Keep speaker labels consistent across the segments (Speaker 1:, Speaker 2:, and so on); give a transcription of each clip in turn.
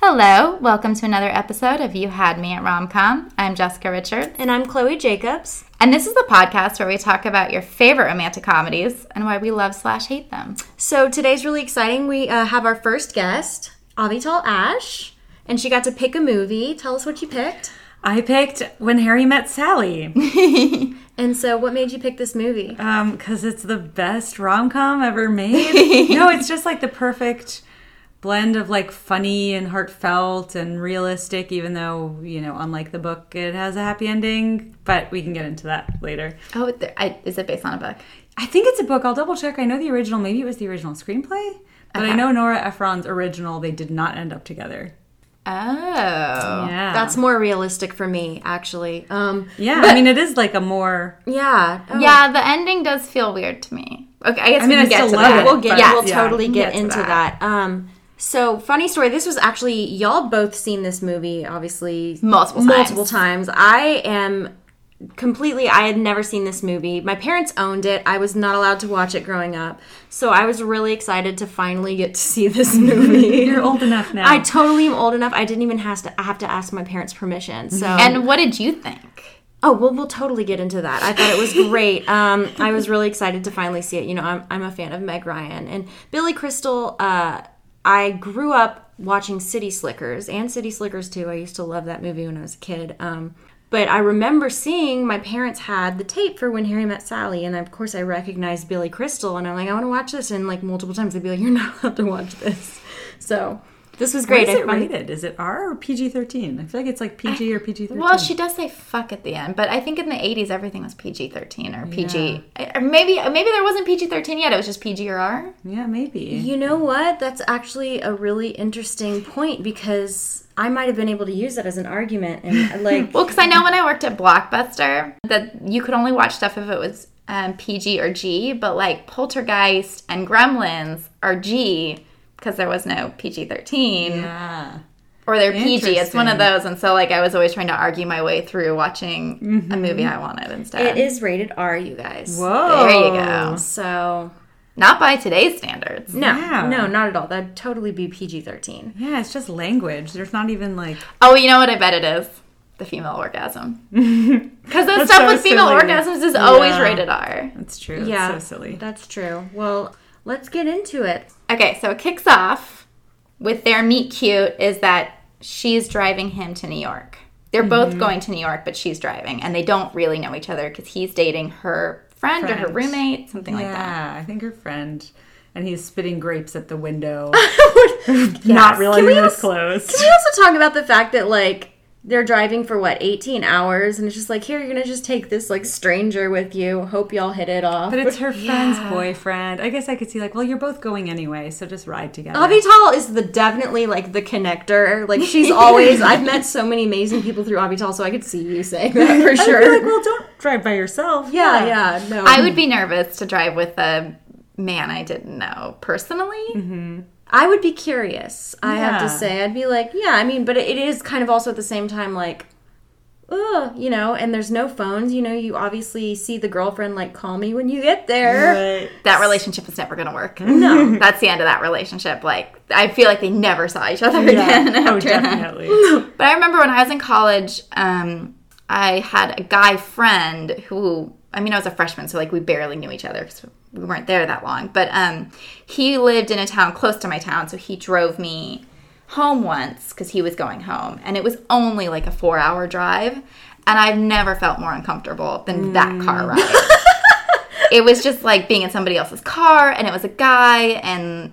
Speaker 1: Hello, welcome to another episode of You Had Me at Romcom. I'm Jessica Richard,
Speaker 2: And I'm Chloe Jacobs.
Speaker 1: and this is the podcast where we talk about your favorite romantic comedies and why we love slash hate them.
Speaker 2: So today's really exciting. We uh, have our first guest, Avital Ash, and she got to pick a movie. Tell us what you picked.
Speaker 3: I picked When Harry Met Sally
Speaker 2: And so, what made you pick this movie?
Speaker 3: because it's the best rom com ever made. no, it's just like the perfect blend of like funny and heartfelt and realistic, even though, you know, unlike the book, it has a happy ending. But we can get into that later.
Speaker 1: Oh, there, I, is it based on a book?
Speaker 3: I think it's a book. I'll double check. I know the original, maybe it was the original screenplay. But I know Nora Ephron's original, they did not end up together.
Speaker 1: Oh.
Speaker 3: Yeah.
Speaker 2: That's more realistic for me, actually. Um,
Speaker 3: yeah, I mean, it is like a more.
Speaker 2: yeah, Oh.
Speaker 1: Yeah, the ending does feel weird to me. Okay, I guess we
Speaker 3: mean,
Speaker 1: can
Speaker 3: I
Speaker 1: get
Speaker 3: still
Speaker 1: to
Speaker 3: love
Speaker 1: that.
Speaker 3: it,
Speaker 2: We'll get.
Speaker 1: yeah.
Speaker 2: We'll totally get,
Speaker 1: to
Speaker 2: into that. Um, so funny story. This was actually y'all both seen this movie, obviously
Speaker 1: Multiple
Speaker 2: multiple times. I am completely. I had never seen this movie. My parents owned it. I was not allowed to watch it growing up, so I was really excited to finally get to see this movie.
Speaker 3: You're old enough now.
Speaker 2: I totally am old enough. I didn't even have to. I have to ask my parents permission. So
Speaker 1: And what did you think?
Speaker 2: Oh well, we'll totally get into that. I thought it was great. Um, I was really excited to finally see it. You know, I'm I'm a fan of Meg Ryan and Billy Crystal. Uh, I grew up watching City Slickers and City Slickers too. I used to love that movie when I was a kid. Um, but I remember seeing my parents had the tape for When Harry Met Sally, and of course I recognized Billy Crystal, and I'm like, I want to watch this, and like multiple times they'd be like, You're not allowed to watch this. So this was
Speaker 3: Where
Speaker 2: great.
Speaker 3: is
Speaker 2: I
Speaker 3: it
Speaker 2: finally-
Speaker 3: rated? Is it R or PG 13? I feel like it's like PG or PG 13.
Speaker 1: Well, she does say fuck at the end, but I think in the 80s everything was PG 13 or PG. Or maybe maybe there wasn't PG 13 yet, it was just PG or R.
Speaker 3: Yeah, maybe.
Speaker 2: You know what? That's actually a really interesting point because I might have been able to use that as an argument and like
Speaker 1: Well, because I know when I worked at Blockbuster that you could only watch stuff if it was um, PG or G, but like Poltergeist and Gremlins are G because there was no PG 13
Speaker 3: Yeah.
Speaker 1: or they're PG. It's one of
Speaker 3: Interesting.
Speaker 1: those. And so, like, I was always trying to argue my way through watching a
Speaker 3: Mm-hmm.
Speaker 1: movie I wanted instead.
Speaker 2: it is rated R, you guys.
Speaker 3: Whoa.
Speaker 1: There you go.
Speaker 2: So
Speaker 1: Not by today's standards.
Speaker 2: no,
Speaker 3: Wow.
Speaker 2: no, not at all. That'd totally be PG thirteen.
Speaker 3: Yeah, it's just language. There's not even like
Speaker 1: Oh, you know what? I bet it is the female orgasm. Because that
Speaker 3: That's
Speaker 1: stuff
Speaker 3: so
Speaker 1: with female
Speaker 3: silly.
Speaker 1: orgasms is always
Speaker 3: Yeah.
Speaker 1: rated R.
Speaker 3: that's true.
Speaker 2: Yeah,
Speaker 3: It's so silly.
Speaker 2: That's true. Well, let's get into it.
Speaker 1: Okay, so it kicks off with their meet cute is that she's driving him to New York. They're both going to New York, but she's driving, and they don't really know each other because he's dating her friend, or her
Speaker 3: Friend.
Speaker 1: roommate, something like that.
Speaker 3: Yeah, I think her friend and he's spitting grapes at the window. Not realizing
Speaker 2: Can we
Speaker 3: it was
Speaker 2: als-
Speaker 3: closed.
Speaker 2: Can we also talk about the fact that like they're driving for what eighteen hours, and it's just like here you're gonna just take this like stranger with you. Hope y'all hit it off.
Speaker 3: But it's her friend's boyfriend. I guess I could see like, well, you're both going anyway, so just ride together.
Speaker 2: Avital is the definitely like the connector. Like she's always. I've met so many amazing people through Avital, so I could see you saying that for
Speaker 3: I'd be like,
Speaker 2: sure.
Speaker 3: well, don't drive by yourself.
Speaker 2: Yeah, yeah, no.
Speaker 1: I
Speaker 2: I,
Speaker 1: would be nervous to drive with a man I didn't know personally.
Speaker 2: would be curious. I have to
Speaker 3: Yeah.
Speaker 2: say, I'd be like, yeah. I mean, but it is kind of also at the same time like, ugh, you know. And there's no phones. You know, you obviously see the girlfriend like, call me when you get there.
Speaker 3: But
Speaker 1: That relationship is never going to work. No, that's the end of that relationship. Like, I feel like they never saw each other again
Speaker 3: yeah. oh,
Speaker 1: after that.
Speaker 3: definitely.
Speaker 1: But I remember when I was in college, um, I had a guy friend who, I mean, I was a freshman, so like we barely knew each other because we weren't there that long. But um, he lived in a town close to my town, so he drove me home once because he was going home, and it was only like a four-hour drive, and I've never felt more uncomfortable than that car ride. it was just like being in somebody else's car, and it was a guy, and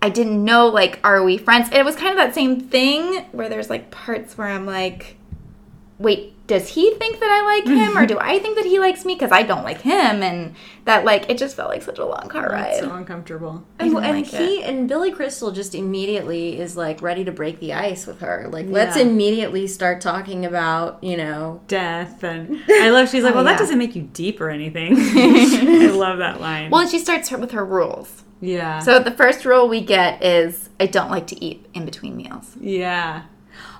Speaker 1: I didn't know, like, are we friends? And it was kind of that same thing where there's like parts where I'm like, wait, does he think that I like him or do I think that he likes me? Because I don't like him. And that, like, it just felt like such a long car
Speaker 3: It's
Speaker 1: ride.
Speaker 3: so uncomfortable.
Speaker 2: And,
Speaker 1: didn't
Speaker 2: and
Speaker 1: like
Speaker 2: he and Billy Crystal just immediately is like ready to break the ice with her. Like, let's
Speaker 3: Yeah.
Speaker 2: immediately start talking about, you know,
Speaker 3: Death and I love. She's like, well,
Speaker 1: Oh, yeah.
Speaker 3: that doesn't make you deep or anything. I love that line.
Speaker 1: well, and she starts her- with her rules.
Speaker 3: yeah.
Speaker 1: So the first rule we get is I don't like to eat in between meals.
Speaker 3: Yeah.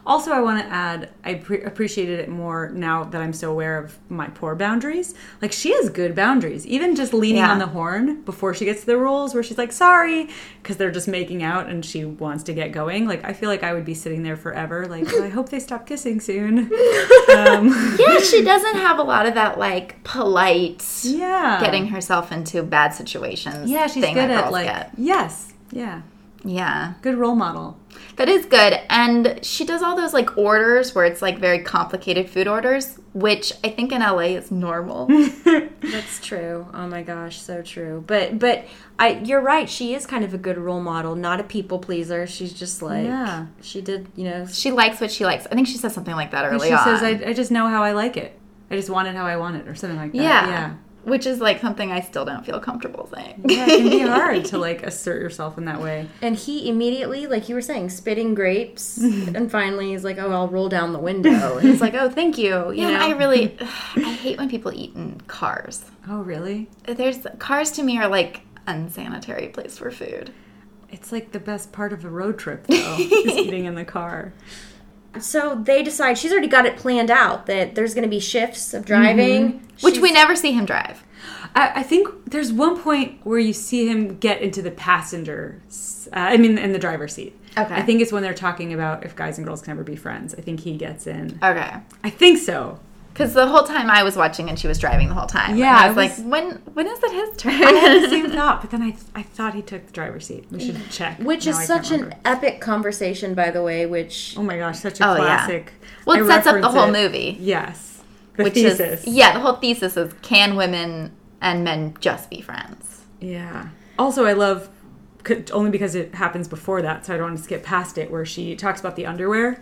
Speaker 3: Also, I want to add, I pre- appreciated it more now that I'm so aware of my poor boundaries. Like, she has good boundaries, even just leaning
Speaker 1: Yeah.
Speaker 3: on the horn before she gets to the rules, where she's like, sorry, because they're just making out and she wants to get going. Like, I feel like I would be sitting there forever, like, "Well, I hope they stop kissing soon.
Speaker 1: Yeah, she doesn't have a lot of that like polite
Speaker 3: Yeah.
Speaker 1: getting herself into bad situations.
Speaker 3: Yeah, she's
Speaker 1: thing
Speaker 3: good
Speaker 1: that
Speaker 3: at,
Speaker 1: girls
Speaker 3: like,
Speaker 1: get.
Speaker 3: yes, yeah.
Speaker 1: yeah.
Speaker 3: Good role model.
Speaker 1: That is good. And she does all those like orders where it's like very complicated food orders, which I think in LA is normal.
Speaker 2: That's true. Oh my gosh, so true. But but I you're right. She is kind of a good role model, not a people pleaser. She's just like
Speaker 3: Yeah.
Speaker 2: she did, you know.
Speaker 1: she likes what she likes. I think she says something like that
Speaker 3: And
Speaker 1: early
Speaker 3: she
Speaker 1: on.
Speaker 3: says, I, I just know how I like it. I just want it how I want it, or something like that.
Speaker 1: yeah.
Speaker 3: Yeah.
Speaker 1: Which is like something I still don't feel comfortable saying.
Speaker 3: Yeah, it can be hard to like assert yourself in that way.
Speaker 2: And he immediately, like you were saying, spitting grapes, and finally he's like, "Oh, I'll roll down the window." And it's like, "Oh, thank you." You
Speaker 1: Yeah,
Speaker 2: know.
Speaker 1: and I really, I hate when people eat in cars.
Speaker 3: Oh, really?
Speaker 1: There's cars to me are like unsanitary place for food.
Speaker 3: It's like the best part of a road trip, though, is eating in the car.
Speaker 2: So they decide she's already got it planned out that there's going to be shifts of driving,
Speaker 3: Mm-hmm.
Speaker 1: Which
Speaker 2: She's-
Speaker 1: we never see him drive.
Speaker 3: I, I think there's one point where you see him get into the passenger, s- uh, I mean, in the driver's seat.
Speaker 1: Okay.
Speaker 3: I think it's when they're talking about if guys and girls can ever be friends. I think he gets in.
Speaker 1: Okay.
Speaker 3: I think so.
Speaker 1: Because the whole time I was watching and she was driving the whole time.
Speaker 3: Yeah,
Speaker 1: And I
Speaker 3: I
Speaker 1: was,
Speaker 3: was-
Speaker 1: like, when when is it his
Speaker 3: I had the
Speaker 1: turn?
Speaker 3: same thought, but then I, I thought he took the driver's seat. We should check.
Speaker 2: which
Speaker 3: Now
Speaker 2: is
Speaker 3: I can't
Speaker 2: such an
Speaker 3: remember.
Speaker 2: epic conversation, by the way. Which
Speaker 3: Oh my gosh, such a
Speaker 1: Oh, yeah.
Speaker 3: classic.
Speaker 1: well, it
Speaker 3: I
Speaker 1: sets up the
Speaker 3: reference
Speaker 1: whole
Speaker 3: it.
Speaker 1: movie,
Speaker 3: Yes. The
Speaker 1: which
Speaker 3: thesis.
Speaker 1: is yeah, the whole thesis is can women and men just be friends?
Speaker 3: Yeah. Also, I love could, only because it happens before that, so I don't want to skip past it where she talks about the underwear.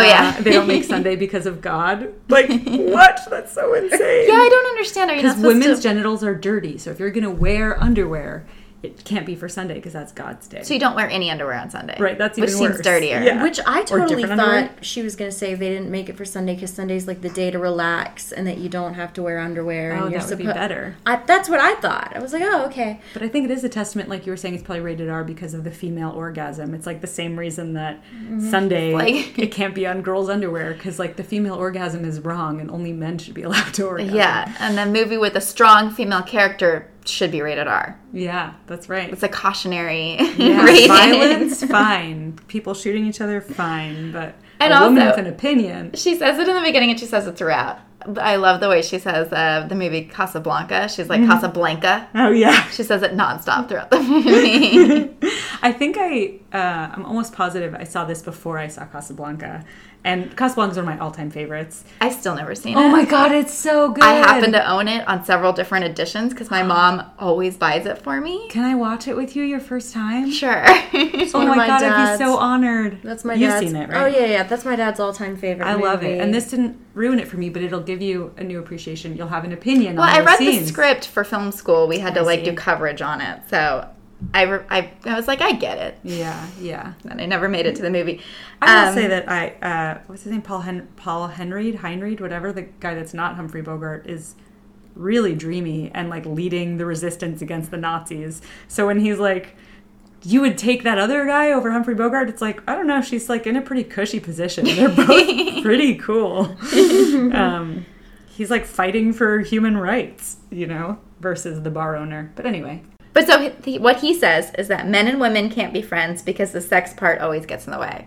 Speaker 1: Oh, yeah.
Speaker 3: they don't make Sunday because of God. Like what? That's so insane.
Speaker 1: Yeah, I don't understand. Are you not
Speaker 3: Because
Speaker 1: supposed
Speaker 3: women's
Speaker 1: to?
Speaker 3: genitals are dirty, so if you're gonna wear underwear, it can't be for Sunday because that's God's day.
Speaker 1: so you don't wear any underwear on Sunday,
Speaker 3: Right, that's
Speaker 1: which
Speaker 3: even
Speaker 1: seems
Speaker 3: worse.
Speaker 1: dirtier.
Speaker 3: Yeah.
Speaker 2: which I
Speaker 3: Or
Speaker 2: totally thought
Speaker 3: different underwear.
Speaker 2: she was going to say they didn't make it for Sunday because Sunday's like the day to relax and that you don't have to wear underwear.
Speaker 3: Oh,
Speaker 2: and
Speaker 3: that would be
Speaker 2: suppo-
Speaker 3: better.
Speaker 2: I, that's what I thought. I was like, oh, okay.
Speaker 3: but I think it is a testament, like you were saying, it's probably rated R because of the female orgasm. It's like the same reason that Sunday
Speaker 1: Like-
Speaker 3: it can't be on girls' underwear because like the female orgasm is wrong and only men should be allowed to orgasm.
Speaker 1: Yeah, and a movie with a strong female character should be rated R.
Speaker 3: Yeah, that's right.
Speaker 1: It's a cautionary
Speaker 3: Yeah,
Speaker 1: rating.
Speaker 3: violence, fine. People shooting each other, fine. But
Speaker 1: And
Speaker 3: a woman
Speaker 1: also-
Speaker 3: with an opinion.
Speaker 1: She says it in the beginning and she says it throughout. I love the way she says uh, the movie Casablanca. She's
Speaker 3: Mm-hmm.
Speaker 1: like Casablanca.
Speaker 3: Oh yeah.
Speaker 1: She says it nonstop throughout the movie.
Speaker 3: I think I, uh, I'm almost positive I saw this before I saw Casablanca, and Casablanca's one of my all-time favorites.
Speaker 1: I've still never seen it.
Speaker 3: Oh my god, it's so good.
Speaker 1: I happen to own it on several different editions because my mom always buys it for me.
Speaker 3: Can I watch it with you your first time?
Speaker 1: Sure.
Speaker 3: Oh
Speaker 2: one
Speaker 3: my,
Speaker 2: of my
Speaker 3: god, I'd
Speaker 2: dad's-
Speaker 3: be so honored.
Speaker 2: That's my
Speaker 3: You've
Speaker 2: dad's.
Speaker 3: seen it,
Speaker 2: Oh,
Speaker 3: right?
Speaker 2: yeah, yeah. That's my dad's all time favorite.
Speaker 3: I love it.
Speaker 2: movie.
Speaker 3: And this didn't ruin it for me, but it'll give you a new appreciation. You'll have an opinion.
Speaker 1: well,
Speaker 3: on
Speaker 1: I
Speaker 3: those
Speaker 1: read the
Speaker 3: scenes.
Speaker 1: script for film school. We had to
Speaker 3: I
Speaker 1: like
Speaker 3: see.
Speaker 1: do coverage on it. So I, re- I, I was like, I get it.
Speaker 3: Yeah, yeah.
Speaker 1: And I never made it to the movie.
Speaker 3: I will
Speaker 1: Um,
Speaker 3: say that I uh, what's his name Paul Hen- Paul Henreid Heinreid whatever the guy that's not Humphrey Bogart is really dreamy and like leading the resistance against the Nazis. So when he's like you would take that other guy over Humphrey Bogart it's like I don't know she's like in a pretty cushy position. They're both pretty cool. um, he's like fighting for human rights, you know, versus the bar owner. But anyway,
Speaker 1: But so he, what he says is that men and women can't be friends because the sex part always gets in the way.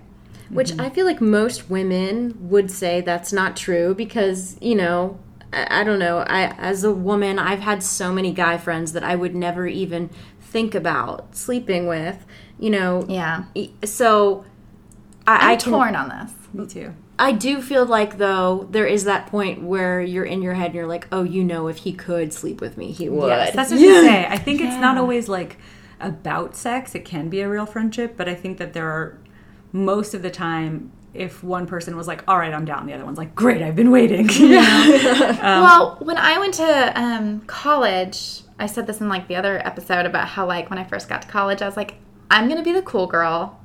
Speaker 2: Which I feel like most women would say that's not true because, you know, I, I don't know. I as a woman, I've had so many guy friends that I would never even think about sleeping with, you know.
Speaker 1: Yeah.
Speaker 2: E- So I,
Speaker 1: I'm
Speaker 2: I can-
Speaker 1: torn on this.
Speaker 3: me too.
Speaker 2: I do feel like though there is that point where you're in your head and you're like, "Oh, you know if he could sleep with me, he would."
Speaker 1: Yes,
Speaker 3: That's what you say. I think it's not always like about sex. It can be a real friendship, but I think that there are most of the time if one person was like, "All right, I'm down," the other one's like, "Great, I've been waiting." You know?
Speaker 1: well, when I went to um, college, I said this in like the other episode about how like when I first got to college, I was like, I'm gonna be the cool girl,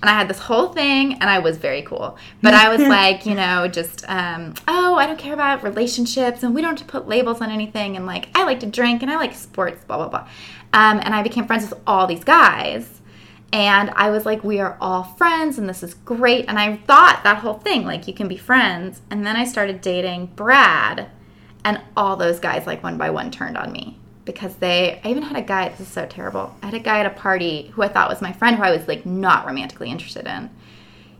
Speaker 1: and I had this whole thing, and I was very cool, but I was like, you know, just um, oh, I don't care about relationships, and we don't have to put labels on anything, and like I like to drink, and I like sports, blah blah blah, um, and I became friends with all these guys. And I was like, we are all friends and this is great. And I thought that whole thing, like, you can be friends. And then I started dating Brad, and all those guys, like, one by one turned on me because they, I even had a guy, this is so terrible. I had a guy at a party who I thought was my friend who I was, like, not romantically interested in.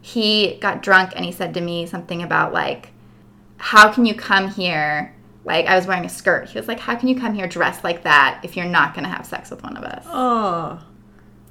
Speaker 1: He got drunk and he said to me something about, like, how can you come here? Like, I was wearing a skirt. He was like, how can you come here dressed like that if you're not going to have sex with one of us?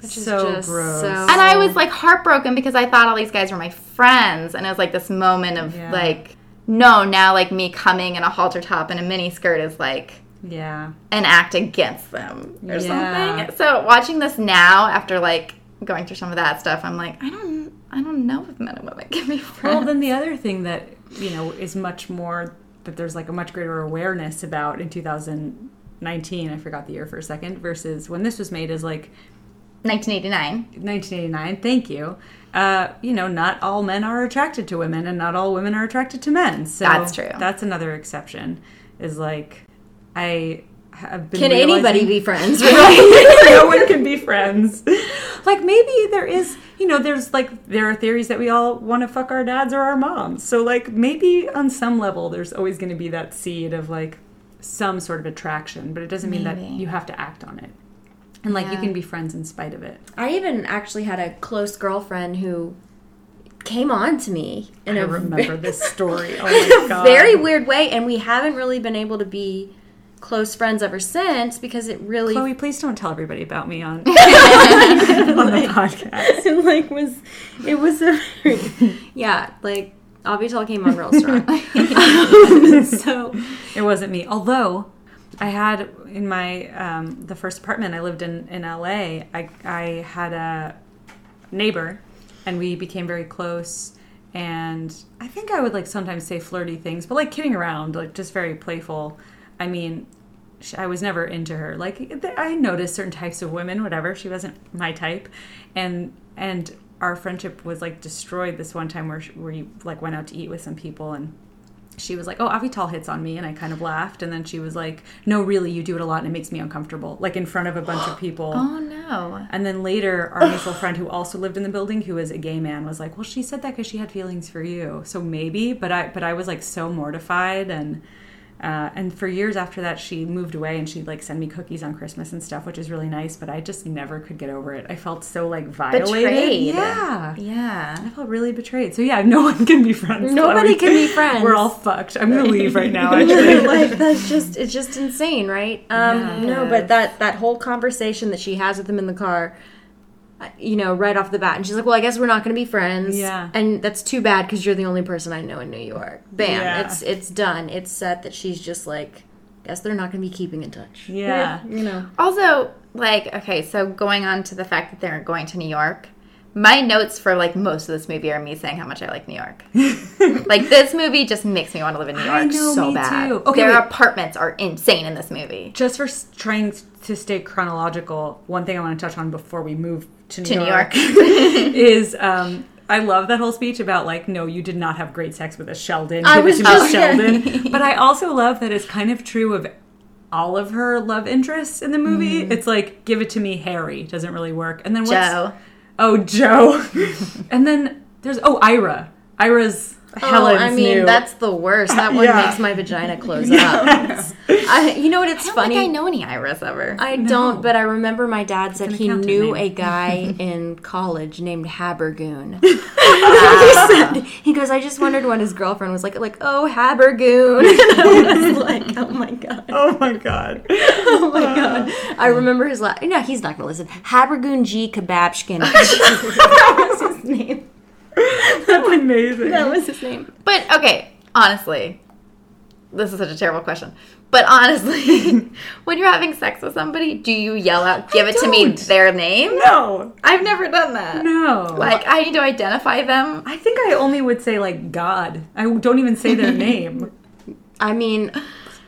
Speaker 3: Oh,
Speaker 2: is
Speaker 3: so
Speaker 2: just
Speaker 3: gross.
Speaker 2: so-
Speaker 1: And I was like heartbroken because I thought all these guys were my friends, and it was like this moment of
Speaker 3: Yeah.
Speaker 1: like, no, now like me coming in a halter top and a mini skirt is like
Speaker 3: Yeah.
Speaker 1: an act against them or
Speaker 3: Yeah.
Speaker 1: something. So watching this now after like going through some of that stuff, I'm like, I don't, I don't know if men and women can be
Speaker 3: Well,
Speaker 1: friends.
Speaker 3: then the other thing that you know is much more that there's like a much greater awareness about in 2019. I forgot the year for a second. Versus when this was made is like
Speaker 1: 1989.
Speaker 3: 1989. Thank you. Uh, you know, not all men are attracted to women, and not all women are attracted to men. So
Speaker 1: That's true.
Speaker 3: That's another exception. Is like I have been.
Speaker 2: Can anybody be friends?
Speaker 3: no one can be friends. Like maybe there is, you know, there's like there are theories that we all want to fuck our dads or our moms. So like maybe on some level there's always going to be that seed of like some sort of attraction, but it doesn't mean that
Speaker 1: Maybe.
Speaker 3: you have to act on it. And like you
Speaker 2: Yeah.
Speaker 3: can be friends in spite of it.
Speaker 2: I even actually had a close girlfriend who came on to me in
Speaker 3: I
Speaker 2: a
Speaker 3: remember this story. Oh my god.
Speaker 2: very weird way, and we haven't really been able to be close friends ever since because it really
Speaker 3: Chloe, please don't tell everybody about me on, on the podcast.
Speaker 2: and like was it was a yeah like Avital came on real strong. Um, so
Speaker 3: It wasn't me. Although I had in my um, the first apartment I lived in in LA, I I had a neighbor, and we became very close. And I think I would like sometimes say flirty things, but like kidding around, like just very playful. I mean, sh I was never into her. Like th- I noticed certain types of women, whatever. She wasn't my type, and and our friendship was like destroyed this one time where sh- where you like went out to eat with some people and she was like, "Oh, Avital hits on me," and I kind of laughed. And then she was like, "No, really, you do it a lot, and it makes me uncomfortable, like in front of a bunch of people."
Speaker 1: Oh no.
Speaker 3: And then later, our mutual friend who also lived in the building, who was a gay man, was like, "Well, she said that because she had feelings for you, so maybe." But I, but I was like so mortified, and uh, and for years after that, she moved away, and she'd like send me cookies on Christmas and stuff, which is really nice. But I just never could get over it. I felt so like violated.
Speaker 1: Betrayed.
Speaker 3: Yeah. I
Speaker 1: Yeah.
Speaker 3: felt really betrayed. So yeah, no one can be friends.
Speaker 2: Nobody can be friends.
Speaker 3: We're all fucked. I'm gonna leave right now. Actually,
Speaker 2: like that's just it's just insane, right? Um,
Speaker 3: Yeah.
Speaker 2: No, but that that whole conversation that she has with him in the car, uh, you know, right off the bat, and she's like, "Well, I guess we're not going to be friends."
Speaker 3: Yeah.
Speaker 2: and that's too bad because you're the only person I know in New York. Bam,
Speaker 3: Yeah.
Speaker 2: it's it's done. It's set that she's just like, guess they're not going to be keeping in touch.
Speaker 3: Yeah.
Speaker 2: you know.
Speaker 1: Also, like, okay, so going on to the fact that they're going to New York, my notes for like most of this movie are me saying how much I like New York. like this movie just makes me want to live in New York
Speaker 3: I know,
Speaker 1: so
Speaker 3: me
Speaker 1: bad.
Speaker 3: too. Okay,
Speaker 1: Their
Speaker 3: wait.
Speaker 1: apartments are insane in this movie.
Speaker 3: just for s- trying to stay chronological, one thing I want to touch on before we move to New
Speaker 1: To New
Speaker 3: York,
Speaker 1: York.
Speaker 3: is um, I love that whole speech about like, no, you did not have great sex with a Sheldon.
Speaker 2: I
Speaker 3: Give it
Speaker 2: was
Speaker 3: to
Speaker 2: just-
Speaker 3: Miss Sheldon. but I also love that it's kind of true of all of her love interests in the movie.
Speaker 2: Mm.
Speaker 3: It's like, give it to me, Harry. Doesn't really work. And then what's,
Speaker 1: Joe.
Speaker 3: Oh, Joe. and then there's oh Ira. Ira's Helen's
Speaker 2: oh, I mean,
Speaker 3: new.
Speaker 2: that's the worst. That one
Speaker 3: Yeah.
Speaker 2: makes my vagina close up. I, you know what? It's
Speaker 1: I don't
Speaker 2: funny.
Speaker 1: think I know any Iris ever.
Speaker 2: I don't, but I remember my dad said he
Speaker 3: accountant
Speaker 2: knew
Speaker 3: name.
Speaker 2: a guy in college named Habergoon. That's what he, said. he goes, I just wondered when his girlfriend was like, like, oh Habergoon. And I was like, oh my god,
Speaker 3: oh my god.
Speaker 2: oh my god. I remember his last. No, he's not gonna listen. Habergoon G Kebabshkin. that was his name.
Speaker 3: That's amazing.
Speaker 2: That was his name.
Speaker 1: But okay, honestly, this is such a terrible question. But honestly, when you're having sex with somebody, do you yell out, give it to me
Speaker 3: don't.
Speaker 1: their name?
Speaker 3: No.
Speaker 1: I've never done that.
Speaker 3: No.
Speaker 1: Like, I need to identify them.
Speaker 3: I think I only would say like God. I don't even say their name.
Speaker 2: I mean,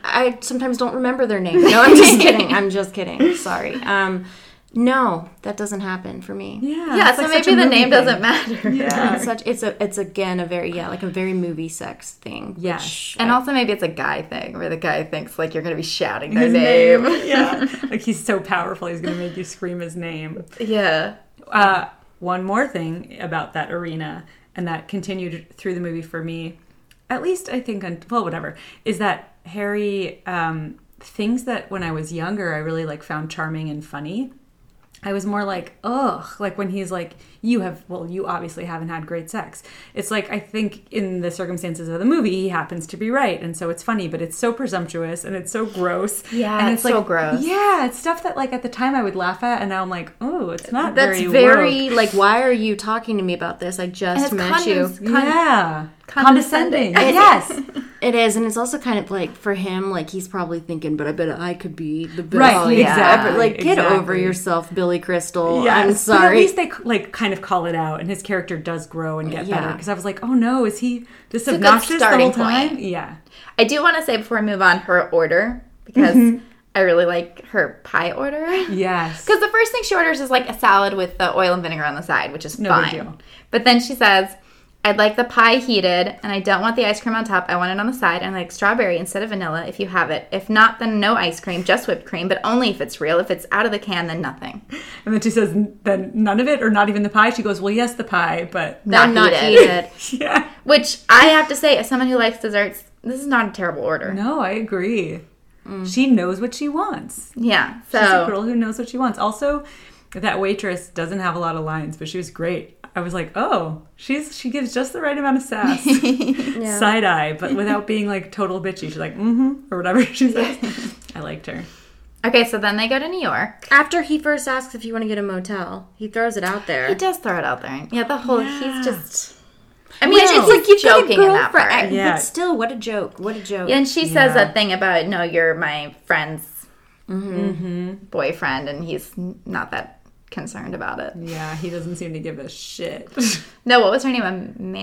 Speaker 2: I sometimes don't remember their name. No, I'm just kidding. I'm just kidding. Sorry. Um, no, that doesn't happen for me.
Speaker 3: Yeah.
Speaker 1: Yeah,
Speaker 3: it's
Speaker 1: so
Speaker 3: like such a
Speaker 1: maybe the
Speaker 3: movie
Speaker 1: name
Speaker 3: thing.
Speaker 1: doesn't matter.
Speaker 3: Yeah.
Speaker 2: It's such it's a it's again a very yeah like a very movie sex thing.
Speaker 3: Yes.
Speaker 1: And also maybe it's a guy thing where the guy thinks like you're gonna be shouting their
Speaker 3: His
Speaker 1: name.
Speaker 3: name. yeah. Like he's so powerful he's gonna make you scream his name.
Speaker 1: Yeah.
Speaker 3: Uh, one more thing about that arena, and that continued through the movie for me, at least I think, on, well, whatever, is that Harry, um, things that when I was younger I really like found charming and funny. I was more like, ugh, like when he's like, you have, well, you obviously haven't had great sex. It's like, I think in the circumstances of the movie, he happens to be right. And so it's funny, but it's so presumptuous and it's so gross.
Speaker 1: Yeah,
Speaker 3: and
Speaker 1: it's so gross.
Speaker 3: Yeah, it's stuff that like at the time I would laugh at and now I'm like, oh, it's not
Speaker 2: That's
Speaker 3: very,
Speaker 2: very,
Speaker 3: woke.
Speaker 2: like, why are you talking to me about this? I just
Speaker 1: it's
Speaker 2: met
Speaker 1: condens-
Speaker 2: you.
Speaker 1: con-
Speaker 3: yeah.
Speaker 1: condescending.
Speaker 3: Condescending. yes.
Speaker 2: It is, and it's also kind of like for him, like he's probably thinking, but I bet I could be the best.
Speaker 3: Right,
Speaker 2: like,
Speaker 1: exactly,
Speaker 2: ever." Like, get
Speaker 3: exactly.
Speaker 2: over yourself, Billy Crystal.
Speaker 3: Yes.
Speaker 2: I'm
Speaker 3: But at
Speaker 2: sorry.
Speaker 3: least they like kind of call it out, and his character does grow and get better.
Speaker 2: Yeah.
Speaker 3: Because I was like, oh no, is he this
Speaker 1: good
Speaker 3: obnoxious the
Speaker 1: starting
Speaker 3: whole time?
Speaker 1: point.
Speaker 3: Yeah.
Speaker 1: I do want to say before I move on her order because I really like her pie order.
Speaker 3: Mm-hmm. Yes.
Speaker 1: Because the first thing she orders is like a salad with the oil and vinegar on the side, which is
Speaker 3: No big
Speaker 1: fine.
Speaker 3: deal.
Speaker 1: But then she says, I'd like the pie heated and I don't want the ice cream on top. I want it on the side and I like strawberry instead of vanilla if you have it. If not, then no ice cream, just whipped cream, but only if it's real. If it's out of the can, then nothing.
Speaker 3: And then she says, then none of it, or not even the pie. She goes, well, yes, the pie, but
Speaker 1: Not,
Speaker 2: I'm not
Speaker 1: heated.
Speaker 2: heated.
Speaker 3: yeah.
Speaker 1: which I have to say, as someone who likes desserts, this is not a terrible order.
Speaker 3: No, I agree. She knows what she wants.
Speaker 1: Yeah.
Speaker 3: She's a
Speaker 1: So
Speaker 3: girl who knows what she wants. Also, that waitress doesn't have a lot of lines, but she was great. I was like, oh, she's she gives just the right amount of sass, side eye, but without being like total bitchy. She's like, mm-hmm, or whatever she says. I liked her.
Speaker 1: okay, so then they go to New York.
Speaker 2: After he first asks if you want to get a motel, he throws it out there.
Speaker 1: He does throw it out there. Yeah, the whole he's just. I mean,
Speaker 2: Which
Speaker 1: it's
Speaker 2: is
Speaker 1: like
Speaker 2: like
Speaker 1: he's
Speaker 2: you've got a
Speaker 1: joking in that
Speaker 2: girlfriend.
Speaker 1: part.
Speaker 3: Yeah.
Speaker 2: But still, what a joke! What a joke!
Speaker 1: And she says
Speaker 3: Yeah.
Speaker 1: that thing about no, you're my friend's Mm-hmm. boyfriend, and he's not that concerned about it.
Speaker 3: Yeah, he doesn't seem to give a shit.
Speaker 1: No, what was her name?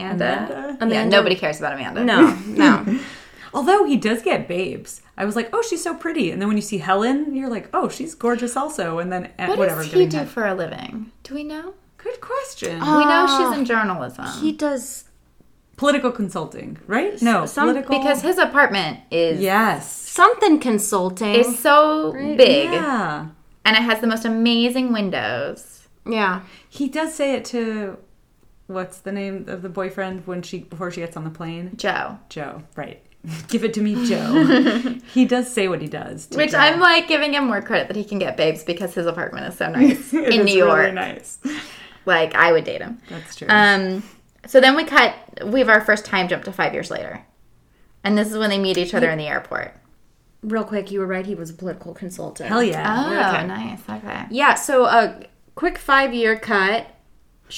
Speaker 1: Amanda.
Speaker 3: Amanda?
Speaker 1: Yeah,
Speaker 2: Amanda-
Speaker 1: nobody cares about Amanda.
Speaker 2: no, no.
Speaker 3: Although he does get babes. I was like, oh, she's so pretty. And then when you see Helen, you're like, oh, she's gorgeous also. And then at
Speaker 1: What
Speaker 3: whatever.
Speaker 1: does he
Speaker 3: giving
Speaker 1: do Um,
Speaker 3: head-
Speaker 1: for a living? Do we know?
Speaker 3: Good question.
Speaker 1: we know she's in journalism.
Speaker 2: he does
Speaker 3: political consulting, right? No,
Speaker 2: some-
Speaker 3: political.
Speaker 1: because his apartment is
Speaker 3: yes,
Speaker 2: something consulting.
Speaker 1: is so big,
Speaker 3: yeah,
Speaker 1: and it has the most amazing windows.
Speaker 2: yeah,
Speaker 3: he does say it to what's the name of the boyfriend when she before she gets on the plane?
Speaker 1: Joe.
Speaker 3: Joe, right? Give it to me, Joe. he does say what he does. To
Speaker 1: Which
Speaker 3: Joe.
Speaker 1: I'm like giving him more credit that he can get babes because his apartment is so nice
Speaker 3: It
Speaker 1: in
Speaker 3: is
Speaker 1: New York.
Speaker 3: really nice.
Speaker 1: Like I would date him.
Speaker 3: That's true.
Speaker 1: Um, so then we cut. We have our first time jump to five years later, and this is when they meet each other in the airport.
Speaker 2: real quick, you were right. He was a political consultant.
Speaker 3: Hell yeah.
Speaker 1: Oh,
Speaker 2: okay.
Speaker 1: nice. Okay.
Speaker 2: Yeah. So a quick five-year cut.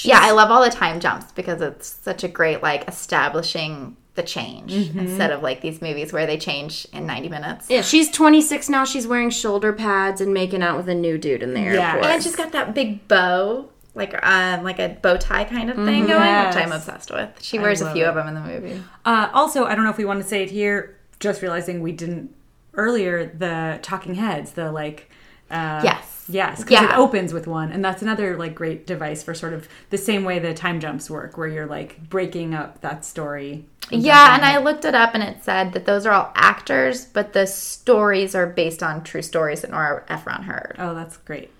Speaker 1: Yeah, I love all the time jumps because it's such a great like establishing the change
Speaker 3: Mm-hmm.
Speaker 1: instead of like these movies where they change in 90 minutes.
Speaker 2: Yeah, she's 26 now. She's wearing shoulder pads and making out with a new dude in the
Speaker 3: Yeah.
Speaker 2: airport.
Speaker 1: And she's got that big bow, like um, like a bow tie kind of thing going,
Speaker 3: Mm-hmm. Yes.
Speaker 1: which I'm obsessed with. She wears a
Speaker 3: love
Speaker 1: few
Speaker 3: it.
Speaker 1: of them in the movie.
Speaker 3: Uh, also, I don't know if we want to say it here. Just realizing we didn't earlier. The Talking Heads, the like. Uh,
Speaker 1: Yes.
Speaker 3: Yes, because
Speaker 1: Yeah.
Speaker 3: it opens with one, and that's another like great device for sort of the same way the time jumps work, where you're like breaking up that story.
Speaker 1: Yeah, and I looked it up and it said that those are all actors, but the stories are based on true stories that Nora Ephron heard.
Speaker 3: Oh, that's great.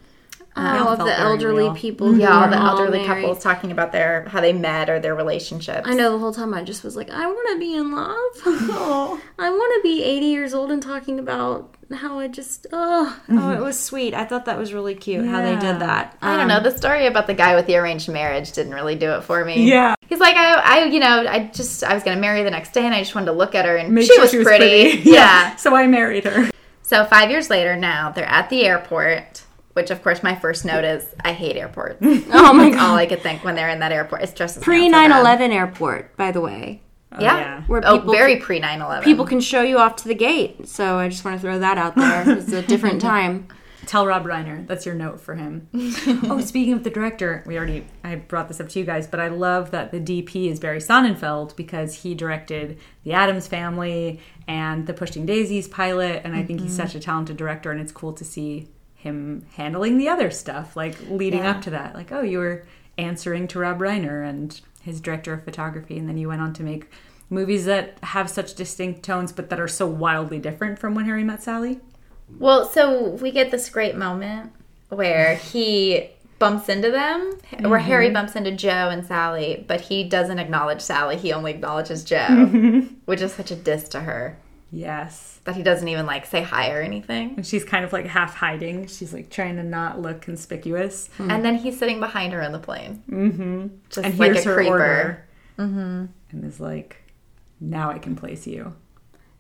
Speaker 2: Uh, all of
Speaker 3: felt
Speaker 2: the
Speaker 3: very
Speaker 2: elderly
Speaker 3: real.
Speaker 2: people. who
Speaker 1: Yeah, all
Speaker 2: are
Speaker 1: the elderly
Speaker 2: Mm-hmm. married.
Speaker 1: couples talking about their how they met or their relationships.
Speaker 2: I know the whole time I just was like, I want to be in love. I want to be 80 years old and talking about how I just, oh, oh, it was sweet. I thought that was really cute how they
Speaker 3: Yeah.
Speaker 2: did that. Um,
Speaker 1: I don't know. The story about the guy with the arranged marriage didn't really do it for me.
Speaker 3: Yeah.
Speaker 1: He's like, I, I you know, I just, I was going to marry her the next day and I just wanted to look at her and
Speaker 3: Make
Speaker 1: she,
Speaker 3: sure
Speaker 1: was pretty. yeah.
Speaker 3: So I married her.
Speaker 1: So five years later now, they're at the airport, which of course my first note is I hate airports.
Speaker 2: Oh my
Speaker 1: That's
Speaker 2: god.
Speaker 1: all I could think when they're in that airport. It stresses me
Speaker 2: Pre
Speaker 1: out so bad.
Speaker 2: 9 11 airport, by the way,
Speaker 1: Yeah.
Speaker 3: yeah.
Speaker 2: where
Speaker 1: Oh,
Speaker 2: people,
Speaker 1: very pre 9 11.
Speaker 2: people can show you off to the gate. So I just want to throw that out there. It's a different time.
Speaker 3: Tell Rob Reiner. That's your note for him. oh, speaking of the director, we already I brought this up to you guys, but I love that the DP is Barry Sonnenfeld because he directed The Adams Family and the Pushing Daisies pilot, and I think he's such a talented director, and it's cool to see him handling the other stuff, like leading up to that. Like, oh, you were answering to Rob Reiner and his director of photography, and then you went on to make movies that have such distinct tones but that are so wildly different from when Harry met Sally.
Speaker 1: Well, so we get this great moment where he bumps into them, where
Speaker 2: Mm-hmm.
Speaker 1: Harry bumps into Joe and Sally, but he doesn't acknowledge Sally. He only acknowledges Joe,
Speaker 2: Mm-hmm.
Speaker 1: which is such a diss to her
Speaker 3: Yes.
Speaker 1: that he doesn't even like say hi or anything.
Speaker 3: And she's kind of like half hiding. She's like trying to not look conspicuous.
Speaker 2: Mm-hmm.
Speaker 1: And then he's sitting behind her on the plane, mm-hmm. just
Speaker 3: and
Speaker 1: like
Speaker 3: hears
Speaker 1: a
Speaker 3: her
Speaker 1: creeper. Mm-hmm.
Speaker 3: order. And is like, now I can place you.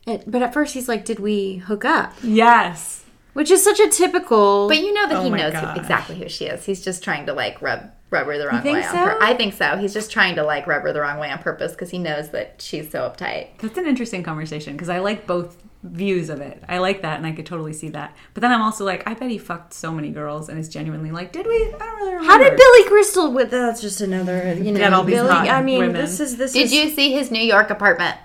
Speaker 2: It, but at first he's like, "Did we hook up?"
Speaker 3: Yes.
Speaker 2: Which is such a typical.
Speaker 1: But you know that
Speaker 3: Oh
Speaker 1: he
Speaker 3: my
Speaker 1: knows who-
Speaker 3: gosh.
Speaker 1: exactly who she is. He's just trying to like rub rub her the wrong
Speaker 3: think
Speaker 1: way on pur-
Speaker 3: so?
Speaker 1: I think so. He's just trying to like rub her the wrong way on purpose because he knows that she's so uptight.
Speaker 3: That's an interesting conversation because I like both views of it. I like that and I could totally see that. But then I'm also like, I bet he fucked so many girls and is genuinely like, did we? I don't really remember.
Speaker 2: how did Billy Crystal? With that's just another. You know,
Speaker 3: Got all these
Speaker 2: Billy.
Speaker 3: hot
Speaker 2: I mean,
Speaker 3: women.
Speaker 2: this is this.
Speaker 1: Did
Speaker 2: is,
Speaker 1: you see his New York apartment?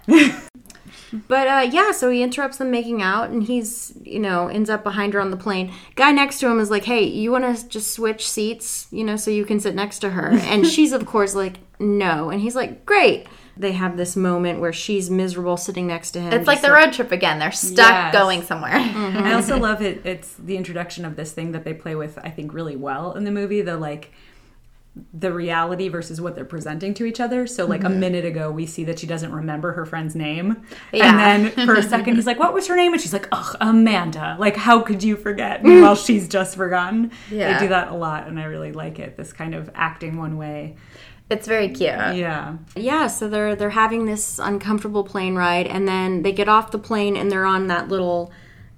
Speaker 2: But uh, yeah, so he interrupts them making out, and he's you know ends up behind her on the plane. Guy next to him is like, "Hey, you want to just switch seats? You know, so you can sit next to her." And she's of course like, "No," and he's like, "Great." They have this moment where she's miserable sitting next to him.
Speaker 1: It's like
Speaker 2: just
Speaker 1: the road trip again. They're stuck
Speaker 3: Yes.
Speaker 1: going somewhere.
Speaker 3: I
Speaker 2: Mm-hmm.
Speaker 3: also love it. It's the introduction of this thing that they play with, I think, really well in the movie. The like, the reality versus what they're presenting to each other. So, like
Speaker 2: Mm-hmm.
Speaker 3: a minute ago, we see that she doesn't remember her friend's name,
Speaker 1: Yeah.
Speaker 3: and then for a second, he's like, "What was her name?" And she's like, "Ugh, Amanda." Like, how could you forget? Meanwhile, she's just forgotten.
Speaker 1: Yeah.
Speaker 3: They do that a lot, and I really like it. This kind of acting one way.
Speaker 1: It's very cute.
Speaker 2: Uh,
Speaker 3: Yeah,
Speaker 2: yeah so they're they're having this uncomfortable plane ride and then they get off the plane and they're on that little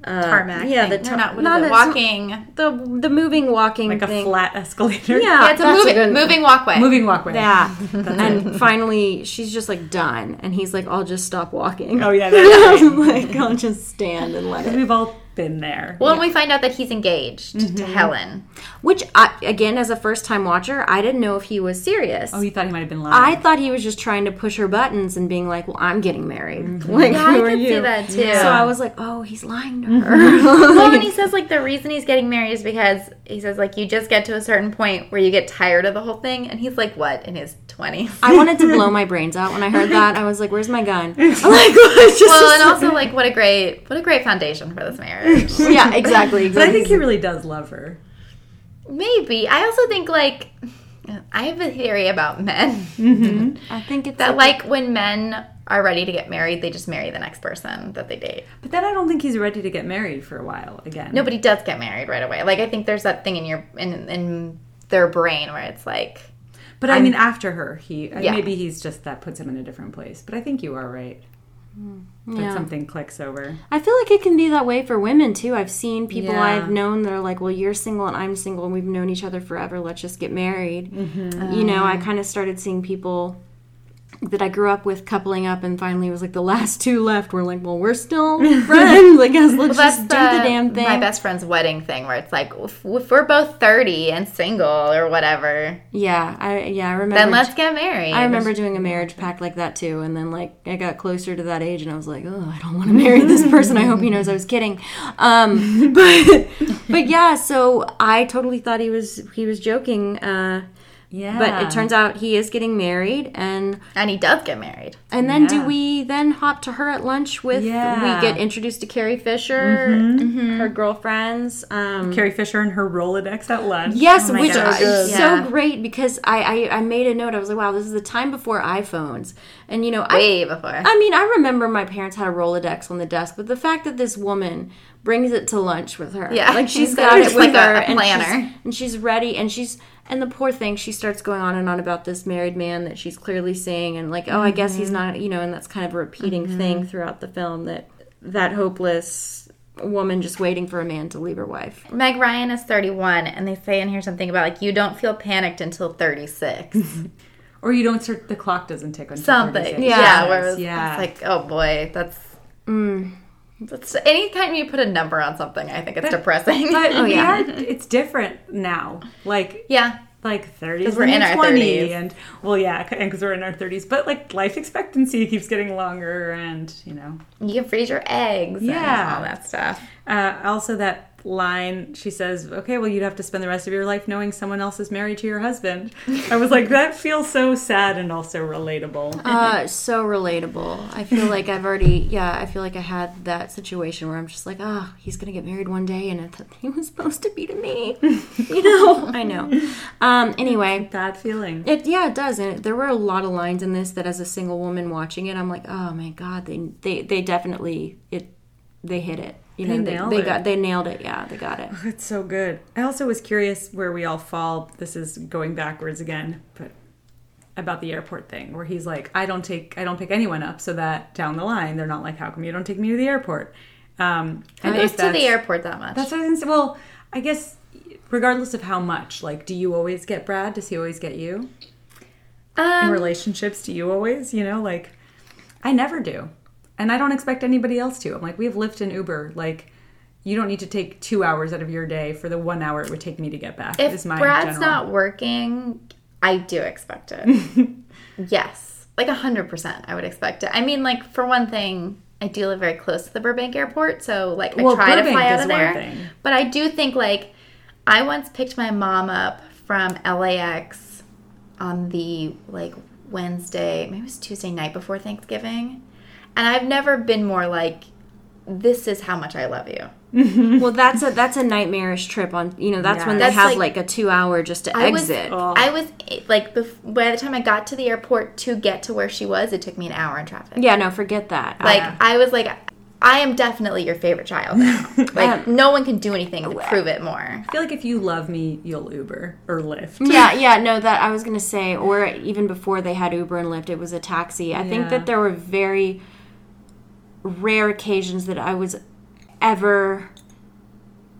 Speaker 2: uh,
Speaker 1: Tarmac.
Speaker 2: yeah
Speaker 1: thing.
Speaker 2: the
Speaker 1: Or
Speaker 2: tar-
Speaker 1: not, what is
Speaker 2: not
Speaker 1: it?
Speaker 2: a-
Speaker 1: walking.
Speaker 2: the the moving walking
Speaker 3: like
Speaker 2: thing
Speaker 3: a flat escalator.
Speaker 2: yeah,
Speaker 1: yeah, it's a
Speaker 2: that's
Speaker 1: moving,
Speaker 2: good-
Speaker 1: moving walkway.
Speaker 3: moving walkway.
Speaker 2: yeah and finally she's just like done and he's like i'll just stop walking
Speaker 3: Oh yeah, that's right.
Speaker 2: like i'll just stand and let it
Speaker 3: we've all been there.
Speaker 1: Well, and we find out that he's engaged
Speaker 2: Mm-hmm.
Speaker 1: to Helen.
Speaker 2: which I, again as a first time watcher i didn't know if he was serious
Speaker 3: Oh, you thought he might have been lying.
Speaker 2: I thought he was just trying to push her buttons and being like, "Well, I'm getting married."
Speaker 3: Mm-hmm.
Speaker 2: Like,
Speaker 1: Yeah, I
Speaker 2: who are
Speaker 1: could
Speaker 2: you?
Speaker 1: see that too.
Speaker 2: So I was like, "Oh, he's lying to her."
Speaker 1: well, and he says like the reason he's getting married is because he says like you just get to a certain point where you get tired of the whole thing, and he's like what in his twenties.
Speaker 2: I wanted to blow my brains out when I heard that. I was like, "Where's my gun?" I'm like, it's just
Speaker 1: Well, and also like what a great what a great foundation for this marriage.
Speaker 2: yeah, exactly.
Speaker 3: But I
Speaker 2: exactly.
Speaker 3: think he really does love her.
Speaker 1: Maybe I also think like I have a theory about men
Speaker 2: I think it's
Speaker 1: that like when men are ready to get married, they just marry the next person that they date.
Speaker 3: But then I don't think he's ready to get married for a while again.
Speaker 1: Nobody does get married right away. Like I think there's that thing in your in in their brain where it's like
Speaker 3: but I mean, after her, he uh,
Speaker 1: Yeah.
Speaker 3: maybe he's just that puts him in a different place. But I think you are right that
Speaker 2: yeah.
Speaker 3: something clicks over.
Speaker 2: I feel like it can be that way for women too. I've seen people
Speaker 3: Yeah.
Speaker 2: I've known that are like, "Well, you're single and I'm single, and we've known each other forever. Let's just get married."
Speaker 1: Mm-hmm.
Speaker 2: You know,
Speaker 1: Oh.
Speaker 2: I kind of started seeing people that I grew up with coupling up, and finally it was like the last two left were like, "Well, we're still friends. I guess let's
Speaker 1: that's
Speaker 2: just do the damn thing."
Speaker 1: my best friend's wedding thing where it's like if, if we're both 30 and single or whatever,
Speaker 2: Yeah, I yeah I remember.
Speaker 1: then let's get married.
Speaker 2: I remember doing a marriage pact like that too, and then like I got closer to that age, and I was like, oh, I don't want to marry this person. I hope he knows I was kidding. Um, but but yeah, so I totally thought he was he was joking, uh,
Speaker 3: Yeah.
Speaker 2: but it turns out he is getting married, and
Speaker 1: and he does get married.
Speaker 2: and then do
Speaker 3: Yeah.
Speaker 2: we then hop to her at lunch with
Speaker 3: Yeah.
Speaker 2: we get introduced to Carrie Fisher,
Speaker 1: Mm-hmm.
Speaker 2: her girlfriends. Um,
Speaker 3: Carrie Fisher and her Rolodex at lunch.
Speaker 2: Yes,
Speaker 1: Oh my
Speaker 2: which
Speaker 1: gosh.
Speaker 2: is
Speaker 1: Yeah.
Speaker 2: so great because I, I I made a note. I was like, wow, this is the time before iPhones, and you know, I
Speaker 1: Way before.
Speaker 2: I mean, I remember my parents had a Rolodex on the desk, but the fact that this woman brings it to lunch with her,
Speaker 1: Yeah.
Speaker 2: like she's
Speaker 1: It's
Speaker 2: got it
Speaker 1: like
Speaker 2: with
Speaker 1: a-
Speaker 2: her,
Speaker 1: a
Speaker 2: and
Speaker 1: planner.
Speaker 2: she's, and she's ready, and she's and the poor thing, she starts going on and on about this married man that she's clearly seeing, and like, oh, I guess he's not, you know, and that's kind of a repeating thing throughout the film that that hopeless woman just waiting for a man to leave her wife.
Speaker 1: Meg Ryan is 31, and they say in here something about like you don't feel panicked until 36.
Speaker 3: Or you don't start, the clock doesn't tick until
Speaker 1: something.
Speaker 3: 36.
Speaker 1: Yeah,
Speaker 3: Yes,
Speaker 1: where it's,
Speaker 3: yeah.
Speaker 1: it's like, oh boy, that's.
Speaker 2: Mm.
Speaker 1: That's anytime you put a number on something, I think it's depressing. Oh,
Speaker 3: but we
Speaker 2: yeah.
Speaker 3: are, it's different now. Like,
Speaker 1: yeah,
Speaker 3: like 30s.
Speaker 1: 'Cause we're
Speaker 3: and
Speaker 1: in
Speaker 3: then
Speaker 1: our
Speaker 3: 20,
Speaker 1: 30s.
Speaker 3: And, well, yeah, c- and because we're in our 30s. But, like, life expectancy keeps getting longer and, you know.
Speaker 1: you can freeze your eggs. and
Speaker 3: Yeah.
Speaker 1: all that stuff.
Speaker 3: Uh, also, that line she says okay well you'd have to spend the rest of your life knowing someone else is married to your husband i was like that feels so sad and also relatable
Speaker 2: Uh, so relatable. I feel like I've already, yeah, I feel like I had that situation where I'm just like, oh, he's gonna get married one day, and I thought he was supposed to be to me. You know, I know. Um, anyway,
Speaker 3: bad feeling
Speaker 2: it yeah, it does, and there were a lot of lines in this that, as a single woman watching it, I'm like, oh my god, they they they definitely it, they hit it. You
Speaker 3: They
Speaker 2: know,
Speaker 3: nailed
Speaker 2: they
Speaker 3: it.
Speaker 2: got they nailed it. Yeah, they got it.
Speaker 3: Oh, it's so good i also was curious where we all fall this is going backwards again but about the airport thing where he's like i don't take i don't pick anyone up so that down the line they're not like how come you don't take me to the airport um
Speaker 1: Who
Speaker 3: and
Speaker 1: goes
Speaker 3: if
Speaker 1: to the
Speaker 3: that's-
Speaker 1: airport that much?
Speaker 3: That's what I was gonna say. Well, I guess regardless of how much, like, do you always get Brad? Does he always get you? In
Speaker 1: um,
Speaker 3: relationships, do you always? You know, like, I never do, and I don't expect anybody else to. I'm like, we have Lyft and Uber. Like, you don't need to take two hours out of your day for the one hour it would take me to get back.
Speaker 1: if
Speaker 3: is my
Speaker 1: Brad's
Speaker 3: general-
Speaker 1: not working, I do expect it. yes, like hundred percent, I would expect it. I mean, like for one thing, I do live very close to the Burbank airport, so like I
Speaker 3: Well,
Speaker 1: try to
Speaker 3: Burbank
Speaker 1: fly out
Speaker 3: is
Speaker 1: of
Speaker 3: one
Speaker 1: there.
Speaker 3: thing.
Speaker 1: But I do think like I once picked my mom up from LAX on the like Wednesday, maybe it was Tuesday night before Thanksgiving, and I've never been more like, "This is how much I love you."
Speaker 2: Well, that's a that's a nightmarish trip. On you know, that's when they
Speaker 1: That's
Speaker 2: have
Speaker 1: like-
Speaker 2: like, a two hour just to exit.
Speaker 1: Was, I was like, bef- by the time I got to the airport to get to where she was, it took me an hour in traffic.
Speaker 2: yeah, no, forget that.
Speaker 1: Like I was like, I am definitely your favorite child now. like no one can do anything to prove it more.
Speaker 3: I feel like if you love me, you'll Uber or Lyft.
Speaker 2: yeah, yeah, no, that I was gonna say, or even before they had Uber and Lyft, it was a taxi. I think
Speaker 3: Yeah.
Speaker 2: that there were very rare occasions that I was ever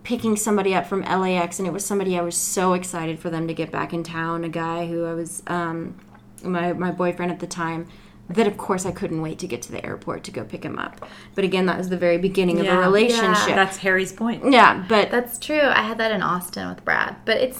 Speaker 2: picking somebody up from LAX, and it was somebody I was so excited for them to get back in town. A guy who I was, um, my my boyfriend at the time. That of course I couldn't wait to get to the airport to go pick him up. But again, that was the very beginning of
Speaker 3: Yeah.
Speaker 2: a relationship. Yeah,
Speaker 3: That's Harry's point.
Speaker 2: but
Speaker 1: That's true. I had that in Austin with Brad, but it's.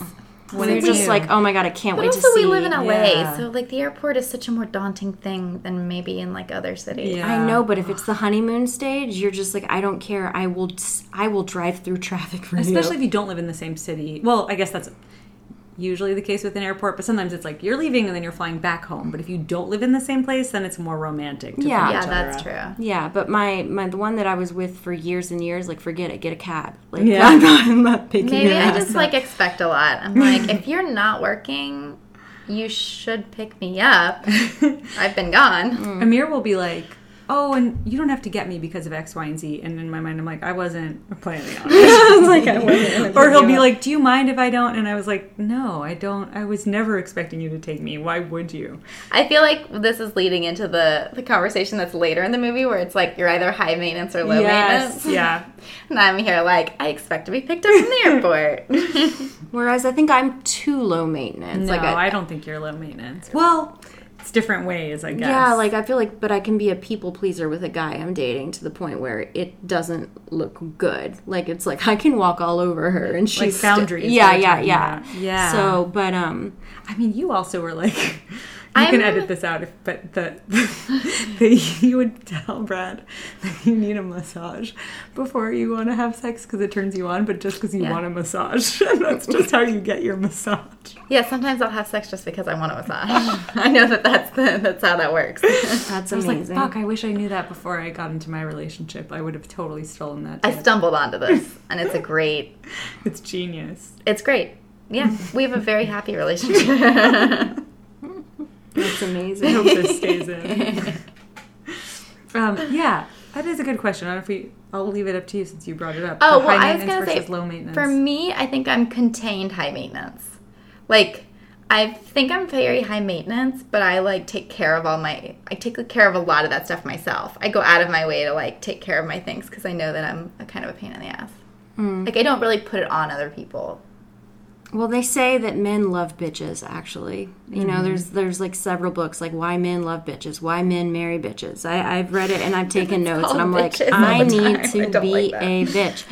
Speaker 3: When
Speaker 2: we were
Speaker 3: it's
Speaker 2: just
Speaker 3: you.
Speaker 2: like, oh my god, I can't
Speaker 1: But
Speaker 2: wait
Speaker 1: also,
Speaker 2: to see.
Speaker 1: we live in LA,
Speaker 3: yeah.
Speaker 1: so like the airport is such a more daunting thing than maybe in like other cities.
Speaker 3: Yeah.
Speaker 2: I know,
Speaker 3: Um,
Speaker 2: but if it's the honeymoon stage, you're just like, I don't care. I will, s- I will drive through traffic for you.
Speaker 3: especially if you don't live in the same city. Well, I guess that's usually the case with an airport, but sometimes it's like you're leaving and then you're flying back home. But if you don't live in the same place, then it's more romantic. To
Speaker 2: Yeah.
Speaker 3: pick
Speaker 1: Yeah,
Speaker 3: each other
Speaker 1: that's
Speaker 3: up.
Speaker 1: true.
Speaker 2: Yeah, but my my the one that I was with for years and years, like, forget it, get a cab. Like,
Speaker 3: Yeah.
Speaker 2: I'm, not, I'm not picking
Speaker 1: Maybe
Speaker 2: your
Speaker 1: I
Speaker 2: ass
Speaker 1: just
Speaker 2: up.
Speaker 1: like expect a lot. I'm like, if you're not working, you should pick me up. I've been gone.
Speaker 2: Mm-hmm.
Speaker 3: Amir will be like, "Oh, and you don't have to get me because of X, Y, and Z." And in my mind, I'm like, "I wasn't planning on it." or he'll be like, "Do you mind if I don't?" And I was like, "No, I don't. I was never expecting you to take me. Why would you?"
Speaker 1: I feel like this is leading into the, the conversation that's later in the movie where it's like you're either high maintenance or low maintenance.
Speaker 3: yeah.
Speaker 1: And I'm here like, I expect to be picked up from the airport.
Speaker 2: Whereas I think I'm too low maintenance.
Speaker 3: No,
Speaker 2: like,
Speaker 3: I I don't think you're low maintenance. Well, it's different ways, I guess.
Speaker 2: yeah, like I feel like, but I can be a people pleaser with a guy I'm dating to the point where it doesn't look good. Like it's like I can walk all over her and she's sti-
Speaker 3: boundaries,
Speaker 2: yeah,
Speaker 3: we were
Speaker 2: yeah,
Speaker 3: talking
Speaker 2: yeah,
Speaker 3: about. Yeah.
Speaker 2: So, but um,
Speaker 3: I mean, you also were like, you
Speaker 1: I'm-
Speaker 3: can edit this out, if, but the, that you would tell Brad that you need a massage before you want to have sex because it turns you on, but just because you
Speaker 1: Yeah.
Speaker 3: want a massage. And that's just how you get your massage.
Speaker 1: yeah, sometimes I'll have sex just because I want a massage. I know that that's, the, that's how that works.
Speaker 2: that's
Speaker 3: I was like,
Speaker 2: amazing.
Speaker 3: fuck, I wish I knew that before I got into my relationship. I would have totally stolen that.
Speaker 1: I
Speaker 3: tip.
Speaker 1: stumbled onto this and it's a great,
Speaker 3: it's genius.
Speaker 1: it's great. Yeah, we have a very happy relationship.
Speaker 2: that's
Speaker 3: I
Speaker 2: amazing.
Speaker 3: hope this stays in. um, yeah, that is a good question. I don't know if we, I'll leave it up to you since you brought it up.
Speaker 1: Oh,
Speaker 3: The
Speaker 1: well,
Speaker 3: high
Speaker 1: I was
Speaker 3: maintenance
Speaker 1: gonna say,
Speaker 3: versus low maintenance.
Speaker 1: For me, I think I'm contained high maintenance. Like, I think I'm very high maintenance, but I like take care of all my. I take care of a lot of that stuff myself. I go out of my way to like take care of my things because I know that I'm a kind of a pain in the ass.
Speaker 3: Mm.
Speaker 1: Like, I don't really put it on other people.
Speaker 2: Well, they say that men love bitches. Actually, you
Speaker 1: Mm-hmm.
Speaker 2: know, there's there's like several books like why men love bitches, why men marry bitches. I, I've read it and I've taken notes,
Speaker 1: called
Speaker 2: and I'm like,
Speaker 1: bitches all
Speaker 2: I
Speaker 1: the
Speaker 2: need
Speaker 1: time.
Speaker 2: to
Speaker 1: I don't
Speaker 2: be
Speaker 1: like that.
Speaker 2: a bitch.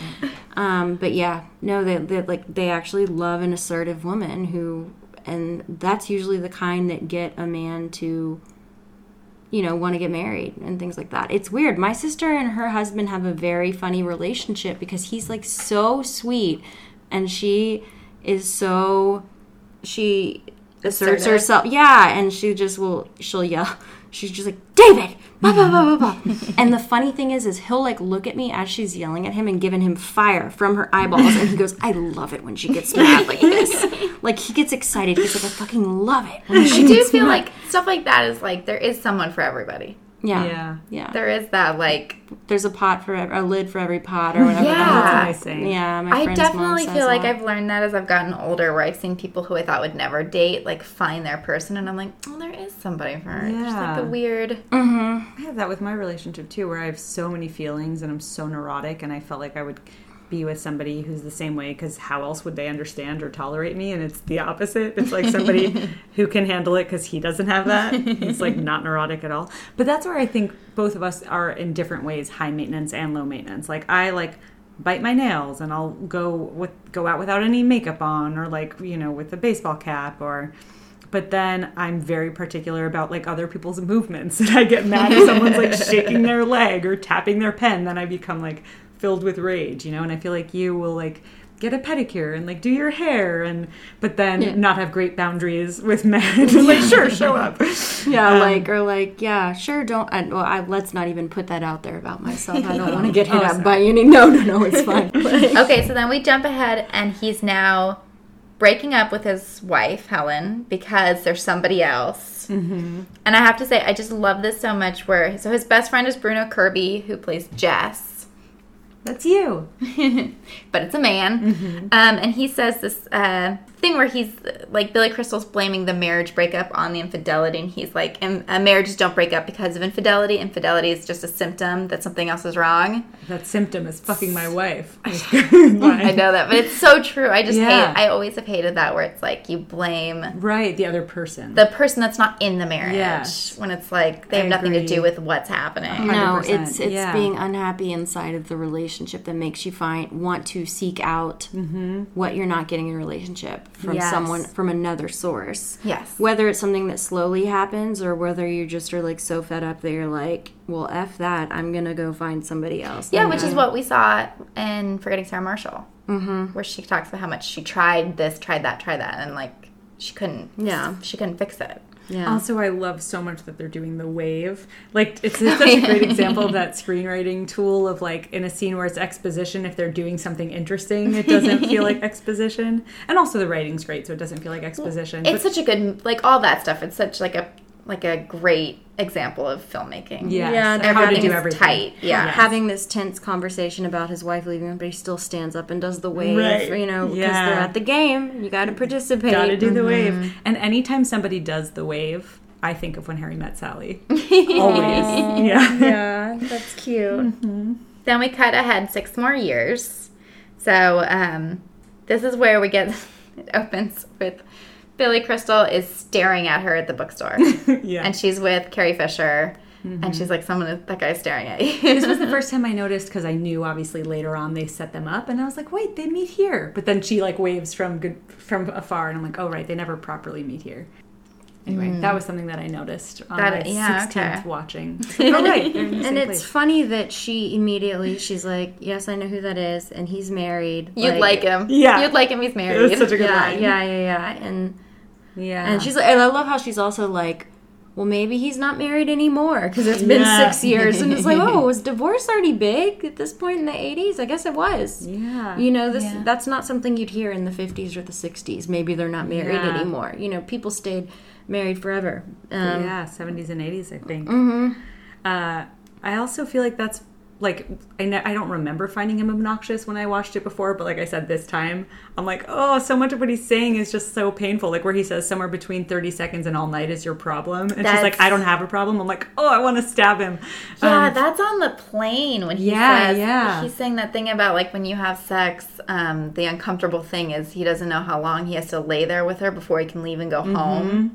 Speaker 2: Um, but yeah, no, they, they like they actually love an assertive woman who, and that's usually the kind that get a man to, you you know, want to get married and things like that. It's weird. My sister and her husband have a very funny relationship because he's like so sweet and she is so she asserts
Speaker 1: Assertive.
Speaker 2: herself. Yeah, and she just will she'll yell. She's just like, "David, blah blah blah blah blah." and the funny thing is is he'll like look at me as she's yelling at him and giving him fire from her eyeballs and he goes, "I love it when she gets mad like this." like he gets excited. He's like, "I fucking love it." when she
Speaker 1: I do
Speaker 2: gets
Speaker 1: feel
Speaker 2: mad."
Speaker 1: like stuff like that is like there is someone for everybody.
Speaker 2: yeah.
Speaker 3: Yeah.
Speaker 2: Yeah.
Speaker 1: There is that like
Speaker 2: there's a pot for ev- a lid for every pot or whatever. the hell
Speaker 1: Yeah.
Speaker 3: I
Speaker 2: it's-
Speaker 3: see.
Speaker 2: Yeah, my
Speaker 1: I
Speaker 2: friend's mom
Speaker 1: definitely
Speaker 2: says
Speaker 1: feel like
Speaker 2: that.
Speaker 1: I've learned that as I've gotten older, where I've seen people who I thought would never date like find their person, and I'm like, oh, there is somebody for her. It's Just like
Speaker 3: Yeah.
Speaker 1: the weird.
Speaker 3: I have that with my relationship too, where I have so many feelings and I'm so neurotic, and I felt like I would be with somebody who's the same way because how else would they understand or tolerate me? And it's the opposite. It's like somebody who can handle it because he doesn't have that. He's like not neurotic at all. But that's where I think both of us are in different ways, high maintenance and low maintenance. Like I like bite my nails and I'll go with go out without any makeup on or like you know with a baseball cap or but then I'm very particular about like other people's movements and I get mad if someone's like shaking their leg or tapping their pen then I become like filled with rage you know and I feel like you will like get a pedicure and like do your hair and but then not have great boundaries with men like sure show up
Speaker 2: yeah, like or like yeah, sure. Don't I, well, I, let's not even put that out there about myself. I don't want to get hit up by any. No, no, no, it's fine.
Speaker 1: okay, so then we jump ahead, and he's now breaking up with his wife Helen because there's somebody else. Mm-hmm. And I have to say, I just love this so much. Where so his best friend is Bruno Kirby, who plays Jess.
Speaker 3: that's you
Speaker 1: but it's a man.
Speaker 3: Mm-hmm.
Speaker 1: Um, and he says this uh, thing where he's like Billy Crystal's blaming the marriage breakup on the infidelity, and he's like, "And uh, marriages don't break up because of infidelity. Infidelity is just a symptom that something else is wrong."
Speaker 3: that symptom is fucking my wife
Speaker 1: I know that, but it's so true. I just
Speaker 3: Yeah.
Speaker 1: hate. I always have hated that where it's like you blame
Speaker 3: right the other person
Speaker 1: the person that's not in the marriage
Speaker 3: Yes.
Speaker 1: when it's like they
Speaker 3: I
Speaker 1: have nothing to do
Speaker 3: agree.
Speaker 1: with what's happening.
Speaker 2: No,
Speaker 3: 100%,
Speaker 2: it's it's
Speaker 3: yeah.
Speaker 2: being unhappy inside of the relationship that makes you find want to seek out what you're not getting in a relationship from
Speaker 1: Yes.
Speaker 2: someone from another source.
Speaker 1: Yes.
Speaker 2: Whether it's something that slowly happens or whether you just are like so fed up that you're like, well, f that, I'm gonna go find somebody else.
Speaker 1: Yeah, which is what we saw in Forgetting Sarah Marshall, mm-hmm. where she talks about how much she tried this, tried that, tried that, and like she couldn't.
Speaker 2: Yeah.
Speaker 1: she couldn't fix it.
Speaker 2: yeah.
Speaker 3: Also, I love so much that they're doing the wave. Like, it's such a great example of that screenwriting tool of like in a scene where it's exposition, if they're doing something interesting, it doesn't feel like exposition. And also, the writing's great, so it doesn't feel like exposition.
Speaker 1: It's
Speaker 3: but
Speaker 1: such a good like all that stuff. It's such like a like a great example of filmmaking.
Speaker 3: yes,
Speaker 2: Yeah,
Speaker 3: and how to
Speaker 1: everything
Speaker 3: do
Speaker 1: is
Speaker 3: everything.
Speaker 1: tight. Yeah.
Speaker 2: having this tense conversation about his wife leaving, but he still stands up and does the wave.
Speaker 3: Right.
Speaker 2: You know, because
Speaker 3: Yeah. Mm-hmm.
Speaker 2: they're at the game. You got to participate. Mm-hmm.
Speaker 3: Gotta do the wave. And anytime somebody does the wave, I think of when Harry met Sally. Always. Yeah.
Speaker 2: yeah, that's cute.
Speaker 1: Then we cut ahead six more years. So um, this is where we get it opens with Billy Crystal is staring at her at the bookstore,
Speaker 3: Yeah. Mm-hmm.
Speaker 1: and she's with Carrie Fisher. And she's like, "Someone, is- that guy's staring at you."
Speaker 3: this was the first time I noticed because I knew obviously later on they set them up, and I was like, wait, they meet here. But then she like waves from good from afar, and I'm like, oh right, they never properly meet here. Anyway,
Speaker 2: Mm.
Speaker 3: that was something that I noticed on
Speaker 1: That-
Speaker 3: my
Speaker 1: yeah,
Speaker 3: 16th
Speaker 1: okay.
Speaker 3: watching. oh right, they're in the
Speaker 2: And
Speaker 3: same
Speaker 2: it's
Speaker 3: place.
Speaker 2: funny that she immediately she's like, "Yes, I know who that is, and he's married."
Speaker 1: You'd like, him.
Speaker 3: Yeah.
Speaker 1: You'd like him. He's
Speaker 3: It was
Speaker 1: married.
Speaker 3: such a good
Speaker 2: Yeah,
Speaker 3: line.
Speaker 2: yeah, yeah, yeah. And
Speaker 3: yeah.
Speaker 2: and she's like, and I love how she's also like, "Well, maybe he's not married anymore because it's been
Speaker 3: Yeah.
Speaker 2: six years." And it's like, "Oh, was divorce already big at this point in the '80s? I guess it was."
Speaker 3: yeah,
Speaker 2: You know, this that's not something you'd hear in the 50s or the 60s. Maybe they're not married
Speaker 3: Yeah.
Speaker 2: anymore. You know, people stayed married forever. Um,
Speaker 3: yeah, 70s and 80s, I think.
Speaker 1: Mm-hmm.
Speaker 3: Uh, I also feel like that's like I, know, I don't remember finding him obnoxious when I watched it before, but like I said this time, I'm like, oh, so much of what he's saying is just so painful. Like where he says somewhere between 30 seconds and all night is your problem, and she's like,
Speaker 1: That's-
Speaker 3: I don't have a problem. I'm like, oh, I want to stab him.
Speaker 1: yeah, that's on the plane when he
Speaker 3: Um, Yeah,
Speaker 1: says
Speaker 3: yeah.
Speaker 1: he's saying that thing about like when you have sex, um, the uncomfortable thing is he doesn't know how long he has to lay there with her before he can leave and go home.
Speaker 3: Mm-hmm.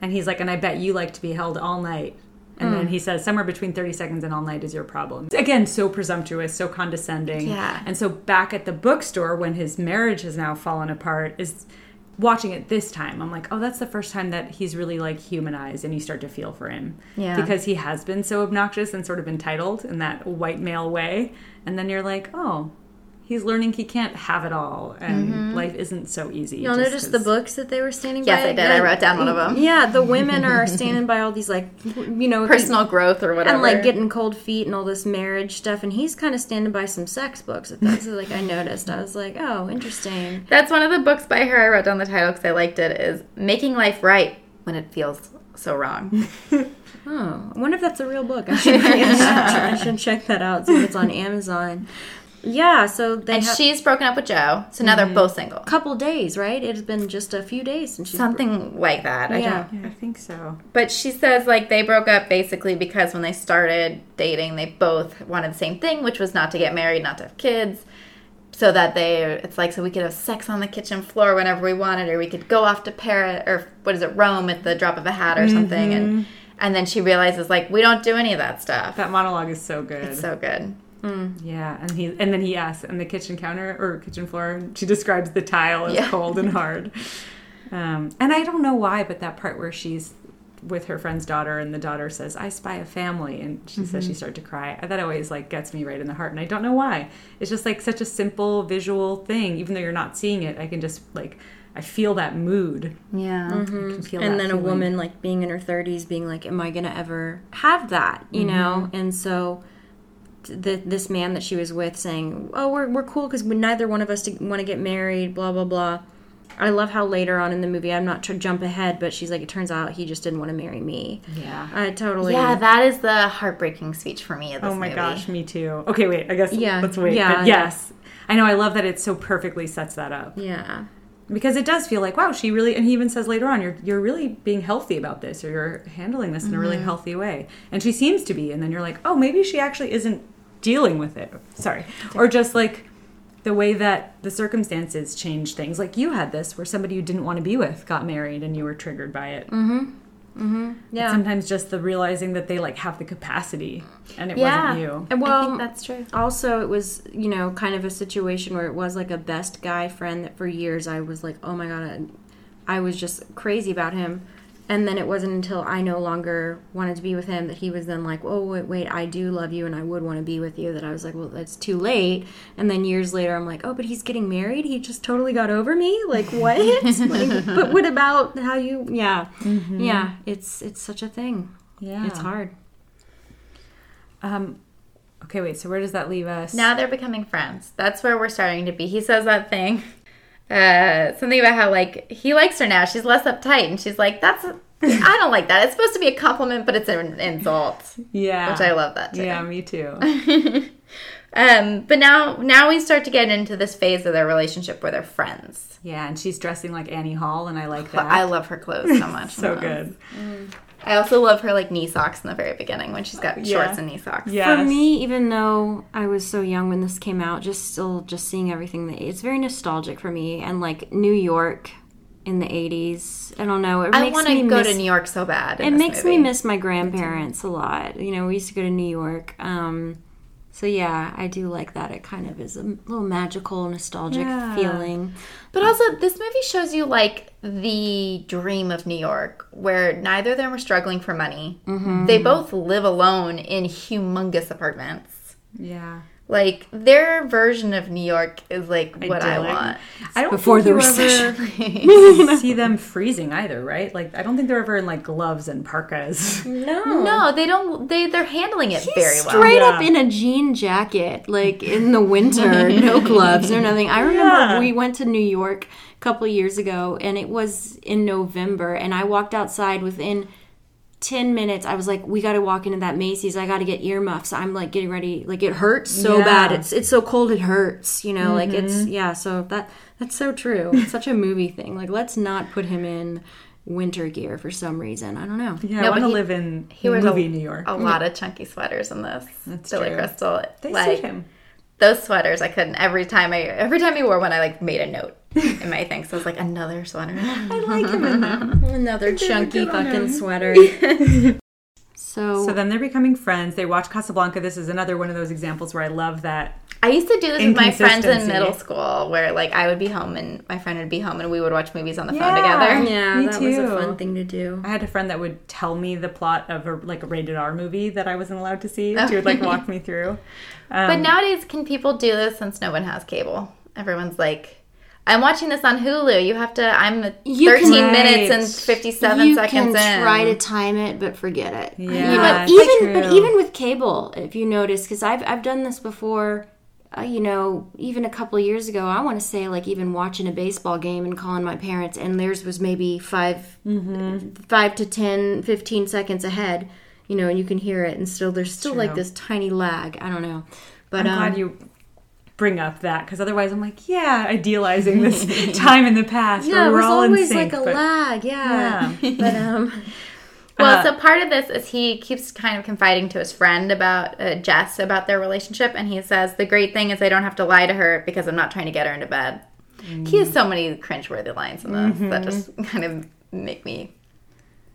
Speaker 3: And he's like, and I bet you like to be held all night. And
Speaker 1: Hmm.
Speaker 3: then he says, somewhere between 30 seconds and all night is your problem. Again, so presumptuous, so condescending.
Speaker 1: Yeah.
Speaker 3: And so back at the bookstore, when his marriage has now fallen apart, is watching it this time, I'm like, oh, that's the first time that he's really like humanized and you start to feel for him.
Speaker 1: Yeah.
Speaker 3: Because he has been so obnoxious and sort of entitled in that white male way. And then you're like, oh, he's learning he can't have it all and
Speaker 1: Mm-hmm.
Speaker 3: life isn't so easy.
Speaker 2: Y'all
Speaker 3: just
Speaker 2: noticed the
Speaker 3: 'cause-
Speaker 2: books that they were standing
Speaker 1: Yes,
Speaker 2: by?
Speaker 1: I did. I wrote down one of them.
Speaker 2: Yeah, the women are standing by all these, like, you know,
Speaker 1: Personal growth or whatever.
Speaker 2: and like getting cold feet and all this marriage stuff. And he's kind of standing by some sex books. That's like I noticed. I was like, oh, interesting.
Speaker 1: That's one of the books by her. I wrote down the title because I liked it. Is Making Life Right When It Feels So Wrong.
Speaker 2: Oh, I wonder if that's a real book. I should, I should, I should check that out. See if it's on Amazon. Yeah, so they
Speaker 1: and
Speaker 2: have
Speaker 1: she's broken up with Joe, so now
Speaker 3: Mm-hmm.
Speaker 1: they're both single.
Speaker 2: a couple days, right? It has been just a few days since she's
Speaker 1: Something like that. I
Speaker 2: Yeah.
Speaker 1: don't.
Speaker 3: Yeah, I think so.
Speaker 1: But she says like they broke up basically because when they started dating, they both wanted the same thing, which was not to get married, not to have kids. So that they, it's like, so we could have sex on the kitchen floor whenever we wanted, or we could go off to Paris or what is it, Rome at the drop of a hat or something. And
Speaker 3: Mm-hmm.
Speaker 1: and then she realizes like we don't do any of that stuff.
Speaker 3: That monologue is so good.
Speaker 1: so good.
Speaker 3: yeah, and he and then he asks, and the kitchen counter or kitchen floor, and she describes the tile as
Speaker 1: Yeah.
Speaker 3: cold and hard. Um, and I don't know why, but that part where she's with her friend's daughter and the daughter says, "I spy a family," and she says
Speaker 2: Mm-hmm.
Speaker 3: she started to cry. Uh, That always like gets me right in the heart, and I don't know why. It's just like such a simple visual thing, even though you're not seeing it. I can just like I feel that mood.
Speaker 1: Yeah.
Speaker 3: I can feel
Speaker 2: Mm-hmm. and
Speaker 3: that
Speaker 2: then a
Speaker 3: feeling.
Speaker 2: woman like being in her 30s being like am i gonna ever have that you
Speaker 1: Mm-hmm.
Speaker 2: know and so th- the, this man that she was with saying oh we're, we're cool because neither one of us want to get married blah blah blah i love how later on in the movie i'm not to jump ahead but she's like it turns out he just didn't want to marry me
Speaker 3: Yeah.
Speaker 2: i totally
Speaker 1: Yeah, that is the heartbreaking speech for me. Of this
Speaker 3: Oh my
Speaker 1: movie.
Speaker 3: gosh, me too. Okay, wait. I guess
Speaker 2: Yeah,
Speaker 3: let's wait.
Speaker 2: yeah,
Speaker 3: but
Speaker 2: yeah.
Speaker 3: yes, I know. I love that it so perfectly sets that up
Speaker 2: yeah
Speaker 3: because it does feel like wow, she really. And he even says later on, you're you're really being healthy about this, or you're handling this in a
Speaker 1: Mm-hmm.
Speaker 3: really healthy way. And she seems to be. And then you're like, oh, maybe she actually isn't dealing with it. Sorry, or just like the way that the circumstances change things. Like you had this where somebody you didn't want to be with got married, and you were triggered by it.
Speaker 1: Mm-hmm.
Speaker 2: yeah
Speaker 3: Sometimes just the realizing that they like have the capacity, and it
Speaker 1: Yeah.
Speaker 3: wasn't you.
Speaker 2: And
Speaker 1: I
Speaker 2: well
Speaker 1: think that's true.
Speaker 2: also it was you know kind of a situation where it was like a best guy friend that for years i was like oh my god i, I was just crazy about him and then it wasn't until i no longer wanted to be with him that he was then like oh wait wait i do love you and i would want to be with you that i was like well that's too late and then years later i'm like oh but he's getting married he just totally got over me like what like, but what about how you yeah yeah it's it's such a thing
Speaker 3: Yeah,
Speaker 2: it's hard
Speaker 3: Um, okay, wait. So where does that leave us?
Speaker 1: Now they're becoming friends. That's where we're starting to be. He says that thing, uh, something about how like he likes her now. She's less uptight, and she's like, "That's I don't like that. It's supposed to be a compliment, but it's an insult."
Speaker 3: yeah,
Speaker 1: Which I love that too.
Speaker 3: Yeah, me too.
Speaker 1: Um, but now, now we start to get into this phase of their relationship where they're friends.
Speaker 3: yeah, and she's dressing like Annie Hall, and I like
Speaker 1: But
Speaker 3: that.
Speaker 1: I love her clothes so much.
Speaker 3: so
Speaker 1: Mom.
Speaker 3: good.
Speaker 1: I also love her like knee socks in the very beginning when she's got shorts
Speaker 3: Yeah.
Speaker 1: and knee socks.
Speaker 3: Yeah.
Speaker 2: For me, even though I was so young when this came out, just still just seeing everything that it's very nostalgic for me and like New York in the eighties. I don't know. It
Speaker 1: I
Speaker 2: makes
Speaker 1: want to
Speaker 2: me
Speaker 1: go
Speaker 2: miss,
Speaker 1: to New York so bad. in
Speaker 2: It
Speaker 1: this
Speaker 2: makes me
Speaker 1: movie.
Speaker 2: miss my grandparents a lot. You know, we used to go to New York. Um, so yeah, I do like that. It kind of is a little magical, nostalgic
Speaker 3: Yeah.
Speaker 2: feeling.
Speaker 1: But also, this movie shows you like the dream of New York, where neither of them are struggling for money.
Speaker 3: Mm-hmm.
Speaker 1: They both live alone in humongous apartments.
Speaker 3: Yeah.
Speaker 1: Like their version of New York is like what I
Speaker 3: Idyllic.
Speaker 1: want.
Speaker 3: I don't
Speaker 2: Before
Speaker 3: think
Speaker 2: the
Speaker 3: you Ever see them freezing either, right? Like I don't think they're ever in like gloves and parkas. Oh.
Speaker 2: No.
Speaker 1: No, they don't. They they're handling it very well.
Speaker 2: Straight
Speaker 3: Yeah.
Speaker 2: up in a jean jacket, like in the winter, no gloves, no nothing. I remember
Speaker 3: Yeah.
Speaker 2: we went to New York a couple years ago, and it was in November, and I walked outside within. 10 minutes i was like we got to walk into that macy's i got to get earmuffs i'm like getting ready like it hurts so
Speaker 3: Yeah. Mm-hmm.
Speaker 2: bad it's it's so cold it hurts you know like it's yeah so that that's so true it's such a movie thing like let's not put him in winter gear for some reason i don't know
Speaker 1: No,
Speaker 3: Yeah, I
Speaker 1: but
Speaker 3: want to
Speaker 1: he-
Speaker 3: live in
Speaker 1: He wears
Speaker 3: movie
Speaker 1: a,
Speaker 3: New York.
Speaker 1: a lot of chunky sweaters in this.
Speaker 3: That's
Speaker 1: Billy
Speaker 3: true.
Speaker 1: Crystal.
Speaker 3: They
Speaker 1: like
Speaker 3: suit him.
Speaker 1: those sweaters, I couldn't. Every time I every time he wore one, I like made a note in my thing. So I was like another sweater.
Speaker 3: I like him in them.
Speaker 2: another chunky fucking sweater
Speaker 3: So then they're becoming friends. They watch Casablanca. This is another one of those examples where I love that
Speaker 1: I used to do this with my friends in
Speaker 3: Inconsistency.
Speaker 1: middle school, where like I would be home and my friend would be home, and we would watch movies on the phone
Speaker 3: Yeah.
Speaker 1: together.
Speaker 2: Yeah,
Speaker 3: Me
Speaker 2: that was a
Speaker 3: too.
Speaker 2: fun thing to do.
Speaker 3: I had a friend that would tell me the plot of a like a rated R movie that I wasn't allowed to see. She would like walk me through. Um,
Speaker 1: But nowadays, can people do this since no one has cable? Everyone's like, I'm watching this on Hulu. You have to. I'm at 13
Speaker 2: You can-
Speaker 1: minutes and
Speaker 3: Right.
Speaker 1: 57
Speaker 2: you
Speaker 1: seconds
Speaker 2: can
Speaker 1: in.
Speaker 2: try to time it, but forget it.
Speaker 3: Yeah,
Speaker 2: but
Speaker 3: it's
Speaker 2: even but
Speaker 3: true.
Speaker 2: even with cable, if you notice, because I've I've done this before. Uh, you know, even a couple of years ago, I want to say like even watching a baseball game and calling my parents, and theirs was maybe 5 five to 10, 15 seconds ahead. You know, and you can hear it, and still there's still like this tiny lag. I don't know, but
Speaker 3: I'm
Speaker 2: um,
Speaker 3: glad you bring up that because otherwise I'm like, yeah, idealizing this time in the past
Speaker 2: yeah,
Speaker 3: where
Speaker 2: it
Speaker 3: we're
Speaker 2: was
Speaker 3: all in
Speaker 2: always
Speaker 3: sync.
Speaker 2: like a
Speaker 3: but-
Speaker 2: lag. Yeah, but um,
Speaker 3: Uh-huh. Uh,
Speaker 1: Well, so part of this is he keeps kind of confiding to his friend about uh, Jess about their relationship, and he says the great thing is I don't have to lie to her because I'm not trying to get her into bed. He has so many cringeworthy lines in this that just kind of make me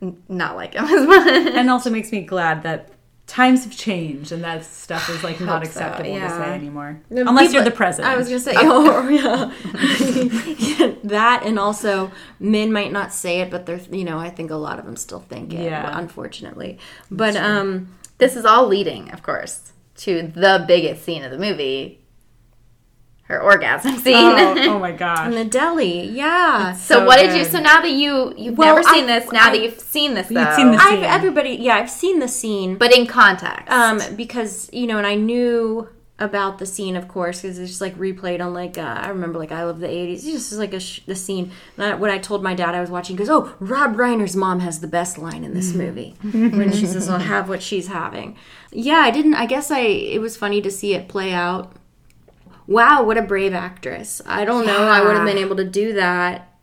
Speaker 1: n- not like him as much.
Speaker 3: and also makes me glad that times have changed and that stuff is like not
Speaker 1: hope so,
Speaker 3: acceptable
Speaker 1: yeah.
Speaker 3: to say anymore. Unless you're the president.
Speaker 2: I was gonna say, oh, yeah. that and also men might not say it, but they're you know I think a lot of them still think it,
Speaker 3: Yeah.
Speaker 2: unfortunately. But um,
Speaker 1: this is all leading, of course, to the biggest scene of the movie, her orgasm scene.
Speaker 3: oh, oh my
Speaker 2: in
Speaker 3: gosh.
Speaker 2: the deli, yeah.
Speaker 1: so,
Speaker 3: so
Speaker 1: what did you?
Speaker 3: good.
Speaker 1: So now that you you've
Speaker 2: Well,
Speaker 1: never seen
Speaker 2: I-
Speaker 1: this, now
Speaker 2: I-
Speaker 1: that you've seen this, though,
Speaker 3: You've seen this-
Speaker 2: I've
Speaker 3: scene.
Speaker 2: everybody, yeah, I've seen the scene,
Speaker 1: but in context,
Speaker 2: um, because you know, and I knew about the scene, of course, because it's just like replayed on like uh, I remember like I love the '80s. It's just like a sh- the scene. And I, when I told my dad I was watching, he goes, "Oh, Rob Reiner's mom has the best line in this movie when she says, "I'll have what she's having." Yeah, I didn't. I guess I. It was funny to see it play out. Wow, what a brave actress! I don't know. I would have been able to do that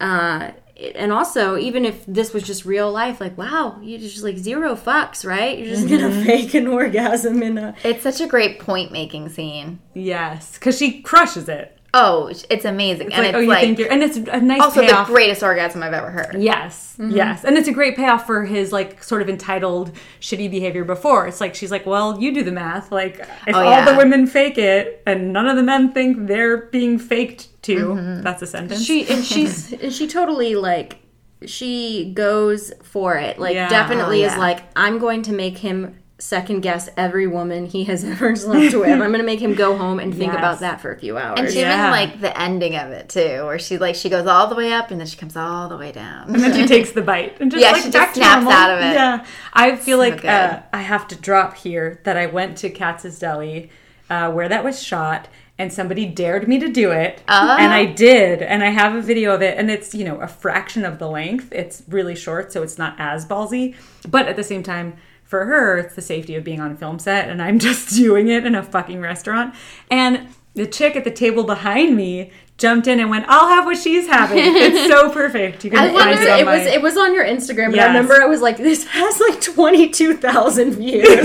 Speaker 2: uh, it- and also even if this was just real life like wow you just like zero fucks right you're just gonna fake an orgasm in a
Speaker 1: it's such a great point making scene.
Speaker 3: Yes, because she crushes it.
Speaker 1: Oh, it's amazing, and
Speaker 3: Like,
Speaker 1: it's
Speaker 3: oh, you
Speaker 1: like
Speaker 3: think you're, and it's a nice
Speaker 1: also
Speaker 3: payoff.
Speaker 1: the Mm-hmm. greatest orgasm I've ever heard.
Speaker 3: Yes, yes, and it's a great payoff for his like sort of entitled shitty behavior before. It's like she's like, well, you do the math. Like if all
Speaker 1: Oh, yeah.
Speaker 3: the women fake it and none of the men think they're being faked too,
Speaker 1: Mm-hmm.
Speaker 3: that's a sentence.
Speaker 2: she and she's and she totally like she goes for it like
Speaker 3: Yeah.
Speaker 2: definitely is
Speaker 1: Yeah.
Speaker 2: like i'm going to make him second guess every woman he has ever slept with i'm gonna make him go home and think
Speaker 3: Yes.
Speaker 2: about that for a few hours
Speaker 1: And she
Speaker 3: Yeah.
Speaker 1: even like the ending of it too, where she like she goes all the way up and then she comes all the way down.
Speaker 3: and then she takes the bite and just
Speaker 1: Yeah,
Speaker 3: like
Speaker 1: she just
Speaker 3: back to
Speaker 1: snaps
Speaker 3: normal.
Speaker 1: out of it.
Speaker 3: Yeah, I feel like
Speaker 1: good.
Speaker 3: uh, I have to drop here that I went to Katz's Deli uh, where that was shot. And somebody dared me to do it, and I
Speaker 1: Oh.
Speaker 3: did, and I have a video of it, and it's you know a fraction of the length. It's really short, so it's not as ballsy, but at the same time, for her, it's the safety of being on a film set, and I'm just doing it in a fucking restaurant. And the chick at the table behind me jumped in and went, "I'll have what she's having." It's so perfect. You can
Speaker 2: I
Speaker 3: find
Speaker 2: wonder,
Speaker 3: it on
Speaker 2: it
Speaker 3: my-
Speaker 2: was it was on your Instagram, but I
Speaker 3: Yes.
Speaker 2: remember it was like this has like twenty two thousand views. I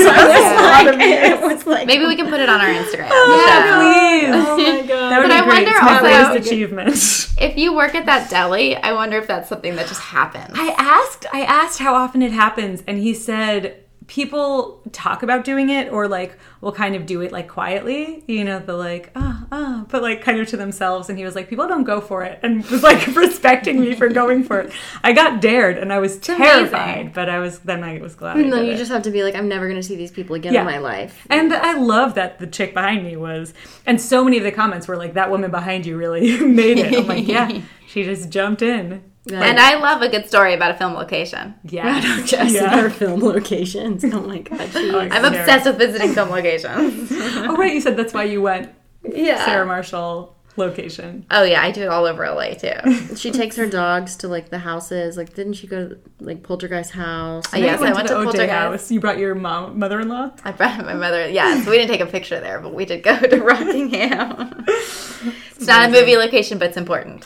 Speaker 2: was like, it was like,
Speaker 1: Maybe we can put it on our Instagram.
Speaker 3: Oh,
Speaker 1: So,
Speaker 3: Please.
Speaker 2: oh my god.
Speaker 3: That
Speaker 1: But
Speaker 3: would be
Speaker 1: I
Speaker 3: great.
Speaker 1: wonder
Speaker 3: It's my
Speaker 1: also-
Speaker 3: greatest achievement.
Speaker 1: if you work at that deli, I wonder if that's something that just happens.
Speaker 3: I asked I asked how often it happens and he said people talk about doing it or like will kind of do it like quietly, you know, the like ah ah but like kind of to themselves and he was like people don't go for it and was like respecting me for going for it. I got dared and I was terrified, but I was then I was glad. I
Speaker 2: And then
Speaker 3: did
Speaker 2: you
Speaker 3: it.
Speaker 2: just have to be like, I'm never gonna see these people again
Speaker 3: Yeah.
Speaker 2: in my life.
Speaker 3: And I love that the chick behind me was, and so many of the comments were like, "That woman behind you really made it." I'm like, "Yeah, she just jumped in."
Speaker 1: and I love a good story about a film location.
Speaker 3: Yeah,
Speaker 2: Just
Speaker 3: Yeah.
Speaker 2: their film locations. Oh my god. she-
Speaker 1: I'm obsessed with visiting film locations.
Speaker 3: Oh right, you said that's why you went
Speaker 1: yeah.
Speaker 3: Sarah Marshall location.
Speaker 1: Oh yeah, I do it all over LA too.
Speaker 2: She takes her dogs to like the houses. Like, didn't she go to like Poltergeist house?
Speaker 1: I yes, I went to,
Speaker 3: the OJ
Speaker 1: Poltergeist.
Speaker 3: house. You brought your mom, mother-in-law.
Speaker 1: I brought my mother. Yes, we didn't take a picture there, but we did go to Rockingham. it's not a movie location, but it's important.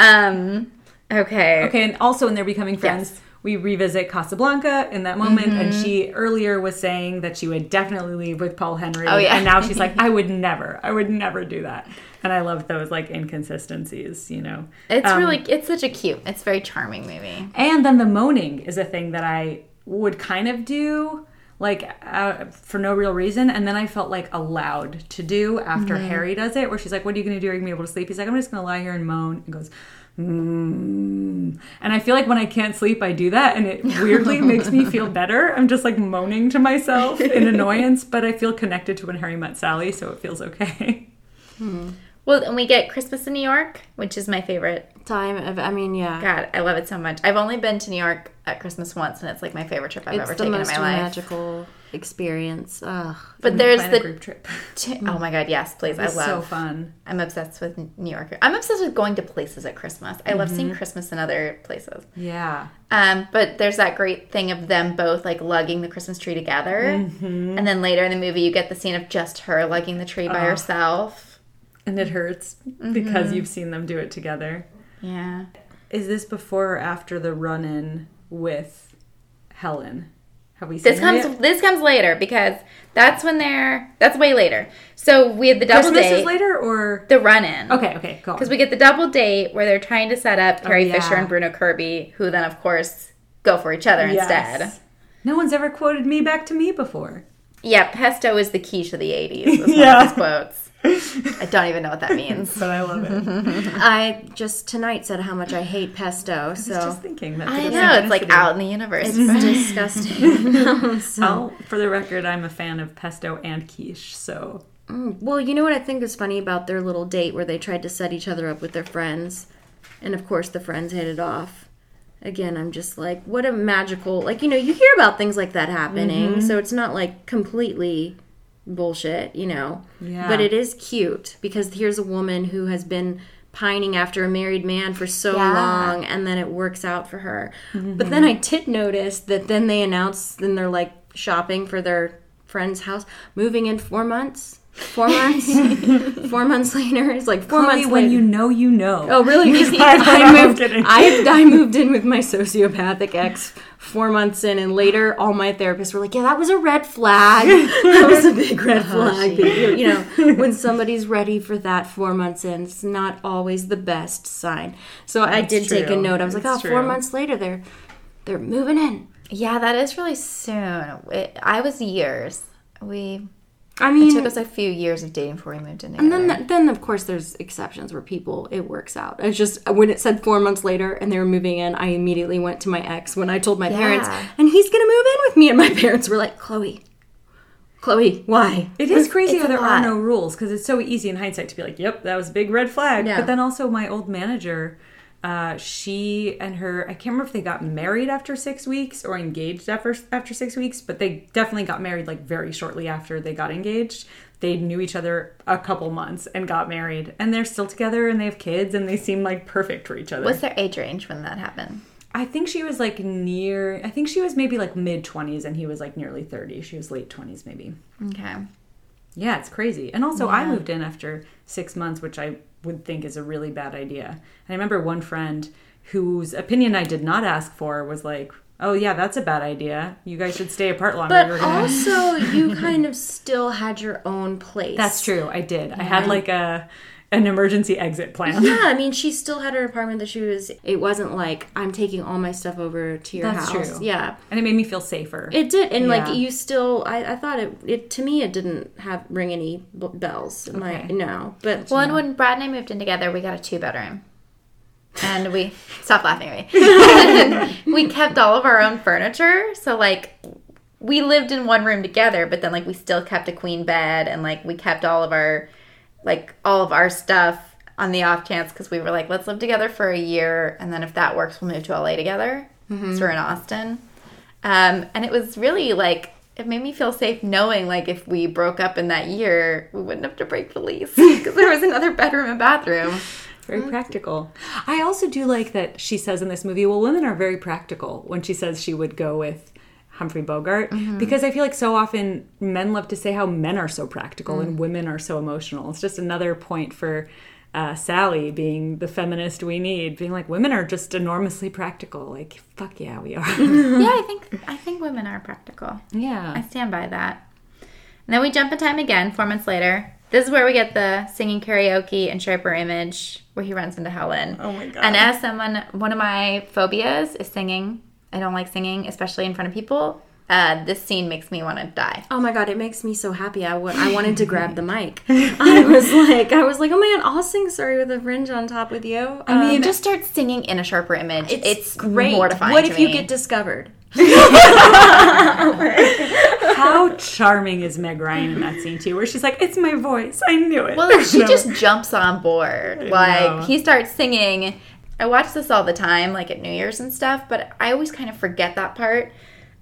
Speaker 1: Um, okay.
Speaker 3: Okay, and also in their becoming friends, we revisit Casablanca in that moment, and
Speaker 1: Mm-hmm.
Speaker 3: she earlier was saying that she would definitely leave with Paul Henry.
Speaker 1: Oh, yeah.
Speaker 3: and now she's like, I would never, I would never do that. And I love those like inconsistencies, you know.
Speaker 1: It's
Speaker 3: Um,
Speaker 1: really, it's such a cute, it's a very charming movie.
Speaker 3: And then the moaning is a thing that I would kind of do. like uh, for no real reason. And then I felt like allowed to do after
Speaker 1: Mm-hmm.
Speaker 3: Harry does it, where she's like, "What are you going to do? Are you going to be able to sleep?" He's like, "I'm just going to lie here and moan." And goes. Mm. And I feel like when I can't sleep, I do that, and it weirdly makes me feel better. I'm just like moaning to myself in annoyance, but I feel connected to when Harry met Sally, so it feels okay.
Speaker 1: Well, and we get Christmas in New York, which is my favorite.
Speaker 2: Time of, I mean, yeah.
Speaker 1: God, I love it so much. I've only been to New York at Christmas once, and it's like my favorite trip I've
Speaker 2: It's
Speaker 1: ever
Speaker 2: the
Speaker 1: taken in
Speaker 2: most
Speaker 1: my life.
Speaker 2: magical experience. Ugh.
Speaker 1: But there's
Speaker 3: Plan a
Speaker 1: the
Speaker 3: group trip.
Speaker 1: t- oh my god, yes, please, I
Speaker 3: It's so
Speaker 1: love.
Speaker 3: fun.
Speaker 1: I'm obsessed with New York. I'm obsessed with going to places at Christmas. I love
Speaker 3: Mm-hmm.
Speaker 1: seeing Christmas in other places.
Speaker 3: Yeah.
Speaker 1: Um, but there's that great thing of them both like lugging the Christmas tree together,
Speaker 3: Mm-hmm.
Speaker 1: and then later in the movie you get the scene of just her lugging the tree by herself.
Speaker 3: And it hurts
Speaker 1: Mm-hmm.
Speaker 3: because you've seen them do it together.
Speaker 1: Yeah,
Speaker 3: Is this before or after the run in with Helen? Have we seen
Speaker 1: this comes
Speaker 3: her yet?
Speaker 1: this comes later because that's when they're that's way later. So we had the double
Speaker 3: Christmas
Speaker 1: date,
Speaker 3: is later or
Speaker 1: the run in.
Speaker 3: Okay, okay, go on.
Speaker 1: Because we get the double date where they're trying to set up Carrie
Speaker 3: yeah.
Speaker 1: Fisher and Bruno Kirby, who then, of course, go for each other instead.
Speaker 3: Yes. No one's ever quoted me back to me before.
Speaker 1: Yeah, pesto is the key to the 80s, is one
Speaker 3: Yeah.
Speaker 1: of his quotes. I don't even know what that means.
Speaker 3: But I love it. I
Speaker 2: I just tonight said how much I hate pesto, so
Speaker 3: was just thinking that.
Speaker 1: I know, it's like out in the universe.
Speaker 2: it's disgusting. so,
Speaker 3: Well, for the record, I'm a fan of pesto and quiche, so
Speaker 2: well, you know what I think is funny about their little date where they tried to set each other up with their friends, and of course the friends hit it off. Again, I'm just like, what a magical like you know you hear about things like that happening, so it's not like completely bullshit, you know.
Speaker 3: Yeah.
Speaker 2: But it is cute because here's a woman who has been pining after a married man for so
Speaker 1: Yeah.
Speaker 2: long and then it works out for her. But then I did notice that then they announce then they're like shopping for their friend's house, moving in four months. Four months. four months later. It's like four
Speaker 3: only
Speaker 2: months
Speaker 3: when
Speaker 2: later.
Speaker 3: you know you know.
Speaker 2: Oh really? 'Cause
Speaker 3: I'm
Speaker 2: I moved.
Speaker 3: kidding.
Speaker 2: I, I moved in with my sociopathic ex four months in, and later all my therapists were like, "Yeah, that was a red flag. That was a big red flag." But you, you know, when somebody's ready for that four months in, it's not always the best sign. So I did take a
Speaker 3: true.
Speaker 2: note. I was like, "Oh,
Speaker 3: That's
Speaker 2: four
Speaker 3: true.
Speaker 2: months later, they're they're moving in."
Speaker 1: Yeah, that is really soon. It, I was years. We
Speaker 2: I
Speaker 1: it
Speaker 2: mean,
Speaker 1: took us a few years of dating before we moved in together.
Speaker 2: And then, then of course, there's exceptions where people it works out. It's just uh, when it said four months later and they were moving in, I immediately went to my ex when I told my parents,
Speaker 1: Yeah.
Speaker 2: and he's gonna move in with me. And my parents were like, "Chloe, Chloe, why?"
Speaker 3: It is crazy
Speaker 1: it's
Speaker 3: how
Speaker 1: a
Speaker 3: there are
Speaker 1: lot.
Speaker 3: no rules because it's so easy in hindsight to be like, "Yep, that was a big red flag."
Speaker 2: Yeah.
Speaker 3: But then also, my old manager, uh, she and her—I can't remember if they got married after six weeks or engaged after after six weeks, but they definitely got married like very shortly after they got engaged. They knew each other a couple months and got married, and they're still together and they have kids and they seem like perfect for each other.
Speaker 1: What's their age range when that happened?
Speaker 3: I think she was like near. I think she was maybe like mid twenties, and he was like nearly thirty. She was late twenties, maybe.
Speaker 1: Okay.
Speaker 3: Yeah, it's crazy. And also, I moved in after six months, which I would think is a really bad idea. And I remember one friend whose opinion I did not ask for was like, "Oh yeah, that's a bad idea. You guys should stay apart longer."
Speaker 2: But
Speaker 3: We're gonna-"
Speaker 2: also, you kind of still had your own place.
Speaker 3: that's true. I did. I had like a an emergency exit plan.
Speaker 2: Yeah, I mean, she still had her apartment that she was. It wasn't like I'm taking all my stuff over to your
Speaker 3: That's
Speaker 2: house.
Speaker 3: true.
Speaker 2: Yeah,
Speaker 3: And it made me feel safer.
Speaker 2: It did, and
Speaker 3: Yeah.
Speaker 2: like you still, I, I thought it, it to me, it didn't have ring any b- bells. in My
Speaker 3: Okay.
Speaker 2: no, but
Speaker 1: Well, and when Brad and I moved in together, we got a two bedroom. And we stop laughing at me. we kept all of our own furniture. So like we lived in one room together, but then like we still kept a queen bed and like we kept all of our like all of our stuff on the off chance because we were like, let's live together for a year and then if that works we'll move to LA together. So we're in Austin. Um, and it was really like it made me feel safe knowing like if we broke up in that year, we wouldn't have to break the lease because there was another bedroom and bathroom.
Speaker 3: Very practical. I also do like that she says in this movie, well, women are very practical when she says she would go with Humphrey Bogart because I feel like so often men love to say how men are so practical and women are so emotional. It's just another point for uh, Sally being the feminist we need, being like, women are just enormously practical. Like, fuck yeah, we are.
Speaker 1: yeah, I think I think women are practical. I
Speaker 3: yeah.
Speaker 1: stand by that. And then we jump in time again, four months later. This is where we get the singing karaoke and sharper image where he runs into Helen. Oh
Speaker 3: my God.
Speaker 1: And as someone, one of my phobias is singing. I don't like singing, especially in front of people. uh, this scene makes me want to die.
Speaker 2: Oh my god, it makes me so happy. I wa- I wanted to grab the mic. I was like, I was like, oh man, I'll sing "Sorry" with a fringe on top with you. I
Speaker 1: you just start singing in a sharper image. It's,
Speaker 2: great.
Speaker 1: mortifying.
Speaker 2: What
Speaker 1: to
Speaker 2: if you
Speaker 1: me.
Speaker 2: get discovered?
Speaker 3: How charming is Meg Ryan in that scene too, where she's like, "It's my voice. I knew it."
Speaker 1: Well, she
Speaker 3: No.
Speaker 1: just jumps on board. Like
Speaker 3: know.
Speaker 1: he starts singing. I watch this all the time, like at New Year's and stuff, but I always kind of forget that part.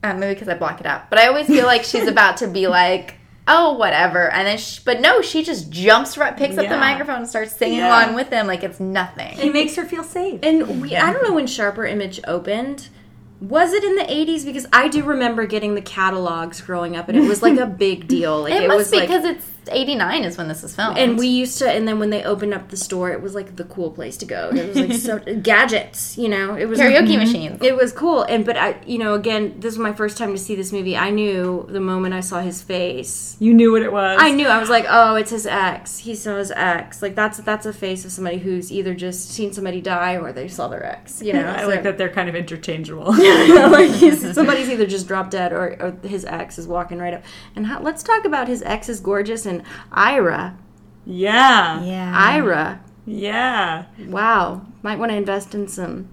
Speaker 1: Um, maybe because I block it out. But I always feel like she's about to be like, "Oh, whatever," and then, she, but no, she just jumps right, picks up the
Speaker 3: Yeah.
Speaker 1: microphone, and starts singing
Speaker 3: Yeah.
Speaker 1: along with him like it's nothing.
Speaker 3: it makes her feel safe.
Speaker 2: And we, I don't know when Sharper Image opened. Was it in the 80s? Because I do remember getting the catalogs growing up, and it was like a big deal. Like,
Speaker 1: It,
Speaker 2: was
Speaker 1: must be
Speaker 2: like-
Speaker 1: because it's '89 is when this was filmed,
Speaker 2: and we used to, and then when they opened up the store, it was like the cool place to go. It was like so gadgets, you know. It was
Speaker 1: karaoke machines.
Speaker 2: It was cool, and but I, you know, again, this was my first time to see this movie. I knew the moment I saw his face.
Speaker 3: you knew what it was.
Speaker 2: I knew I was like, oh, it's his ex. He saw his ex. Like that's that's a face of somebody who's either just seen somebody die or they saw their ex. You know,
Speaker 3: I
Speaker 2: So-
Speaker 3: like that they're kind of interchangeable.
Speaker 2: like he's, somebody's either just dropped dead or, or his ex is walking right up. And how, let's talk about his ex is gorgeous and Ira.
Speaker 3: yeah,
Speaker 2: Mm-hmm.
Speaker 1: yeah,
Speaker 2: Ira.
Speaker 3: yeah.
Speaker 2: Wow. Might want to invest in some.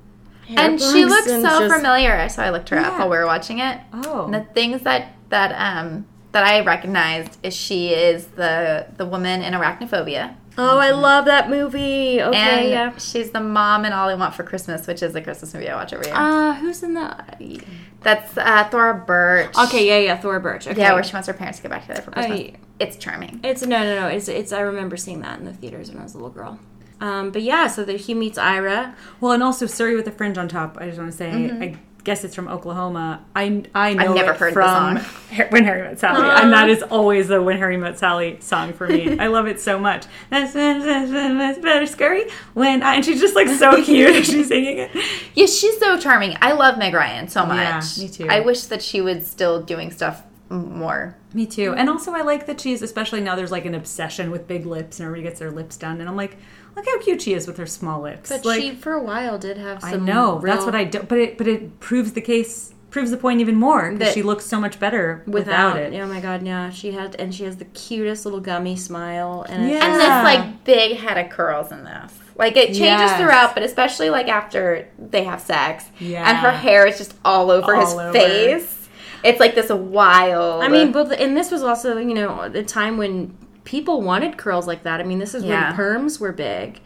Speaker 2: hair
Speaker 1: and she
Speaker 2: plugs
Speaker 1: looked so
Speaker 2: and just-
Speaker 1: familiar, so I looked her up
Speaker 3: Yeah.
Speaker 1: while we were watching it.
Speaker 3: Oh,
Speaker 1: And the things that that um that I recognized is she is the the woman in arachnophobia,
Speaker 2: Oh, I love that movie. Okay,
Speaker 1: and
Speaker 2: yeah.
Speaker 1: she's the mom in All I Want for Christmas, which is a Christmas movie I watch every year.
Speaker 2: Uh, who's in the?
Speaker 1: That's uh, Thora Birch.
Speaker 2: Okay, yeah, yeah, Thor Birch. Okay.
Speaker 1: yeah, where she wants her parents to get back together for
Speaker 2: Oh,
Speaker 1: Christmas.
Speaker 2: yeah.
Speaker 1: It's charming.
Speaker 2: It's no, no, no. It's it's. I remember seeing that in the theaters when I was a little girl. Um, but yeah, so that he meets Ira.
Speaker 3: Well, and also Surrey with a fringe on top. I just want to say, I guess it's from Oklahoma. I I know
Speaker 1: never
Speaker 3: it
Speaker 1: heard the
Speaker 3: from
Speaker 1: song.
Speaker 3: Har- When Harry Met Sally, and that is always the When Harry Met Sally song for me. I love it so much. That's, that's, that's, that's better scary when I and she's just like so cute. as she's singing it.
Speaker 1: Yeah, she's so charming. I love Meg Ryan so much.
Speaker 3: Yeah, me too.
Speaker 1: I wish that she was still doing stuff m- more.
Speaker 3: Me too. And also, I like that she's especially now. There's like an obsession with big lips, and everybody gets their lips done. And I'm like, look how cute she is with her small lips.
Speaker 2: But
Speaker 3: like,
Speaker 2: she for a while did have.
Speaker 3: I
Speaker 2: Some
Speaker 3: know that's
Speaker 2: real-
Speaker 3: what I do. But it but it proves the case proves the point even more
Speaker 2: That-
Speaker 3: because she looks so much better
Speaker 2: without,
Speaker 3: without, it.
Speaker 2: Oh my god, yeah. She had and she has the cutest little gummy smile and it's-
Speaker 1: And
Speaker 3: Yeah.
Speaker 1: this like big head of curls in this. Like it changes
Speaker 3: Yes.
Speaker 1: throughout, but especially like after they have sex.
Speaker 3: Yeah.
Speaker 1: And her hair is just all over his
Speaker 3: All over.
Speaker 1: face. It's like this wild
Speaker 2: I mean, but and this was also, you know, the time when people wanted curls like that. I mean, this is
Speaker 1: Yeah.
Speaker 2: when perms were big.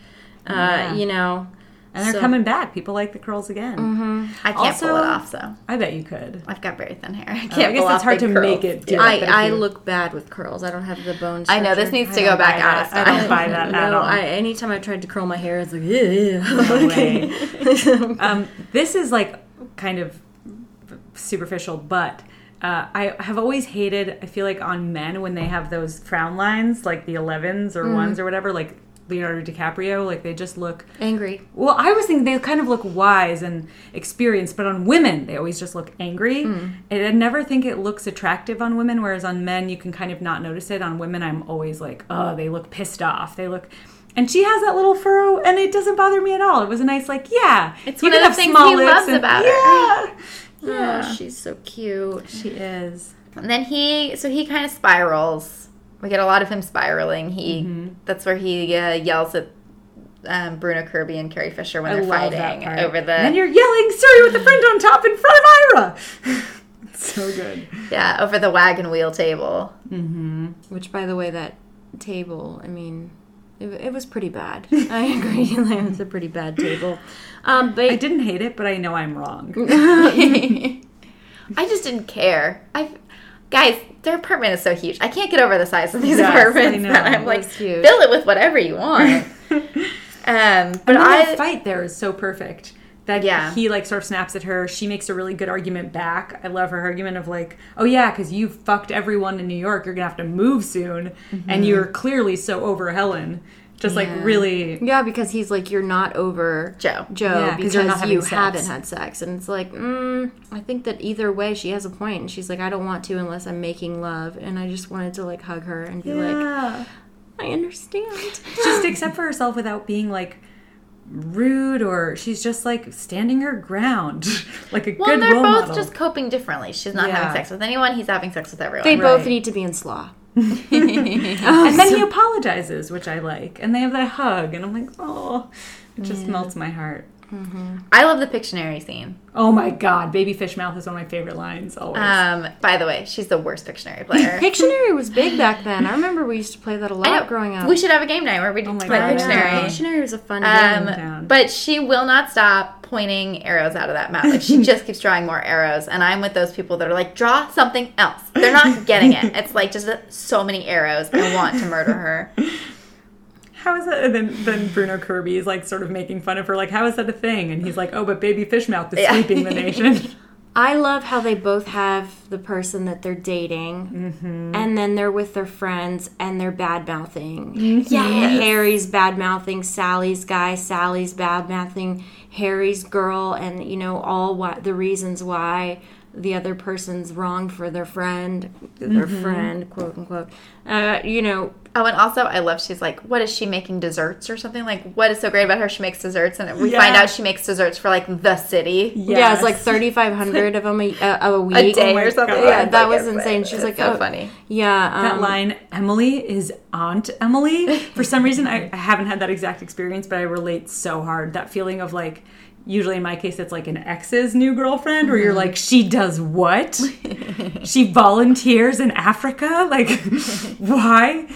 Speaker 2: Uh, you know.
Speaker 3: And they're
Speaker 2: So-
Speaker 3: coming back. People like the curls again.
Speaker 1: I can't pull it
Speaker 3: also-
Speaker 1: off, so
Speaker 3: I bet you could.
Speaker 1: I've got very thin hair. I can't
Speaker 3: I guess
Speaker 1: pull
Speaker 3: it's
Speaker 1: off
Speaker 3: hard
Speaker 1: big
Speaker 3: to
Speaker 1: curls.
Speaker 3: make it. Do that, but if
Speaker 2: I, I
Speaker 3: you-
Speaker 2: look bad with curls. I don't have the bone
Speaker 1: I know this
Speaker 2: structure.
Speaker 1: needs to go
Speaker 3: don't
Speaker 1: back
Speaker 3: buy
Speaker 1: out of
Speaker 3: that. I don't
Speaker 1: style.
Speaker 3: buy that at
Speaker 2: no,
Speaker 3: all.
Speaker 2: I, anytime I tried to curl my hair, it's like, yeah.
Speaker 3: No way. um, this is like kind of superficial, but uh, I have always hated. I feel like on men when they have those frown lines, like the elevens or ones or whatever, like Leonardo DiCaprio, like they just look.
Speaker 2: Angry.
Speaker 3: Well, I was thinking they kind of look wise and experienced, but on women they always just look angry.
Speaker 1: Hmm.
Speaker 3: And I never think it looks attractive on women, whereas on men you can kind of not notice it. On women, I'm always like, oh, they look pissed off. They look. And she has that little furrow, and it doesn't bother me at all. It was a nice, like, yeah. It's
Speaker 1: one of the things he loves about her.
Speaker 3: yeah,
Speaker 2: Oh, she's so cute.
Speaker 3: She is.
Speaker 1: And then he, so he kind of spirals. We get a lot of him spiraling. He,
Speaker 3: Mm-hmm.
Speaker 1: that's where he uh, yells at um, Bruno Kirby and Carrie Fisher when
Speaker 3: I
Speaker 1: they're
Speaker 3: love that
Speaker 1: fighting
Speaker 3: part.
Speaker 1: over the.
Speaker 3: And you're yelling, sorry, with a friend on top in front of Ira. so good.
Speaker 1: Yeah, over the wagon wheel table.
Speaker 2: Which, by the way, that table, I mean, it, it was pretty bad. I agree. Like, it was a pretty bad table. Um, but
Speaker 3: I didn't hate it, but I know I'm wrong.
Speaker 1: I just didn't care. I, guys, their apartment is so huge. I can't get over the size of these
Speaker 3: Yes, I
Speaker 1: apartments.
Speaker 3: know.
Speaker 1: That I'm
Speaker 3: It
Speaker 1: like,
Speaker 2: was huge.
Speaker 1: fill it with whatever you want. um, but
Speaker 3: But I,
Speaker 1: I,
Speaker 3: fight there is so perfect. That
Speaker 1: Yeah.
Speaker 3: he like sort of snaps at her. She makes a really good argument back. I love her argument of like, oh yeah, because you fucked everyone in New York. You're gonna have to move soon,
Speaker 1: Mm-hmm.
Speaker 3: and you're clearly so over Helen. Just like really,
Speaker 2: yeah, because he's like, you're not over
Speaker 1: Joe.
Speaker 2: Joe
Speaker 3: Yeah, 'cause
Speaker 2: because
Speaker 3: you're not having
Speaker 2: you
Speaker 3: sex.
Speaker 2: haven't had sex. And it's like, mm, I think that either way, she has a point. And she's like, I don't want to unless I'm making love. And I just wanted to like hug her and be like,
Speaker 3: yeah.
Speaker 2: I understand.
Speaker 3: just except for herself without being like rude or she's just like standing her ground, like a
Speaker 1: Well,
Speaker 3: good
Speaker 1: they're
Speaker 3: role
Speaker 1: both
Speaker 3: model.
Speaker 1: just coping differently. She's not
Speaker 3: Yeah.
Speaker 1: having sex with anyone. He's having sex with everyone.
Speaker 2: They both
Speaker 3: Right.
Speaker 2: need to be in slaw.
Speaker 3: and then he apologizes, which I like, and they have that hug, and I'm like, oh, it just melts my heart.
Speaker 1: I love the Pictionary scene.
Speaker 3: Oh my god, baby fish mouth is one of my favorite lines always.
Speaker 1: Um, by the way, she's the worst Pictionary player.
Speaker 2: Pictionary was big back then. I remember we used to play that a lot
Speaker 1: I know.
Speaker 2: growing up.
Speaker 1: We should have a game night where we just
Speaker 3: Oh my
Speaker 1: play
Speaker 3: God.
Speaker 1: Pictionary.
Speaker 2: Pictionary was a fun game.
Speaker 3: down.
Speaker 1: Um, but she will not stop pointing arrows out of that map. Like she just keeps drawing more arrows, and I'm with those people that are like, draw something else. They're not getting it. It's like just uh, so many arrows. I want to murder her.
Speaker 3: How is that? And then, then Bruno Kirby is like sort of making fun of her, like, how is that a thing? And he's like, oh, but baby fish mouth is
Speaker 1: Yeah.
Speaker 3: sweeping the nation.
Speaker 2: I love how they both have the person that they're dating,
Speaker 1: Mm-hmm.
Speaker 2: and then they're with their friends and they're bad mouthing.
Speaker 1: Mm-hmm. Yes.
Speaker 2: Harry's bad mouthing Sally's guy, Sally's bad mouthing Harry's girl, and you know all why, the reasons why the other person's wrong for their friend, their
Speaker 1: Mm-hmm.
Speaker 2: friend, quote unquote. Uh, you know,
Speaker 1: Oh, and also I love she's like, what is she making desserts or something? Like, what is so great about her? She makes desserts, and we find
Speaker 3: Yeah.
Speaker 1: out she makes desserts for like the city
Speaker 2: yeah, it's like thirty five hundred of them a, a, a week.
Speaker 1: a day
Speaker 2: Oh my
Speaker 1: or something.
Speaker 2: God.
Speaker 1: Yeah,
Speaker 2: Yeah,
Speaker 1: it's
Speaker 2: that
Speaker 1: like,
Speaker 2: was
Speaker 1: it's-
Speaker 2: insane. She's
Speaker 1: it's
Speaker 2: like,
Speaker 1: so
Speaker 2: oh,
Speaker 1: funny.
Speaker 2: Yeah,
Speaker 3: That
Speaker 2: um,
Speaker 3: line, Emily is Aunt Emily. For some reason, I, I haven't had that exact experience, but I relate so hard. That feeling of like, usually in my case, it's like an ex's new girlfriend where you're like, she does what? she volunteers in Africa? Like, why?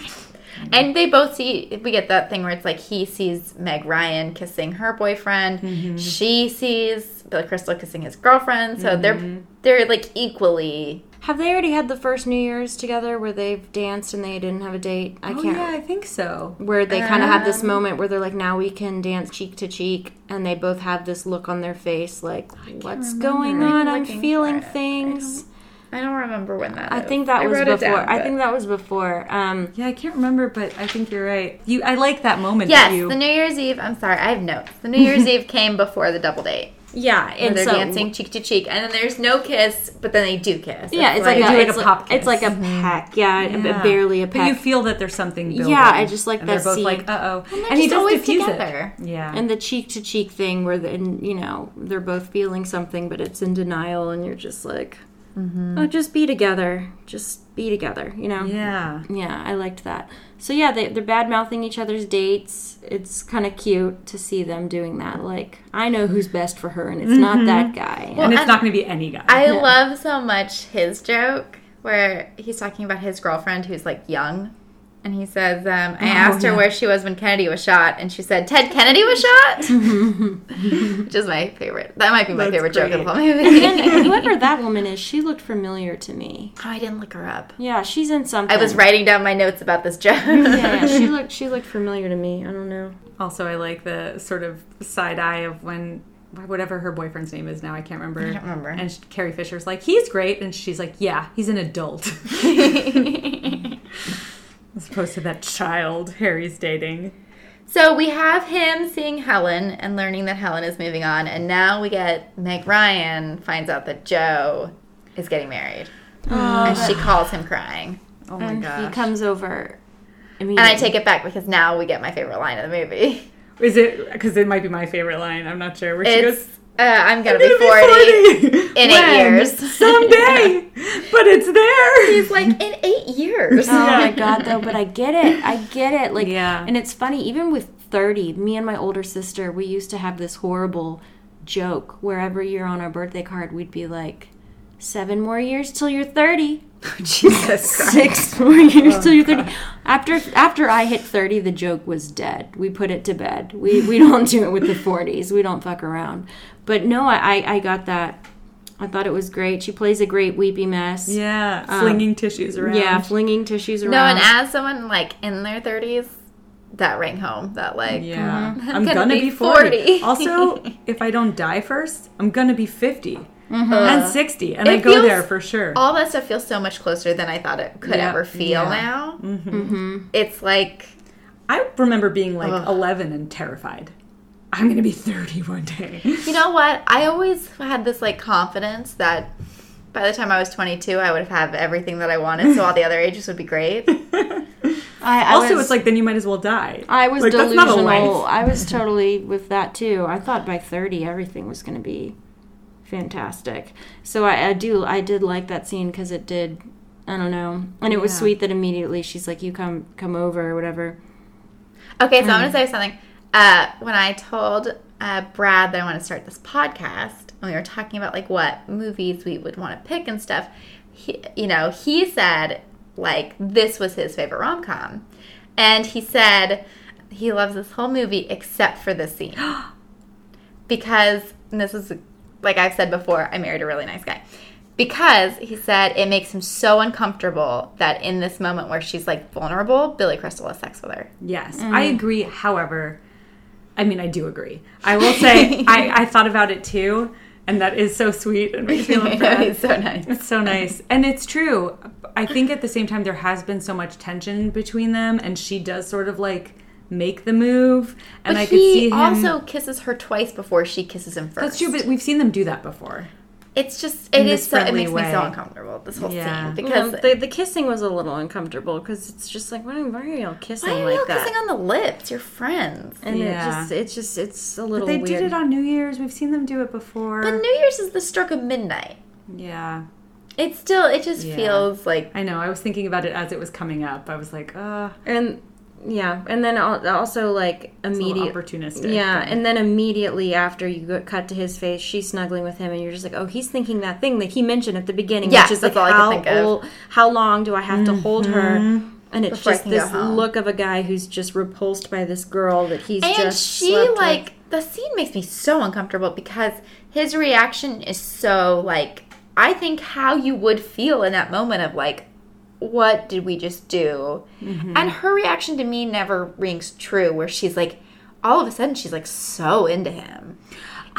Speaker 1: And they both see, we get that thing where it's like he sees Meg Ryan kissing her boyfriend,
Speaker 2: Mm-hmm.
Speaker 1: she sees Billy Crystal kissing his girlfriend. So
Speaker 2: Mm-hmm.
Speaker 1: they're they're like equally.
Speaker 2: Have they already had the first New Year's together where they've danced and they didn't have a date? I
Speaker 3: Oh,
Speaker 2: can't.
Speaker 3: yeah, I think so.
Speaker 2: Where they kind of had this moment where they're like, now we can dance cheek to cheek, and they both have this look on their face like, what's going on? I'm
Speaker 1: looking
Speaker 2: feeling
Speaker 1: for it. I
Speaker 2: things.
Speaker 1: I don't remember when that.
Speaker 2: I, think that was before.
Speaker 1: wrote it down,
Speaker 2: I
Speaker 1: but-
Speaker 2: think that was before. Um,
Speaker 3: Yeah, I can't remember, but I think you're right. You, I like that moment. that
Speaker 1: Yes,
Speaker 3: you,
Speaker 1: the New Year's Eve. I'm sorry, I have notes. The New Year's Eve came before the double date.
Speaker 2: yeah,
Speaker 1: Where
Speaker 2: and
Speaker 1: they're
Speaker 2: so
Speaker 1: dancing cheek to cheek, and then there's no kiss, but then they do kiss.
Speaker 2: Yeah, it's like,
Speaker 3: do
Speaker 2: a,
Speaker 3: like
Speaker 2: it's,
Speaker 3: a
Speaker 2: like,
Speaker 3: pop
Speaker 2: it's like a peck. Yeah, a-
Speaker 3: Yeah.
Speaker 2: barely a
Speaker 3: But you
Speaker 2: peck.
Speaker 3: feel that there's something building.
Speaker 2: I just like
Speaker 3: and
Speaker 2: that
Speaker 3: They're both
Speaker 2: scene.
Speaker 3: like, uh oh.
Speaker 1: and he's always together.
Speaker 3: It. Yeah.
Speaker 2: and the cheek to cheek thing where the, and, you know they're both feeling something but it's in denial and you're just like oh just be together just be together you know
Speaker 3: yeah.
Speaker 2: Yeah, i liked that so yeah they, they're bad mouthing each other's dates it's kind of cute to see them doing that like i know who's best for her and it's not that guy
Speaker 1: Well,
Speaker 3: and it's
Speaker 1: and-
Speaker 3: not going to be any guy.
Speaker 1: I love so much his joke where he's talking about his girlfriend who's like young. And he says, um, I asked her
Speaker 3: Oh, yeah.
Speaker 1: where she was when Kennedy was shot, and she said, Ted Kennedy was shot? Which is my favorite. That might be my
Speaker 3: That's
Speaker 1: favorite joke of
Speaker 3: great.
Speaker 1: the whole movie. oh,
Speaker 2: and whoever that woman is she looked familiar to me
Speaker 1: I didn't look her up.
Speaker 2: yeah she's in something
Speaker 1: I was writing down my notes about this joke.
Speaker 2: yeah, yeah she looked she looked familiar to me i don't know
Speaker 3: Also, I like the sort of side eye of when whatever her boyfriend's name is now, I can't remember. I
Speaker 1: don't remember.
Speaker 3: And she- Carrie Fisher's like, he's great, and she's like, yeah, he's an adult. As opposed to that child Harry's dating.
Speaker 1: So we have him seeing Helen and learning that Helen is moving on, and now we get Meg Ryan finds out that Joe is getting married. and she calls him crying.
Speaker 3: Oh my
Speaker 2: and
Speaker 3: gosh.
Speaker 2: he comes over
Speaker 1: And I take it back because now we get my favorite line of the movie.
Speaker 3: Is it because it might be my favorite line? I'm not sure. Where she
Speaker 1: It's
Speaker 3: goes,
Speaker 1: uh, I'm gonna,
Speaker 3: "It'll
Speaker 1: be 40.
Speaker 3: be 40
Speaker 1: in eight years."
Speaker 3: someday, but it's there.
Speaker 1: It's like in eight years.
Speaker 2: Oh my god, though, but I get it. I get it. Like,
Speaker 3: Yeah.
Speaker 2: and it's funny. Even with thirty, me and my older sister, we used to have this horrible joke where every year on our birthday card, we'd be like, seven more years till you're thirty.
Speaker 1: Jesus
Speaker 2: Six more years till you're thirty. After after I hit thirty, the joke was dead. We put it to bed. We we don't do it with the forties. We don't fuck around. But no, I I, I got that. I thought it was great. She plays a great weepy mess.
Speaker 3: Yeah, flinging tissues around.
Speaker 2: Yeah, flinging tissues around.
Speaker 1: No, and as someone like in their 30s, that rang home. That like,
Speaker 3: Yeah. I'm,
Speaker 1: gonna
Speaker 3: gonna,
Speaker 1: be
Speaker 3: be, 40.
Speaker 1: 40.
Speaker 3: also, if I don't die first, I'm gonna be 50 and 60, and I
Speaker 1: It
Speaker 3: go
Speaker 1: feels-
Speaker 3: there for sure.
Speaker 1: all that stuff feels so much closer than I thought it could
Speaker 3: Yeah,
Speaker 1: ever feel
Speaker 3: yeah.
Speaker 1: now. Mm-hmm. It's like,
Speaker 3: I remember being like 11 and terrified. I'm gonna be 30 one day.
Speaker 1: you know what? I always had this like confidence that by the time I was 22, I would have everything that I wanted, so all the other ages would be great.
Speaker 2: I, I
Speaker 3: also,
Speaker 2: was,
Speaker 3: it's like then you might as well die.
Speaker 2: I was
Speaker 3: like, that's not a
Speaker 2: delusional.
Speaker 3: life.
Speaker 2: I was totally with that too. I thought by thirty everything was going to be fantastic. So I, I do I did like that scene because it did. I don't know, and it was
Speaker 3: Yeah.
Speaker 2: sweet that immediately she's like, "You come come over" or whatever.
Speaker 1: Okay, so I'm gonna say something. Uh, when I told uh, Brad that I want to start this podcast, and we were talking about like what movies we would want to pick and stuff, he, you know, he said like this was his favorite rom com, and he said he loves this whole movie except for this scene because and this is like I've said before, I married a really nice guy. Because he said it makes him so uncomfortable that in this moment where she's like vulnerable, Billy Crystal has sex with her.
Speaker 3: Yes, I
Speaker 1: Mm.
Speaker 3: agree. However, I mean, I do agree. I will say, I, I thought about it too, and that is so sweet and makes me
Speaker 1: I
Speaker 3: feel
Speaker 1: know,
Speaker 3: bad.
Speaker 1: it's so nice.
Speaker 3: It's so nice. And it's true. I think at the same time, there has been so much tension between them, and she does sort of like make the move.
Speaker 1: But
Speaker 3: And I
Speaker 1: he
Speaker 3: could see him.
Speaker 1: also kisses her twice before she kisses him first.
Speaker 3: that's true, but we've seen them do that before.
Speaker 1: it's just it
Speaker 3: this
Speaker 1: is so it
Speaker 3: friendly
Speaker 1: makes me so
Speaker 3: way.
Speaker 1: uncomfortable this whole
Speaker 3: Yeah.
Speaker 1: scene because
Speaker 2: the, the kissing was a little uncomfortable because it's just like, why, why are y'all kissing
Speaker 1: why are
Speaker 2: like
Speaker 1: you all
Speaker 2: that?
Speaker 1: kissing on the lips? You're friends.
Speaker 2: and it
Speaker 3: Yeah.
Speaker 2: just, it's just, it's a little
Speaker 3: They
Speaker 2: weird.
Speaker 3: did it on New Year's. We've seen them do it before.
Speaker 1: Oh, But New Year's is the stroke of midnight.
Speaker 3: yeah.
Speaker 1: It's still it just
Speaker 3: Yeah.
Speaker 1: feels like
Speaker 3: I know. I was thinking about it as it was coming up. I was like, uh,
Speaker 2: and yeah, and then al- also like
Speaker 3: it's a little
Speaker 2: immediately.
Speaker 3: opportunistic.
Speaker 2: Yeah, and then immediately after you go- cut to his face, she's snuggling with him, and you're just like, "Oh, he's thinking that thing that he mentioned at the beginning,
Speaker 1: Yeah,
Speaker 2: which is
Speaker 1: that's
Speaker 2: like,
Speaker 1: all I could
Speaker 2: how
Speaker 1: think of. Mm-hmm.
Speaker 2: old, how long do I have to hold her?" And it's
Speaker 1: Before I
Speaker 2: just
Speaker 1: can go
Speaker 2: this
Speaker 1: home.
Speaker 2: look of a guy who's just repulsed by this girl that he's
Speaker 1: and
Speaker 2: just
Speaker 1: she
Speaker 2: slept with.
Speaker 1: like the scene makes me so uncomfortable because his reaction is so like I think how you would feel in that moment of like what did we just do?
Speaker 2: Mm-hmm.
Speaker 1: And her reaction to me never rings true where she's like all of a sudden she's like so into him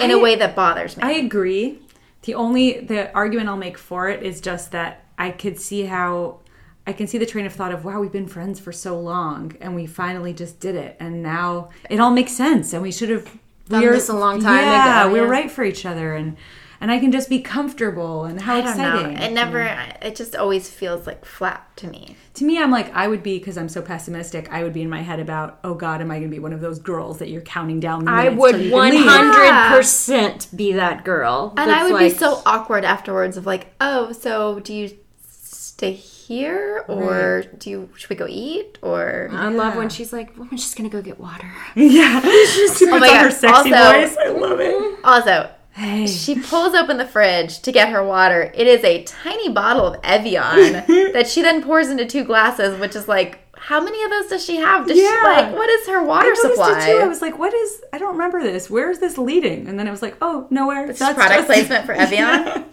Speaker 1: in a way that bothers me.
Speaker 3: I agree. The only the argument I'll make for it is just that I could see how I can see the train of thought of wow, we've been friends for so long and we finally just did it and now it all makes sense and we should have
Speaker 2: Done
Speaker 3: we're-
Speaker 2: this a long time
Speaker 3: Yeah,
Speaker 2: ago,
Speaker 3: we're
Speaker 2: yeah.
Speaker 3: right for each other and and I can just be comfortable and how
Speaker 1: I don't know.
Speaker 3: exciting.
Speaker 1: It never it just always feels like flat to me.
Speaker 3: to me, I'm like I would be because I'm so pessimistic. I would be in my head about oh God, am I going to be one of those girls that you're counting down? The
Speaker 2: I
Speaker 3: minutes till
Speaker 2: would
Speaker 3: you can
Speaker 2: one
Speaker 3: leave?
Speaker 2: hundred percent be that girl.
Speaker 1: And I
Speaker 2: that's
Speaker 1: would be
Speaker 2: like-
Speaker 1: so awkward afterwards of like, oh, so do you stay here or do you should we go eat or
Speaker 3: Uh-huh.
Speaker 2: I love when she's like, well, "I'm just gonna go get water."
Speaker 3: Yeah, she puts
Speaker 1: my
Speaker 3: on her
Speaker 1: God.
Speaker 3: sexy
Speaker 1: Also-
Speaker 3: voice. I love it.
Speaker 1: also
Speaker 3: Hey.
Speaker 1: she pulls open the fridge to get her water. It is a tiny bottle of Evian that she then pours into two glasses, which is like how many of those does she have? Does she
Speaker 3: Yeah.
Speaker 1: like what is her water
Speaker 3: I noticed
Speaker 1: supply?
Speaker 3: it too. I was like, "What is? I don't remember this. Where is this leading?" And then I was like, "Oh, nowhere."
Speaker 1: It's just product placement for Evian.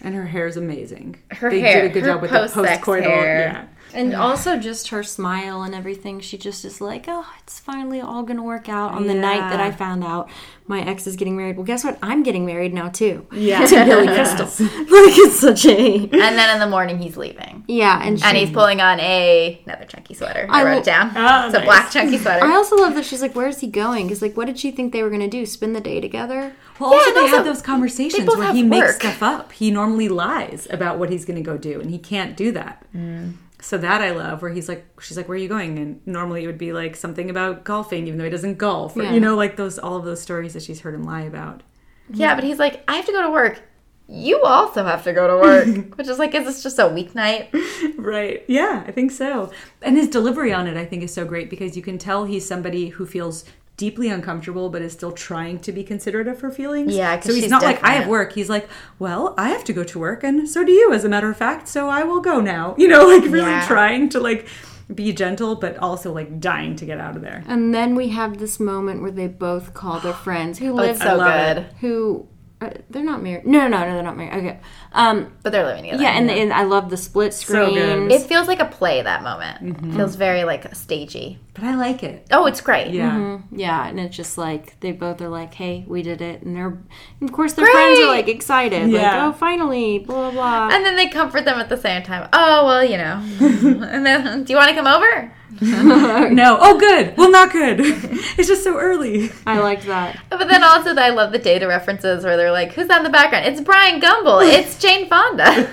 Speaker 3: And her hair is amazing.
Speaker 1: Her
Speaker 3: they
Speaker 1: hair-
Speaker 3: did a good
Speaker 1: her
Speaker 3: job with the
Speaker 1: post-sex
Speaker 3: post-coital.
Speaker 1: hair.
Speaker 2: And also just her smile and everything. She just is like, oh, it's finally all gonna work out on the night that
Speaker 3: Yeah.
Speaker 2: I found out my ex is getting married. Well, guess what? I'm getting married now too.
Speaker 3: Yeah,
Speaker 2: To Billy Crystal. like it's such a
Speaker 1: And then in the morning he's leaving.
Speaker 2: yeah. And she,
Speaker 1: And he's pulling on a another chunky sweater. I,
Speaker 2: I
Speaker 1: wrote
Speaker 2: will-
Speaker 1: it down.
Speaker 3: Oh,
Speaker 1: it's a
Speaker 3: nice.
Speaker 1: black chunky sweater.
Speaker 2: I also love that she's like, where is he going? Because like, what did she think they were gonna do? Spend the day together?
Speaker 3: Well, also
Speaker 1: and
Speaker 3: they had
Speaker 1: also,
Speaker 3: those conversations
Speaker 1: both
Speaker 3: where
Speaker 1: have
Speaker 3: he makes
Speaker 1: work.
Speaker 3: stuff up. He normally lies about what he's going to go do, and he can't do that.
Speaker 1: Mm.
Speaker 3: So that I love, where he's like, "She's like, where are you going?" And normally it would be like something about golfing, even though he doesn't golf. Or,
Speaker 2: Yeah.
Speaker 3: You know, like those all of those stories that she's heard him lie about.
Speaker 1: Yeah, but he's like, I have to go to work. You also have to go to work, which is like, is this just a weeknight?
Speaker 3: Right. Yeah, I think so. And his delivery on it, I think, is so great because you can tell he's somebody who feels deeply uncomfortable but is still trying to be considerate of her feelings.
Speaker 1: Yeah, 'cause
Speaker 3: So he's
Speaker 1: she's
Speaker 3: not like, I have
Speaker 1: definite.
Speaker 3: work. He's like, well, I have to go to work and so do you, as a matter of fact, so I will go now. You know, like really
Speaker 1: Yeah.
Speaker 3: trying to like be gentle but also like dying to get out of there.
Speaker 2: And then we have this moment where they both call their friends who live
Speaker 1: It's so
Speaker 3: love
Speaker 1: good.
Speaker 2: who. Uh, they're not married. No, no, no, they're not married. Okay. Um,
Speaker 1: But they're living together.
Speaker 2: yeah, and, and I love the split
Speaker 3: So
Speaker 2: screen.
Speaker 3: good.
Speaker 1: it feels like a play that moment. It feels very like stagey.
Speaker 3: But I like it.
Speaker 1: Oh, it's great.
Speaker 3: Yeah.
Speaker 2: Yeah, and it's just like they both are like, "Hey, we did it," and they're, and of course, their friends are
Speaker 1: Great!
Speaker 2: like excited,
Speaker 3: Yeah.
Speaker 2: like, "Oh, finally!" Blah blah. blah.
Speaker 1: And then they comfort them at the same time. Oh, well, you know. and then, do you want to come over?
Speaker 3: No. Oh, good. Well, not good. it's just so early.
Speaker 2: I liked that.
Speaker 1: But then also, I love the data references where they're like, who's that in the background? It's Brian Gumble. It's Jane Fonda.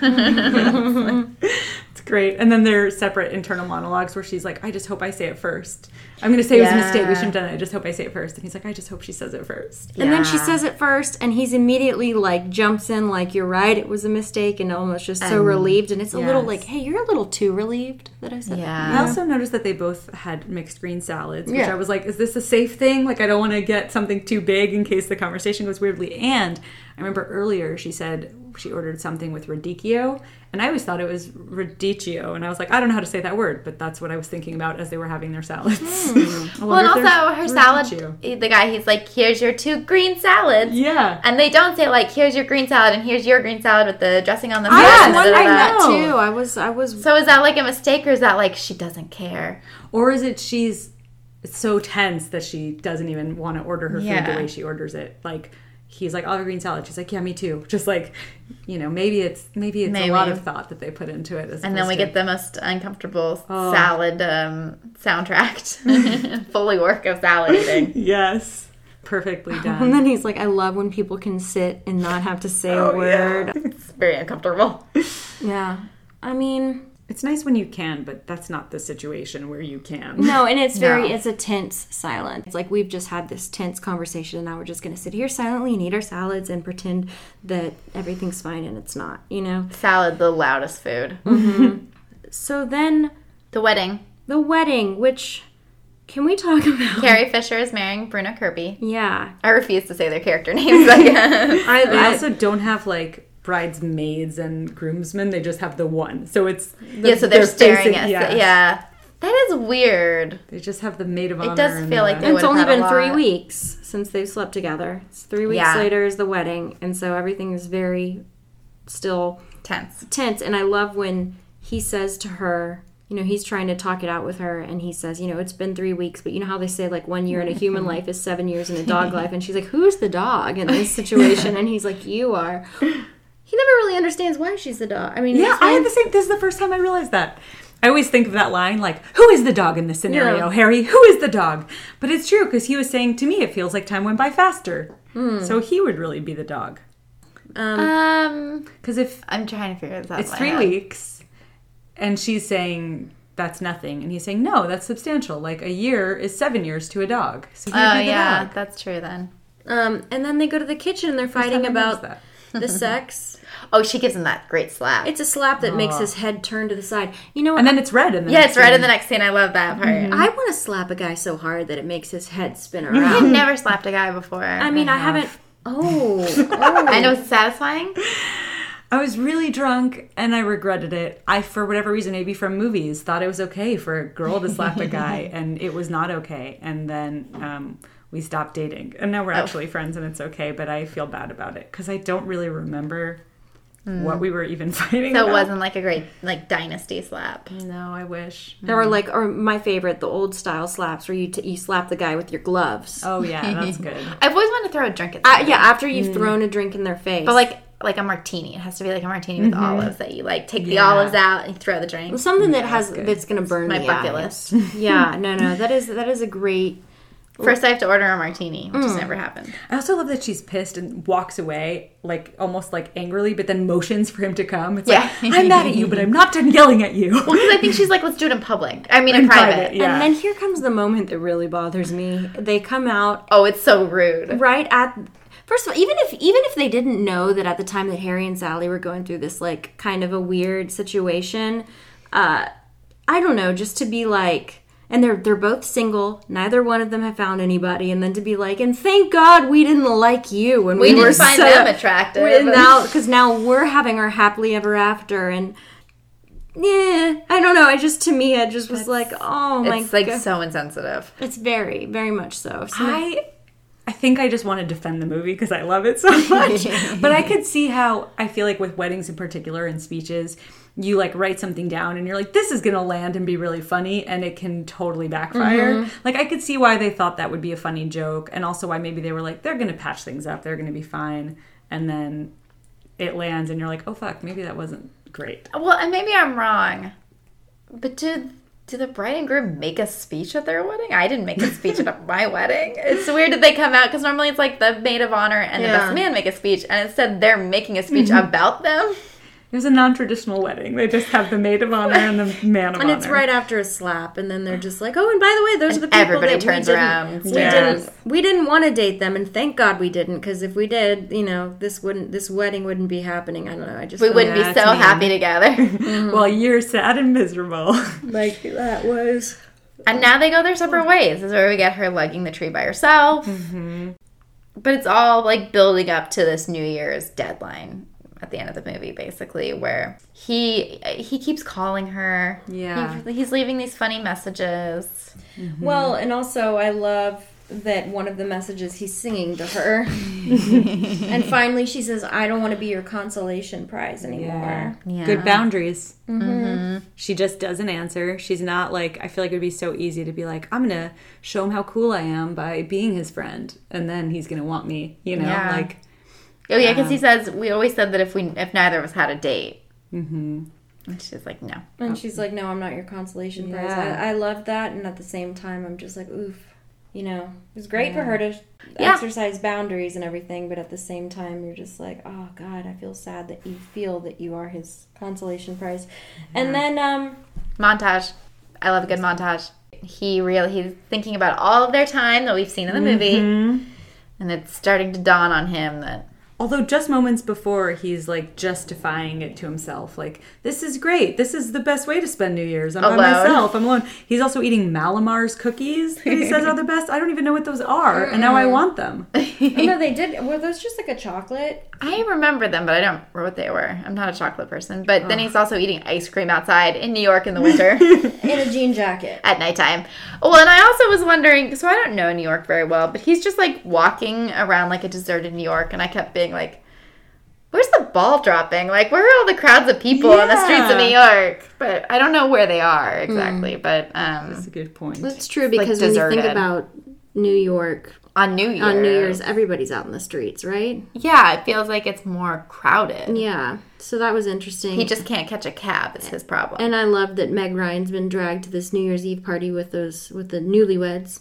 Speaker 3: It's great. And then there are separate internal monologues where she's like, I just hope I say it first. I'm going to say it was a mistake.
Speaker 1: Yeah.
Speaker 3: We shouldn't have done it. I just hope I say it first. And he's like, I just hope she says it first.
Speaker 2: And then she
Speaker 1: Yeah.
Speaker 2: says it first, and he's immediately like jumps in, like, you're right, it was a mistake, and almost just so relieved. And it's a little
Speaker 3: yes.
Speaker 2: like, hey, you're a little too relieved that I said that.
Speaker 1: Yeah.
Speaker 3: I also noticed that they both had mixed green salads, which
Speaker 2: Yeah.
Speaker 3: I was like, is this a safe thing? Like, I don't want to get something too big in case the conversation goes weirdly. And I remember earlier she said she ordered something with radicchio, and I always thought it was radicchio, and I was like, I don't know how to say that word, but that's what I was thinking about as they were having their salads. I
Speaker 1: Hmm. Well, and
Speaker 3: wonder if
Speaker 1: also her
Speaker 3: there's radicchio.
Speaker 1: salad. The guy, he's like, "Here's your two green salads."
Speaker 3: Yeah.
Speaker 1: And they don't say like, "Here's your green salad" and "Here's your green salad with the dressing on the
Speaker 2: I
Speaker 1: side," da, da,
Speaker 2: was
Speaker 1: da,
Speaker 2: wondering
Speaker 1: da.
Speaker 2: that
Speaker 3: know.
Speaker 2: too. I was, I was,
Speaker 1: So is that like a mistake, or is that like she doesn't care?
Speaker 3: Or is it she's so tense that she doesn't even want to order her food
Speaker 1: Yeah.
Speaker 3: the way she orders it? Like he's like, "I'll have a green salad." She's like, "Yeah, me too." Just like, you know, maybe it's maybe it's
Speaker 1: Maybe.
Speaker 3: a lot of thought that they put into it. As
Speaker 1: And then we get
Speaker 3: opposed
Speaker 1: the most uncomfortable
Speaker 3: Oh.
Speaker 1: salad um, soundtrack, fully work of salad eating.
Speaker 3: to- yes, perfectly
Speaker 2: and
Speaker 3: done.
Speaker 2: then he's like, I love when people can sit and not have to say a word. Yeah.
Speaker 1: It's very uncomfortable.
Speaker 2: I mean,
Speaker 3: it's nice when you can, but that's not the situation where you can.
Speaker 2: no, and it's very,
Speaker 1: No.
Speaker 2: it's a tense silence. It's like we've just had this tense conversation, and now we're just going to sit here silently and eat our salads and pretend that everything's fine and it's not, you know?
Speaker 1: Salad, the loudest food.
Speaker 2: So then
Speaker 1: The wedding.
Speaker 2: the wedding, which can we talk about?
Speaker 1: Carrie Fisher is marrying Bruno Kirby.
Speaker 2: Yeah,
Speaker 1: I refuse to say their character names. Like,
Speaker 2: I,
Speaker 3: They
Speaker 2: I-
Speaker 3: also don't have like bridesmaids and groomsmen; they just have the one. So it's
Speaker 1: yeah, so they're, staring
Speaker 3: facing-
Speaker 1: at.
Speaker 3: yeah.
Speaker 1: Yeah, that is weird.
Speaker 3: They just have the maid of honor.
Speaker 1: It does
Speaker 3: and
Speaker 1: feel like
Speaker 3: the-
Speaker 1: they
Speaker 2: it's
Speaker 1: would've
Speaker 2: only
Speaker 1: had a
Speaker 2: been three
Speaker 1: lot.
Speaker 2: weeks since they've slept together. It's three weeks
Speaker 1: Yeah.
Speaker 2: later is the wedding, and so everything is very still
Speaker 1: Tense.
Speaker 2: tense. And I love when he says to her, you know, he's trying to talk it out with her, and he says, you know, it's been three weeks, but you know how they say like one year in a human life is seven years in a dog life, and she's like, who's the dog in this situation? And he's like, you are. He never really understands why she's the dog. I mean,
Speaker 3: Yeah,
Speaker 2: it's
Speaker 3: I
Speaker 2: fine.
Speaker 3: had the same. This is the first time I realized that. I always think of that line like, "Who is the dog in this scenario,
Speaker 2: Yeah.
Speaker 3: Harry? Who is the dog?" But it's true because he was saying to me, "It feels like time went by faster." So he would really be the dog
Speaker 1: Um,
Speaker 3: because if
Speaker 1: I'm trying to figure this out.
Speaker 3: it's
Speaker 1: in my
Speaker 3: three
Speaker 1: head.
Speaker 3: weeks, and she's saying that's nothing, and he's saying no, that's substantial. Like a year is seven years to a dog. So he'd
Speaker 1: Oh
Speaker 3: be the
Speaker 1: yeah,
Speaker 3: dog.
Speaker 1: that's true then.
Speaker 2: Um, and then they go to the kitchen and they're fighting
Speaker 3: time I noticed
Speaker 2: about the sex.
Speaker 1: Oh, she gives him that great slap.
Speaker 2: It's a slap that makes his head turn to the side. You know what?
Speaker 3: And then it's red. And then
Speaker 1: yeah, it's right in the next scene. I love that part.
Speaker 2: I want to slap a guy so hard that it makes his head spin
Speaker 1: I've
Speaker 2: around.
Speaker 1: never slapped a guy before.
Speaker 2: I mean, I haven't. Oh,
Speaker 1: I
Speaker 2: oh.
Speaker 1: know it's satisfying.
Speaker 3: I was really drunk and I regretted it. I, for whatever reason, maybe from movies, thought it was okay for a girl to slap a guy, and it was not okay. And then um, we stopped dating, and now we're
Speaker 1: Oh.
Speaker 3: actually friends, and it's okay. But I feel bad about it because I don't really remember what we were even fighting.
Speaker 1: Hmm. So it
Speaker 3: about.
Speaker 1: wasn't like a great like dynasty slap.
Speaker 3: No, I wish.
Speaker 2: There
Speaker 1: Mm-hmm.
Speaker 2: were like, or my favorite, the old style slaps where you t- you slap the guy with your gloves.
Speaker 3: Oh yeah, that's good.
Speaker 1: I've always wanted to throw a drink at them.
Speaker 2: Uh, yeah, after you've thrown a drink in their face.
Speaker 1: Mm. but like like a martini. It has to be like a martini with olives that you like take the
Speaker 3: Yeah.
Speaker 1: olives out and throw the drink.
Speaker 2: something that has that's gonna burn
Speaker 1: My
Speaker 2: the
Speaker 1: bucket
Speaker 2: eye.
Speaker 1: list.
Speaker 2: Yeah, no, no, that is that is a great.
Speaker 1: First, I have to order a martini, which has never happened.
Speaker 3: I also love that she's pissed and walks away, like almost like angrily, but then motions for him to come. It's
Speaker 1: Yeah.
Speaker 3: like I'm mad at you, but I'm not done yelling at you.
Speaker 1: Because I think she's like, let's do it in public. I mean, in,
Speaker 3: In
Speaker 1: private.
Speaker 3: yeah.
Speaker 2: And then here comes the moment that really bothers me. They come out
Speaker 1: Oh, it's so rude.
Speaker 2: right at first of all even if even if they didn't know that at the time that harry and sally were going through this like kind of a weird situation uh i don't know just to be like and they're they're both single neither one of them have found anybody and then to be like and thank god we didn't like you when we,
Speaker 1: We
Speaker 2: were
Speaker 1: didn't find
Speaker 2: so,
Speaker 1: them attractive.
Speaker 2: we- now because now we're having our happily ever after and yeah i don't know i just to me i just was like oh my
Speaker 1: it's like
Speaker 2: god
Speaker 1: so insensitive.
Speaker 2: it's very very much so, so
Speaker 3: I I think I just want to defend the movie because I love it so much. but I could see how I feel like with weddings in particular and speeches, you like write something down and you're like, this is gonna land and be really funny, and it can totally backfire.
Speaker 2: Mm-hmm.
Speaker 3: Like I could see why they thought that would be a funny joke, and also why maybe they were like, they're gonna patch things up, they're gonna be fine, and then it lands and you're like, oh fuck, maybe that wasn't great.
Speaker 1: Well, and maybe I'm wrong, but did did the bride and groom make a speech at their wedding? I didn't make a speech at my wedding. It's weird that they come out because normally it's like the maid of honor and
Speaker 2: Yeah.
Speaker 3: Mm-hmm.
Speaker 1: the best man make a speech, and instead they're making a speech about them.
Speaker 3: There's a non-traditional wedding. They just have the maid of honor and the man of
Speaker 2: And
Speaker 3: honor.
Speaker 2: it's right after a slap, and then they're just like, "Oh, and by the way, those
Speaker 1: And
Speaker 2: are the people
Speaker 1: everybody
Speaker 2: that
Speaker 1: turns
Speaker 2: we didn't,
Speaker 1: around and
Speaker 2: we
Speaker 1: stares.
Speaker 2: didn't, we didn't want to date them, and thank God we didn't, because if we did, you know, this wouldn't, this wedding wouldn't be happening. I don't know. I just
Speaker 1: We
Speaker 2: feel
Speaker 1: wouldn't
Speaker 3: Yeah,
Speaker 1: be
Speaker 3: it's
Speaker 1: so
Speaker 3: mean.
Speaker 1: happy together.
Speaker 3: Well,
Speaker 2: Mm-hmm.
Speaker 3: you're sad and miserable.
Speaker 2: like that was.
Speaker 1: And now they go their separate ways. This is where we get her lugging the tree by herself. Mm-hmm. But it's all like building up to this New Year's deadline at the end of the movie, basically, where he he keeps calling her.
Speaker 3: Yeah.
Speaker 1: He- he's leaving these funny messages.
Speaker 2: Well, and also I love that one of the messages he's singing to her, and finally she says, "I don't want to be your consolation prize anymore."
Speaker 1: Yeah. Mm-hmm.
Speaker 3: Good boundaries. Mm-hmm. She just doesn't answer. She's not like, I feel like it would be so easy to be like, I'm going to show him how cool I am by being his friend. And then he's going to want me, you know?
Speaker 1: Yeah.
Speaker 3: Like,
Speaker 1: Oh yeah, because he says we always said that if we if neither of us had a date. Mm-hmm. And she's like, no.
Speaker 2: And she's like, "No, I'm not your consolation prize."
Speaker 3: Yeah.
Speaker 2: I, I love that, and at the same time, I'm just like, "Oof," you know. It was great for her to
Speaker 1: Yeah.
Speaker 2: exercise boundaries and everything, but at the same time, you're just like, "Oh God, I feel sad that you feel that you are his consolation prize." And then, um,
Speaker 1: Montage. I love a good montage. He real he's thinking about all of their time that we've seen in the movie. And it's starting to dawn on him that
Speaker 3: although just moments before, he's like justifying it to himself. Like, this is great. This is the best way to spend New Year's. I'm
Speaker 1: Alone.
Speaker 3: by myself. I'm alone. He's also eating Malamar's cookies that he says are the best. I don't even know what those are. And now I want them.
Speaker 2: oh, no, they did. Were those just like a chocolate?
Speaker 1: I remember them, but I don't remember what they were. I'm not a chocolate person. But then he's also eating ice cream outside in New York in the winter
Speaker 2: In a jean jacket.
Speaker 1: at nighttime. Well, and I also was wondering so I don't know New York very well, but he's just like walking around like a deserted New York. And I kept being like, where's the ball dropping? Like, where are all the crowds of people on the streets of New York? But I don't know where they are exactly. But um,
Speaker 3: That's a good point.
Speaker 4: That's true
Speaker 1: like,
Speaker 4: because when you think
Speaker 1: deserted.
Speaker 4: about New York
Speaker 1: on New Year's.
Speaker 4: on New Year's, everybody's out in the streets, right?
Speaker 1: Yeah, it feels like it's more crowded.
Speaker 4: Yeah. So that was interesting.
Speaker 1: He just can't catch a cab, is his problem.
Speaker 4: and I love that Meg Ryan's been dragged to this New Year's Eve party with those with the newlyweds.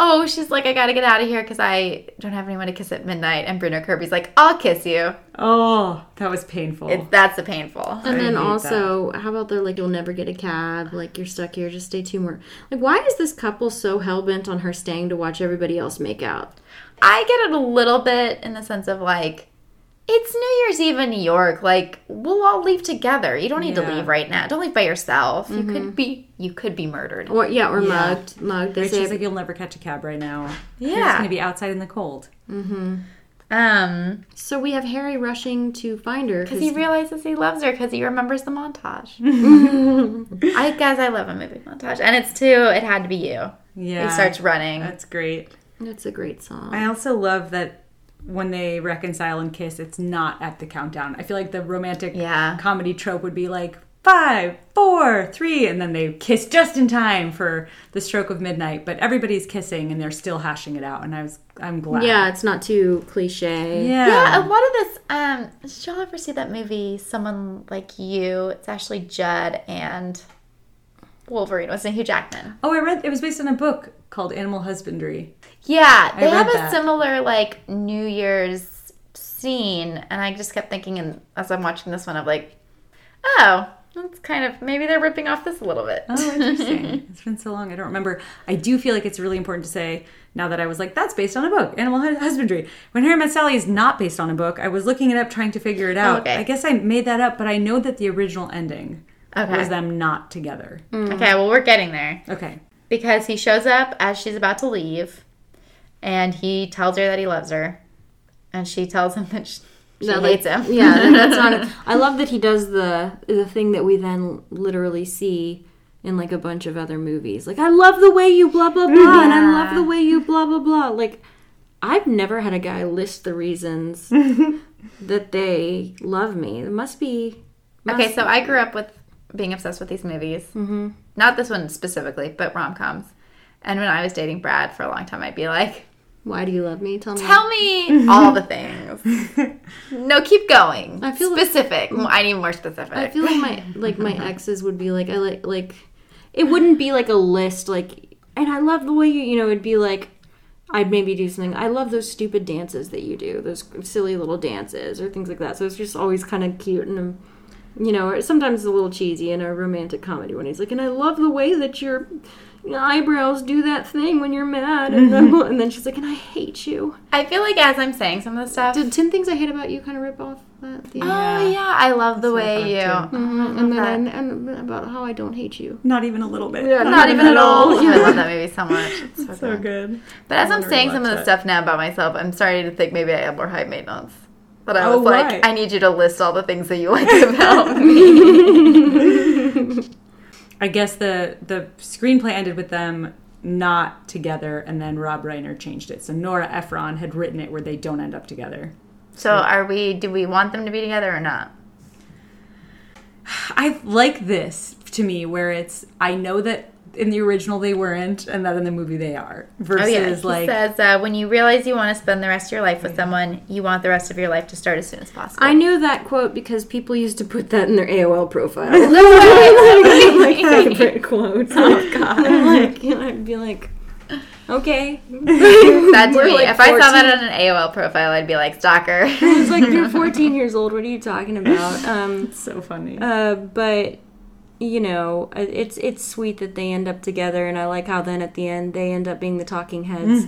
Speaker 1: oh, she's like, I gotta get out of here because I don't have anyone to kiss at midnight. And Bruno Kirby's like, I'll kiss you.
Speaker 3: Oh, that was painful.
Speaker 1: It's that's the painful.
Speaker 4: And then
Speaker 3: hate
Speaker 4: also, how about they're like, you'll never get a cab, like you're stuck here, just stay two more. Like, why is this couple so hell bent on her staying to watch everybody else make out?
Speaker 1: I get it a little bit in the sense of like, it's New Year's Eve in New York. Like, we'll all leave together. You don't need to
Speaker 3: Yeah. Mm-hmm.
Speaker 1: leave right now. Don't leave by yourself. You could be you could be murdered.
Speaker 4: Or yeah, or mugged, mugged. They
Speaker 3: Right,
Speaker 4: say
Speaker 3: She's like, you'll never catch a cab right now. You're just
Speaker 1: Yeah.
Speaker 3: going to be outside in the cold.
Speaker 1: Um,
Speaker 4: so. We have Harry rushing to find her
Speaker 1: because he realizes he loves her because he remembers the montage. I guys, I love a movie montage, and it's too. It had to be you.
Speaker 3: Yeah.
Speaker 1: He starts Oh. running.
Speaker 3: That's great.
Speaker 4: that's a great song.
Speaker 3: I also love that when they reconcile and kiss, it's not at the countdown. I feel like the romantic
Speaker 1: Yeah.
Speaker 3: comedy trope would be like five, four, three, and then they kiss just in time for the stroke of midnight. But everybody's kissing and they're still hashing it out. And I was, I'm glad.
Speaker 4: yeah, it's not too cliche.
Speaker 3: Yeah.
Speaker 1: Yeah, a lot of this. Um, did y'all ever see that movie, Someone Like You? It's Ashley Judd and Wolverine. Wasn't it Hugh Jackman?
Speaker 3: Oh, I read it was based on a book called Animal Husbandry.
Speaker 1: Yeah, they
Speaker 3: read
Speaker 1: have a
Speaker 3: that.
Speaker 1: similar like New Year's scene, and I just kept thinking, and as I'm watching this one, I'm like, oh, that's kind of maybe they're ripping off this a little bit.
Speaker 3: Oh, interesting. it's been so long. I don't remember. I do feel like it's really important to say now that I was like, that's based on a book, Animal Hu- Husbandry. When Harry Met Sally is not based on a book, I was looking it up trying to figure it out.
Speaker 1: Oh, Okay.
Speaker 3: I guess I made that up, but I know that the original ending
Speaker 1: Okay. Mm.
Speaker 3: was them not together.
Speaker 1: Okay, well we're getting there
Speaker 3: Okay.
Speaker 1: because he shows up as she's about to leave, and he tells her that he loves her, and she tells him that she, she
Speaker 4: That, like-
Speaker 1: hates him.
Speaker 4: yeah, that- that's not. I love that he does the the thing that we then literally see in like a bunch of other movies. Like, I love the way you blah blah blah, and I love the way you blah blah blah. Like, I've never had a guy list the reasons that they love me. It must be. must-
Speaker 1: Okay, so I grew up with being obsessed with these movies. Mm-hmm. Not this one specifically, but rom coms. And when I was dating Brad for a long time, I'd be like,
Speaker 4: Why do you love me? Tell me.
Speaker 1: "Tell me all the things." no, keep going.
Speaker 4: I feel like-
Speaker 1: specific. I need more specific.
Speaker 4: I feel like my like my exes would be like I like like it wouldn't be like a list like and I love the way you you know it'd be like I'd maybe do something. I love those stupid dances that you do, those silly little dances or things like that. So it's just always kind of cute and, um, you know, or sometimes a little cheesy in a romantic comedy when he's like, and I love the way that your eyebrows do that thing when you're mad. And, then, and then she's like, and I hate you.
Speaker 1: I feel like as I'm saying some of the stuff.
Speaker 4: Did 10 Things I Hate About You kind of rip off that? The,
Speaker 1: oh yeah, I love the way you.
Speaker 4: Mhm, and then and, and about how I don't hate you.
Speaker 3: Not even a little bit.
Speaker 1: Not even at all. Yeah, I love that movie so much. It's so,
Speaker 3: So
Speaker 1: good.
Speaker 3: good.
Speaker 1: But as I'm
Speaker 3: never
Speaker 1: saying some of
Speaker 3: watched
Speaker 1: the
Speaker 3: it.
Speaker 1: stuff now about myself, I'm starting to think maybe I am more high maintenance. But I
Speaker 3: Oh,
Speaker 1: was like,
Speaker 3: right.
Speaker 1: I need you to list all the things that you like about me.
Speaker 3: I guess the the screenplay ended with them not together, and then Rob Reiner changed it. So Nora Ephron had written it where they don't end up together.
Speaker 1: So are we? Do we want them to be together or not?
Speaker 3: I like this to me where it's I know that in the original they weren't, and that in the movie they are.
Speaker 4: Oh,
Speaker 3: Versus
Speaker 1: he
Speaker 3: like
Speaker 1: says uh, when you realize you want to spend the rest of your life with someone, you want the rest of your life to start as soon as possible.
Speaker 4: I knew that quote because people used to put that in their AOL profile. like favorite quotes. Oh god! like, you know, I'd be like, okay.
Speaker 1: that to
Speaker 4: We're
Speaker 1: me.
Speaker 4: like
Speaker 1: if I saw that
Speaker 4: 14.
Speaker 1: on an AOL profile, I'd be like stalker.
Speaker 4: It's like you're 14 years old. What are you talking about? Um,
Speaker 3: so funny.
Speaker 4: uh, but you know, uh, it's it's sweet that they end up together, and I like how then at the end they end up being the talking heads.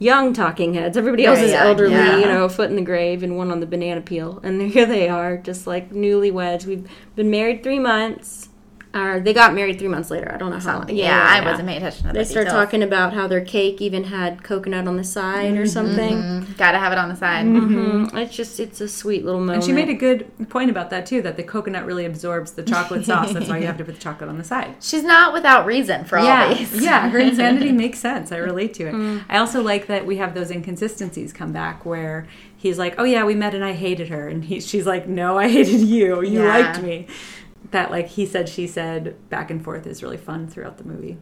Speaker 4: Young talking heads. Everybody else
Speaker 1: Very
Speaker 4: is
Speaker 1: young,
Speaker 4: elderly,
Speaker 1: Mm-hmm. yeah.
Speaker 4: you know, foot in the grave and one on the banana peel. And here they are, just like newlyweds. We've been married three months. Or they got married three months later. I don't know how long.
Speaker 1: yeah, I wasn't paying attention to
Speaker 4: They start talking about how their cake even had coconut on the side or something.
Speaker 1: Got to Mm-hmm. have it on the side.
Speaker 4: Mm, It's just it's a sweet little moment.
Speaker 3: and she made a good point about that too, that the coconut really absorbs the chocolate sauce. That's why you have to put the chocolate on the side.
Speaker 1: She's not without reason for all
Speaker 3: yeah,
Speaker 1: these.
Speaker 3: yeah, her insanity makes sense. I relate to it. I also like that we have those inconsistencies come back where he's like, "Oh yeah, we met and I hated her," and he, she's like, "No, I hated you. You
Speaker 1: Yeah.
Speaker 3: liked me." That like he said, she said, back and forth is really fun throughout the movie.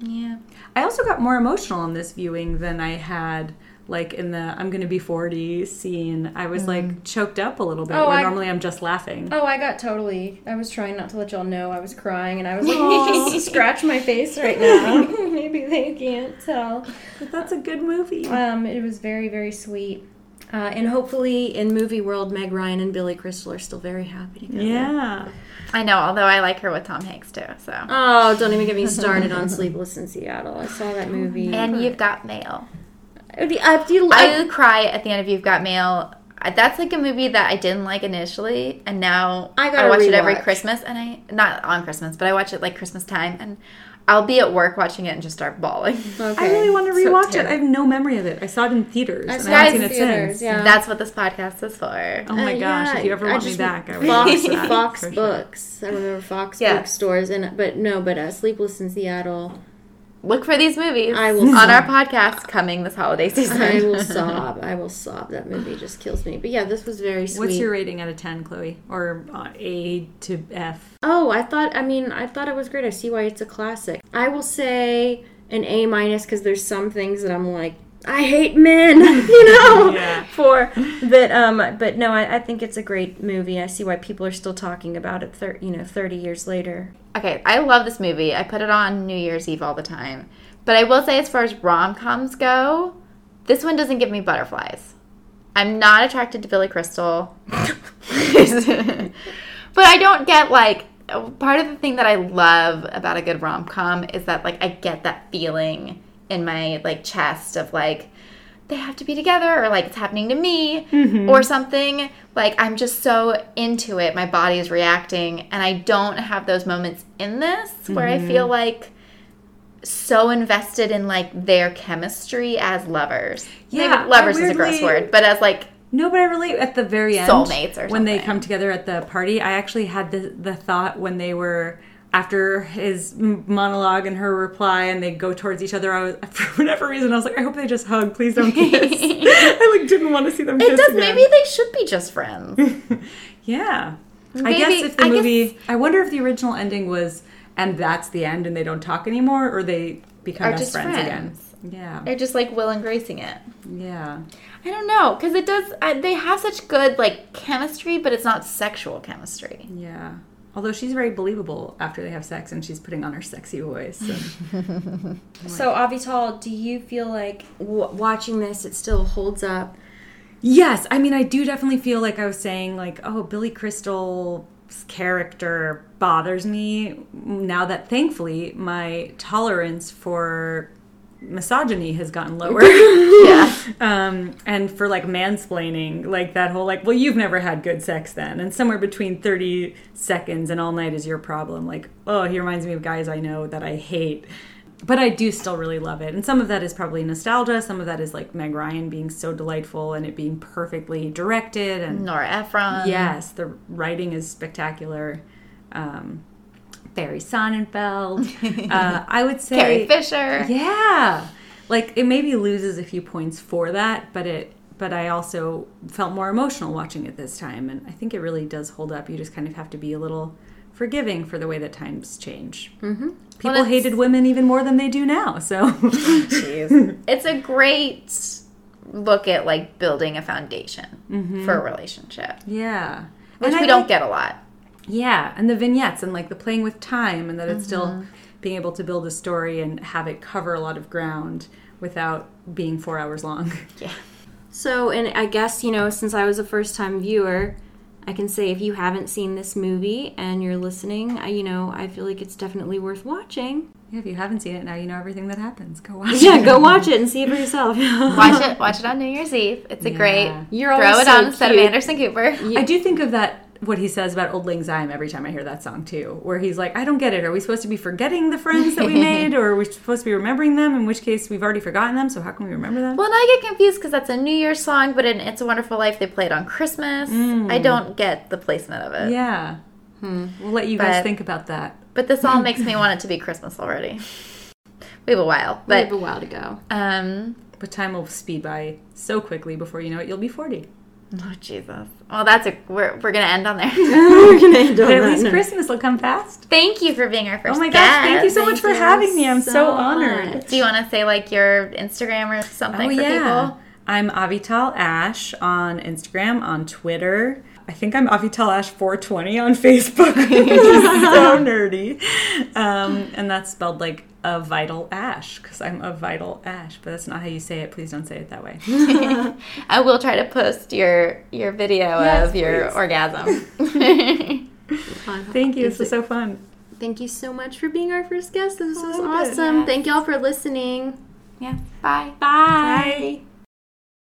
Speaker 1: Yeah.
Speaker 3: I also got more emotional in this viewing than I had like in the "I'm going to be 40" scene. I was like choked up a little bit.
Speaker 4: Oh,
Speaker 3: where
Speaker 4: I-
Speaker 3: normally I'm just laughing.
Speaker 4: Oh, I got totally. I was trying not to let y'all know I was crying, and I was like, just scratch my face right now. Maybe they can't tell.
Speaker 3: But that's a good movie.
Speaker 4: Um, it was very, very sweet. Uh, and hopefully, in movie world, Meg Ryan and Billy Crystal are still very happy together.
Speaker 3: Yeah.
Speaker 1: I know, although I like her with Tom Hanks too. So,
Speaker 4: Oh, don't even get me started on Sleepless in Seattle. I saw that movie.
Speaker 1: and you've got mail.
Speaker 4: It'd be- I, do you- I-
Speaker 1: I cry at the end of You've Got Mail. I- That's like a movie that I didn't like initially, and now
Speaker 4: I gotta
Speaker 1: watch it every
Speaker 4: rewatch.
Speaker 1: Christmas, and I not on Christmas, but I watch it like Christmas time, and I'll be at work watching it and just start bawling.
Speaker 4: okay.
Speaker 3: I really want to
Speaker 1: So
Speaker 3: rewatch it.
Speaker 1: terrible.
Speaker 3: I have no memory of it. I saw it in theaters.
Speaker 4: I
Speaker 3: and
Speaker 4: saw
Speaker 3: I
Speaker 1: it
Speaker 3: haven't
Speaker 1: in
Speaker 3: seen it
Speaker 4: theaters,
Speaker 3: since.
Speaker 4: yeah.
Speaker 1: That's what this podcast is for.
Speaker 3: Oh my
Speaker 4: Uh,
Speaker 3: gosh! If
Speaker 4: yeah,
Speaker 3: you ever
Speaker 4: I
Speaker 3: want me
Speaker 4: just-
Speaker 3: back, I would watch
Speaker 4: Fox,
Speaker 3: that.
Speaker 4: Fox
Speaker 3: for sure.
Speaker 4: Books. I remember Fox
Speaker 1: Yeah.
Speaker 4: bookstores, and but no, but uh, Sleepless in Seattle.
Speaker 1: Look for these movies
Speaker 4: I will
Speaker 1: on our podcast coming this holiday season.
Speaker 4: I will sob. I will sob. That movie just kills me. But yeah, this was very sweet.
Speaker 3: What's your rating out of ten, Chloe, or uh, A to F?
Speaker 4: Oh, I thought. I mean, I thought it was great. I see why it's a classic. I will say an A minus because there's some things that I'm like, I hate men, you know.
Speaker 3: Yeah.
Speaker 4: For that, um, but no, I, I think it's a great movie. I see why people are still talking about it. Thir- you know, 30 years later.
Speaker 1: Okay, I love this movie. I put it on New Year's Eve all the time. But I will say, as far as rom coms go, this one doesn't give me butterflies. I'm not attracted to Billy Crystal. but I don't get like part of the thing that I love about a good rom com is that like I get that feeling in my like chest of like they have to be together or like it's happening to me
Speaker 3: Mm-hmm.
Speaker 1: or something like i'm just so into it my body is reacting and i don't have those moments in this where i feel
Speaker 3: Mm-hmm.
Speaker 1: like so invested in like their chemistry as lovers Maybe
Speaker 3: Yeah, I
Speaker 1: lovers is a gross
Speaker 3: weirdly-
Speaker 1: word but as like
Speaker 3: No, but I relate at the very end.
Speaker 1: Soulmates or
Speaker 3: when they
Speaker 1: something.
Speaker 3: come together at the party. I actually had the the thought when they were after his m- monologue and her reply, and they go towards each other. I was for whatever reason, I was like, I hope they just hug. Please don't kiss. I like didn't want to see them.
Speaker 1: it
Speaker 3: kiss
Speaker 1: does
Speaker 3: again.
Speaker 1: maybe they should be just friends
Speaker 3: Yeah. I
Speaker 1: Maybe-
Speaker 3: guess if the
Speaker 1: I guess-
Speaker 3: movie, I wonder if the original ending was, and that's the end, and they don't talk anymore, or they become
Speaker 1: Or
Speaker 3: best
Speaker 1: just
Speaker 3: friends,
Speaker 1: friends.
Speaker 3: again. Yeah.
Speaker 1: they're just like will and gracing it
Speaker 3: Yeah.
Speaker 1: i don't know because
Speaker 3: Mm.
Speaker 1: it does I, they have such good like chemistry but it's not sexual chemistry
Speaker 3: Yeah. Although she's very believable after they have sex and she's putting on her sexy voice. and-
Speaker 2: So Avital, do you feel like w- watching this, it still holds up?
Speaker 3: Yes, I mean, I do definitely feel like I was saying, like, oh, Billy Crystal's character bothers me now that thankfully my tolerance for misogyny has gotten lower. yeah. Um, and for like mansplaining, like that whole, like, well, you've never had good sex then. And somewhere between 30 seconds and all night is your problem. Like, oh, he reminds me of guys I know that I hate but I do still really love it. And some of that is probably nostalgia. Some of that is like Meg Ryan being so delightful and it being perfectly directed. And
Speaker 1: Nora Ephron.
Speaker 3: yes, the writing is spectacular. Um, Barry Sonnenfeld. uh, I would
Speaker 1: Carrie
Speaker 3: say
Speaker 1: Fisher.
Speaker 3: yeah. Like it maybe loses a few points for that, but it but I also felt more emotional watching it this time and I think it really does hold up. You just kind of have to be a little forgiving for the way that times change. Mm-hmm. People
Speaker 1: it's-
Speaker 3: hated women even more than they do now, so
Speaker 1: It's a great look at like building a foundation for a relationship,
Speaker 3: yeah.
Speaker 1: which
Speaker 3: And I
Speaker 1: we don't
Speaker 3: like-
Speaker 1: get a lot.
Speaker 3: Yeah, and the vignettes and like the playing with time and that it's still
Speaker 1: Mm-hmm.
Speaker 3: being able to build a story and have it cover a lot of ground without being 4 hours long.
Speaker 4: So, and I guess, you know, since I was a first time viewer, I can say if you haven't seen this movie and you're listening, I, you know, I feel like it's definitely worth watching.
Speaker 3: Yeah, if you haven't seen it now, you know everything that happens. Go watch it.
Speaker 4: Yeah, go watch it and see it for yourself.
Speaker 1: Watch it. Watch it on New Year's Eve. It's a
Speaker 3: Yeah.
Speaker 1: great.
Speaker 4: You're
Speaker 1: Throw
Speaker 4: always
Speaker 1: it
Speaker 4: so
Speaker 1: on instead of
Speaker 4: cute.
Speaker 1: Anderson Cooper.
Speaker 3: I do think of that what he says about old lang syne every time I hear that song too, where he's like, "I don't get it. Are we supposed to be forgetting the friends that we made, or are we supposed to be remembering them? In which case, we've already forgotten them. So how can we remember them?"
Speaker 1: Well, and I get confused because that's a New Year's song, but in It's a Wonderful Life, they play it on Christmas. I don't get the placement of it.
Speaker 3: Mm. yeah, we'll let you guys
Speaker 1: But-
Speaker 3: think about that.
Speaker 1: But this all makes me want it to be Christmas already. We have a while,
Speaker 4: We have
Speaker 1: but
Speaker 4: a while to go.
Speaker 1: um,
Speaker 3: But time will speed by so quickly. Before you know it, you'll be forty.
Speaker 1: oh Jesus! Well, that's a we're we're gonna end on there.
Speaker 3: But at least Christmas will come fast.
Speaker 1: thank you for being our first.
Speaker 3: Oh my gosh! Thank you
Speaker 1: guest.
Speaker 3: so much for having me. I'm so, honored.
Speaker 1: Do you want to say like your Instagram or something
Speaker 3: Oh,
Speaker 1: for people?
Speaker 3: I'm Avital Ash on Instagram, on Twitter. I think I'm Avital Ash 420 on Facebook, which is so nerdy. Um, and that's spelled like a vital ash because I'm a vital ash, but that's not how you say it. Please don't say it that way.
Speaker 1: I will try to post your your video of your orgasm.
Speaker 3: Thank you. This was so fun.
Speaker 4: Thank you so much for being our first guest. This was
Speaker 3: loved it.
Speaker 4: awesome. Thank y'all for listening.
Speaker 1: yeah. Bye.
Speaker 4: Bye.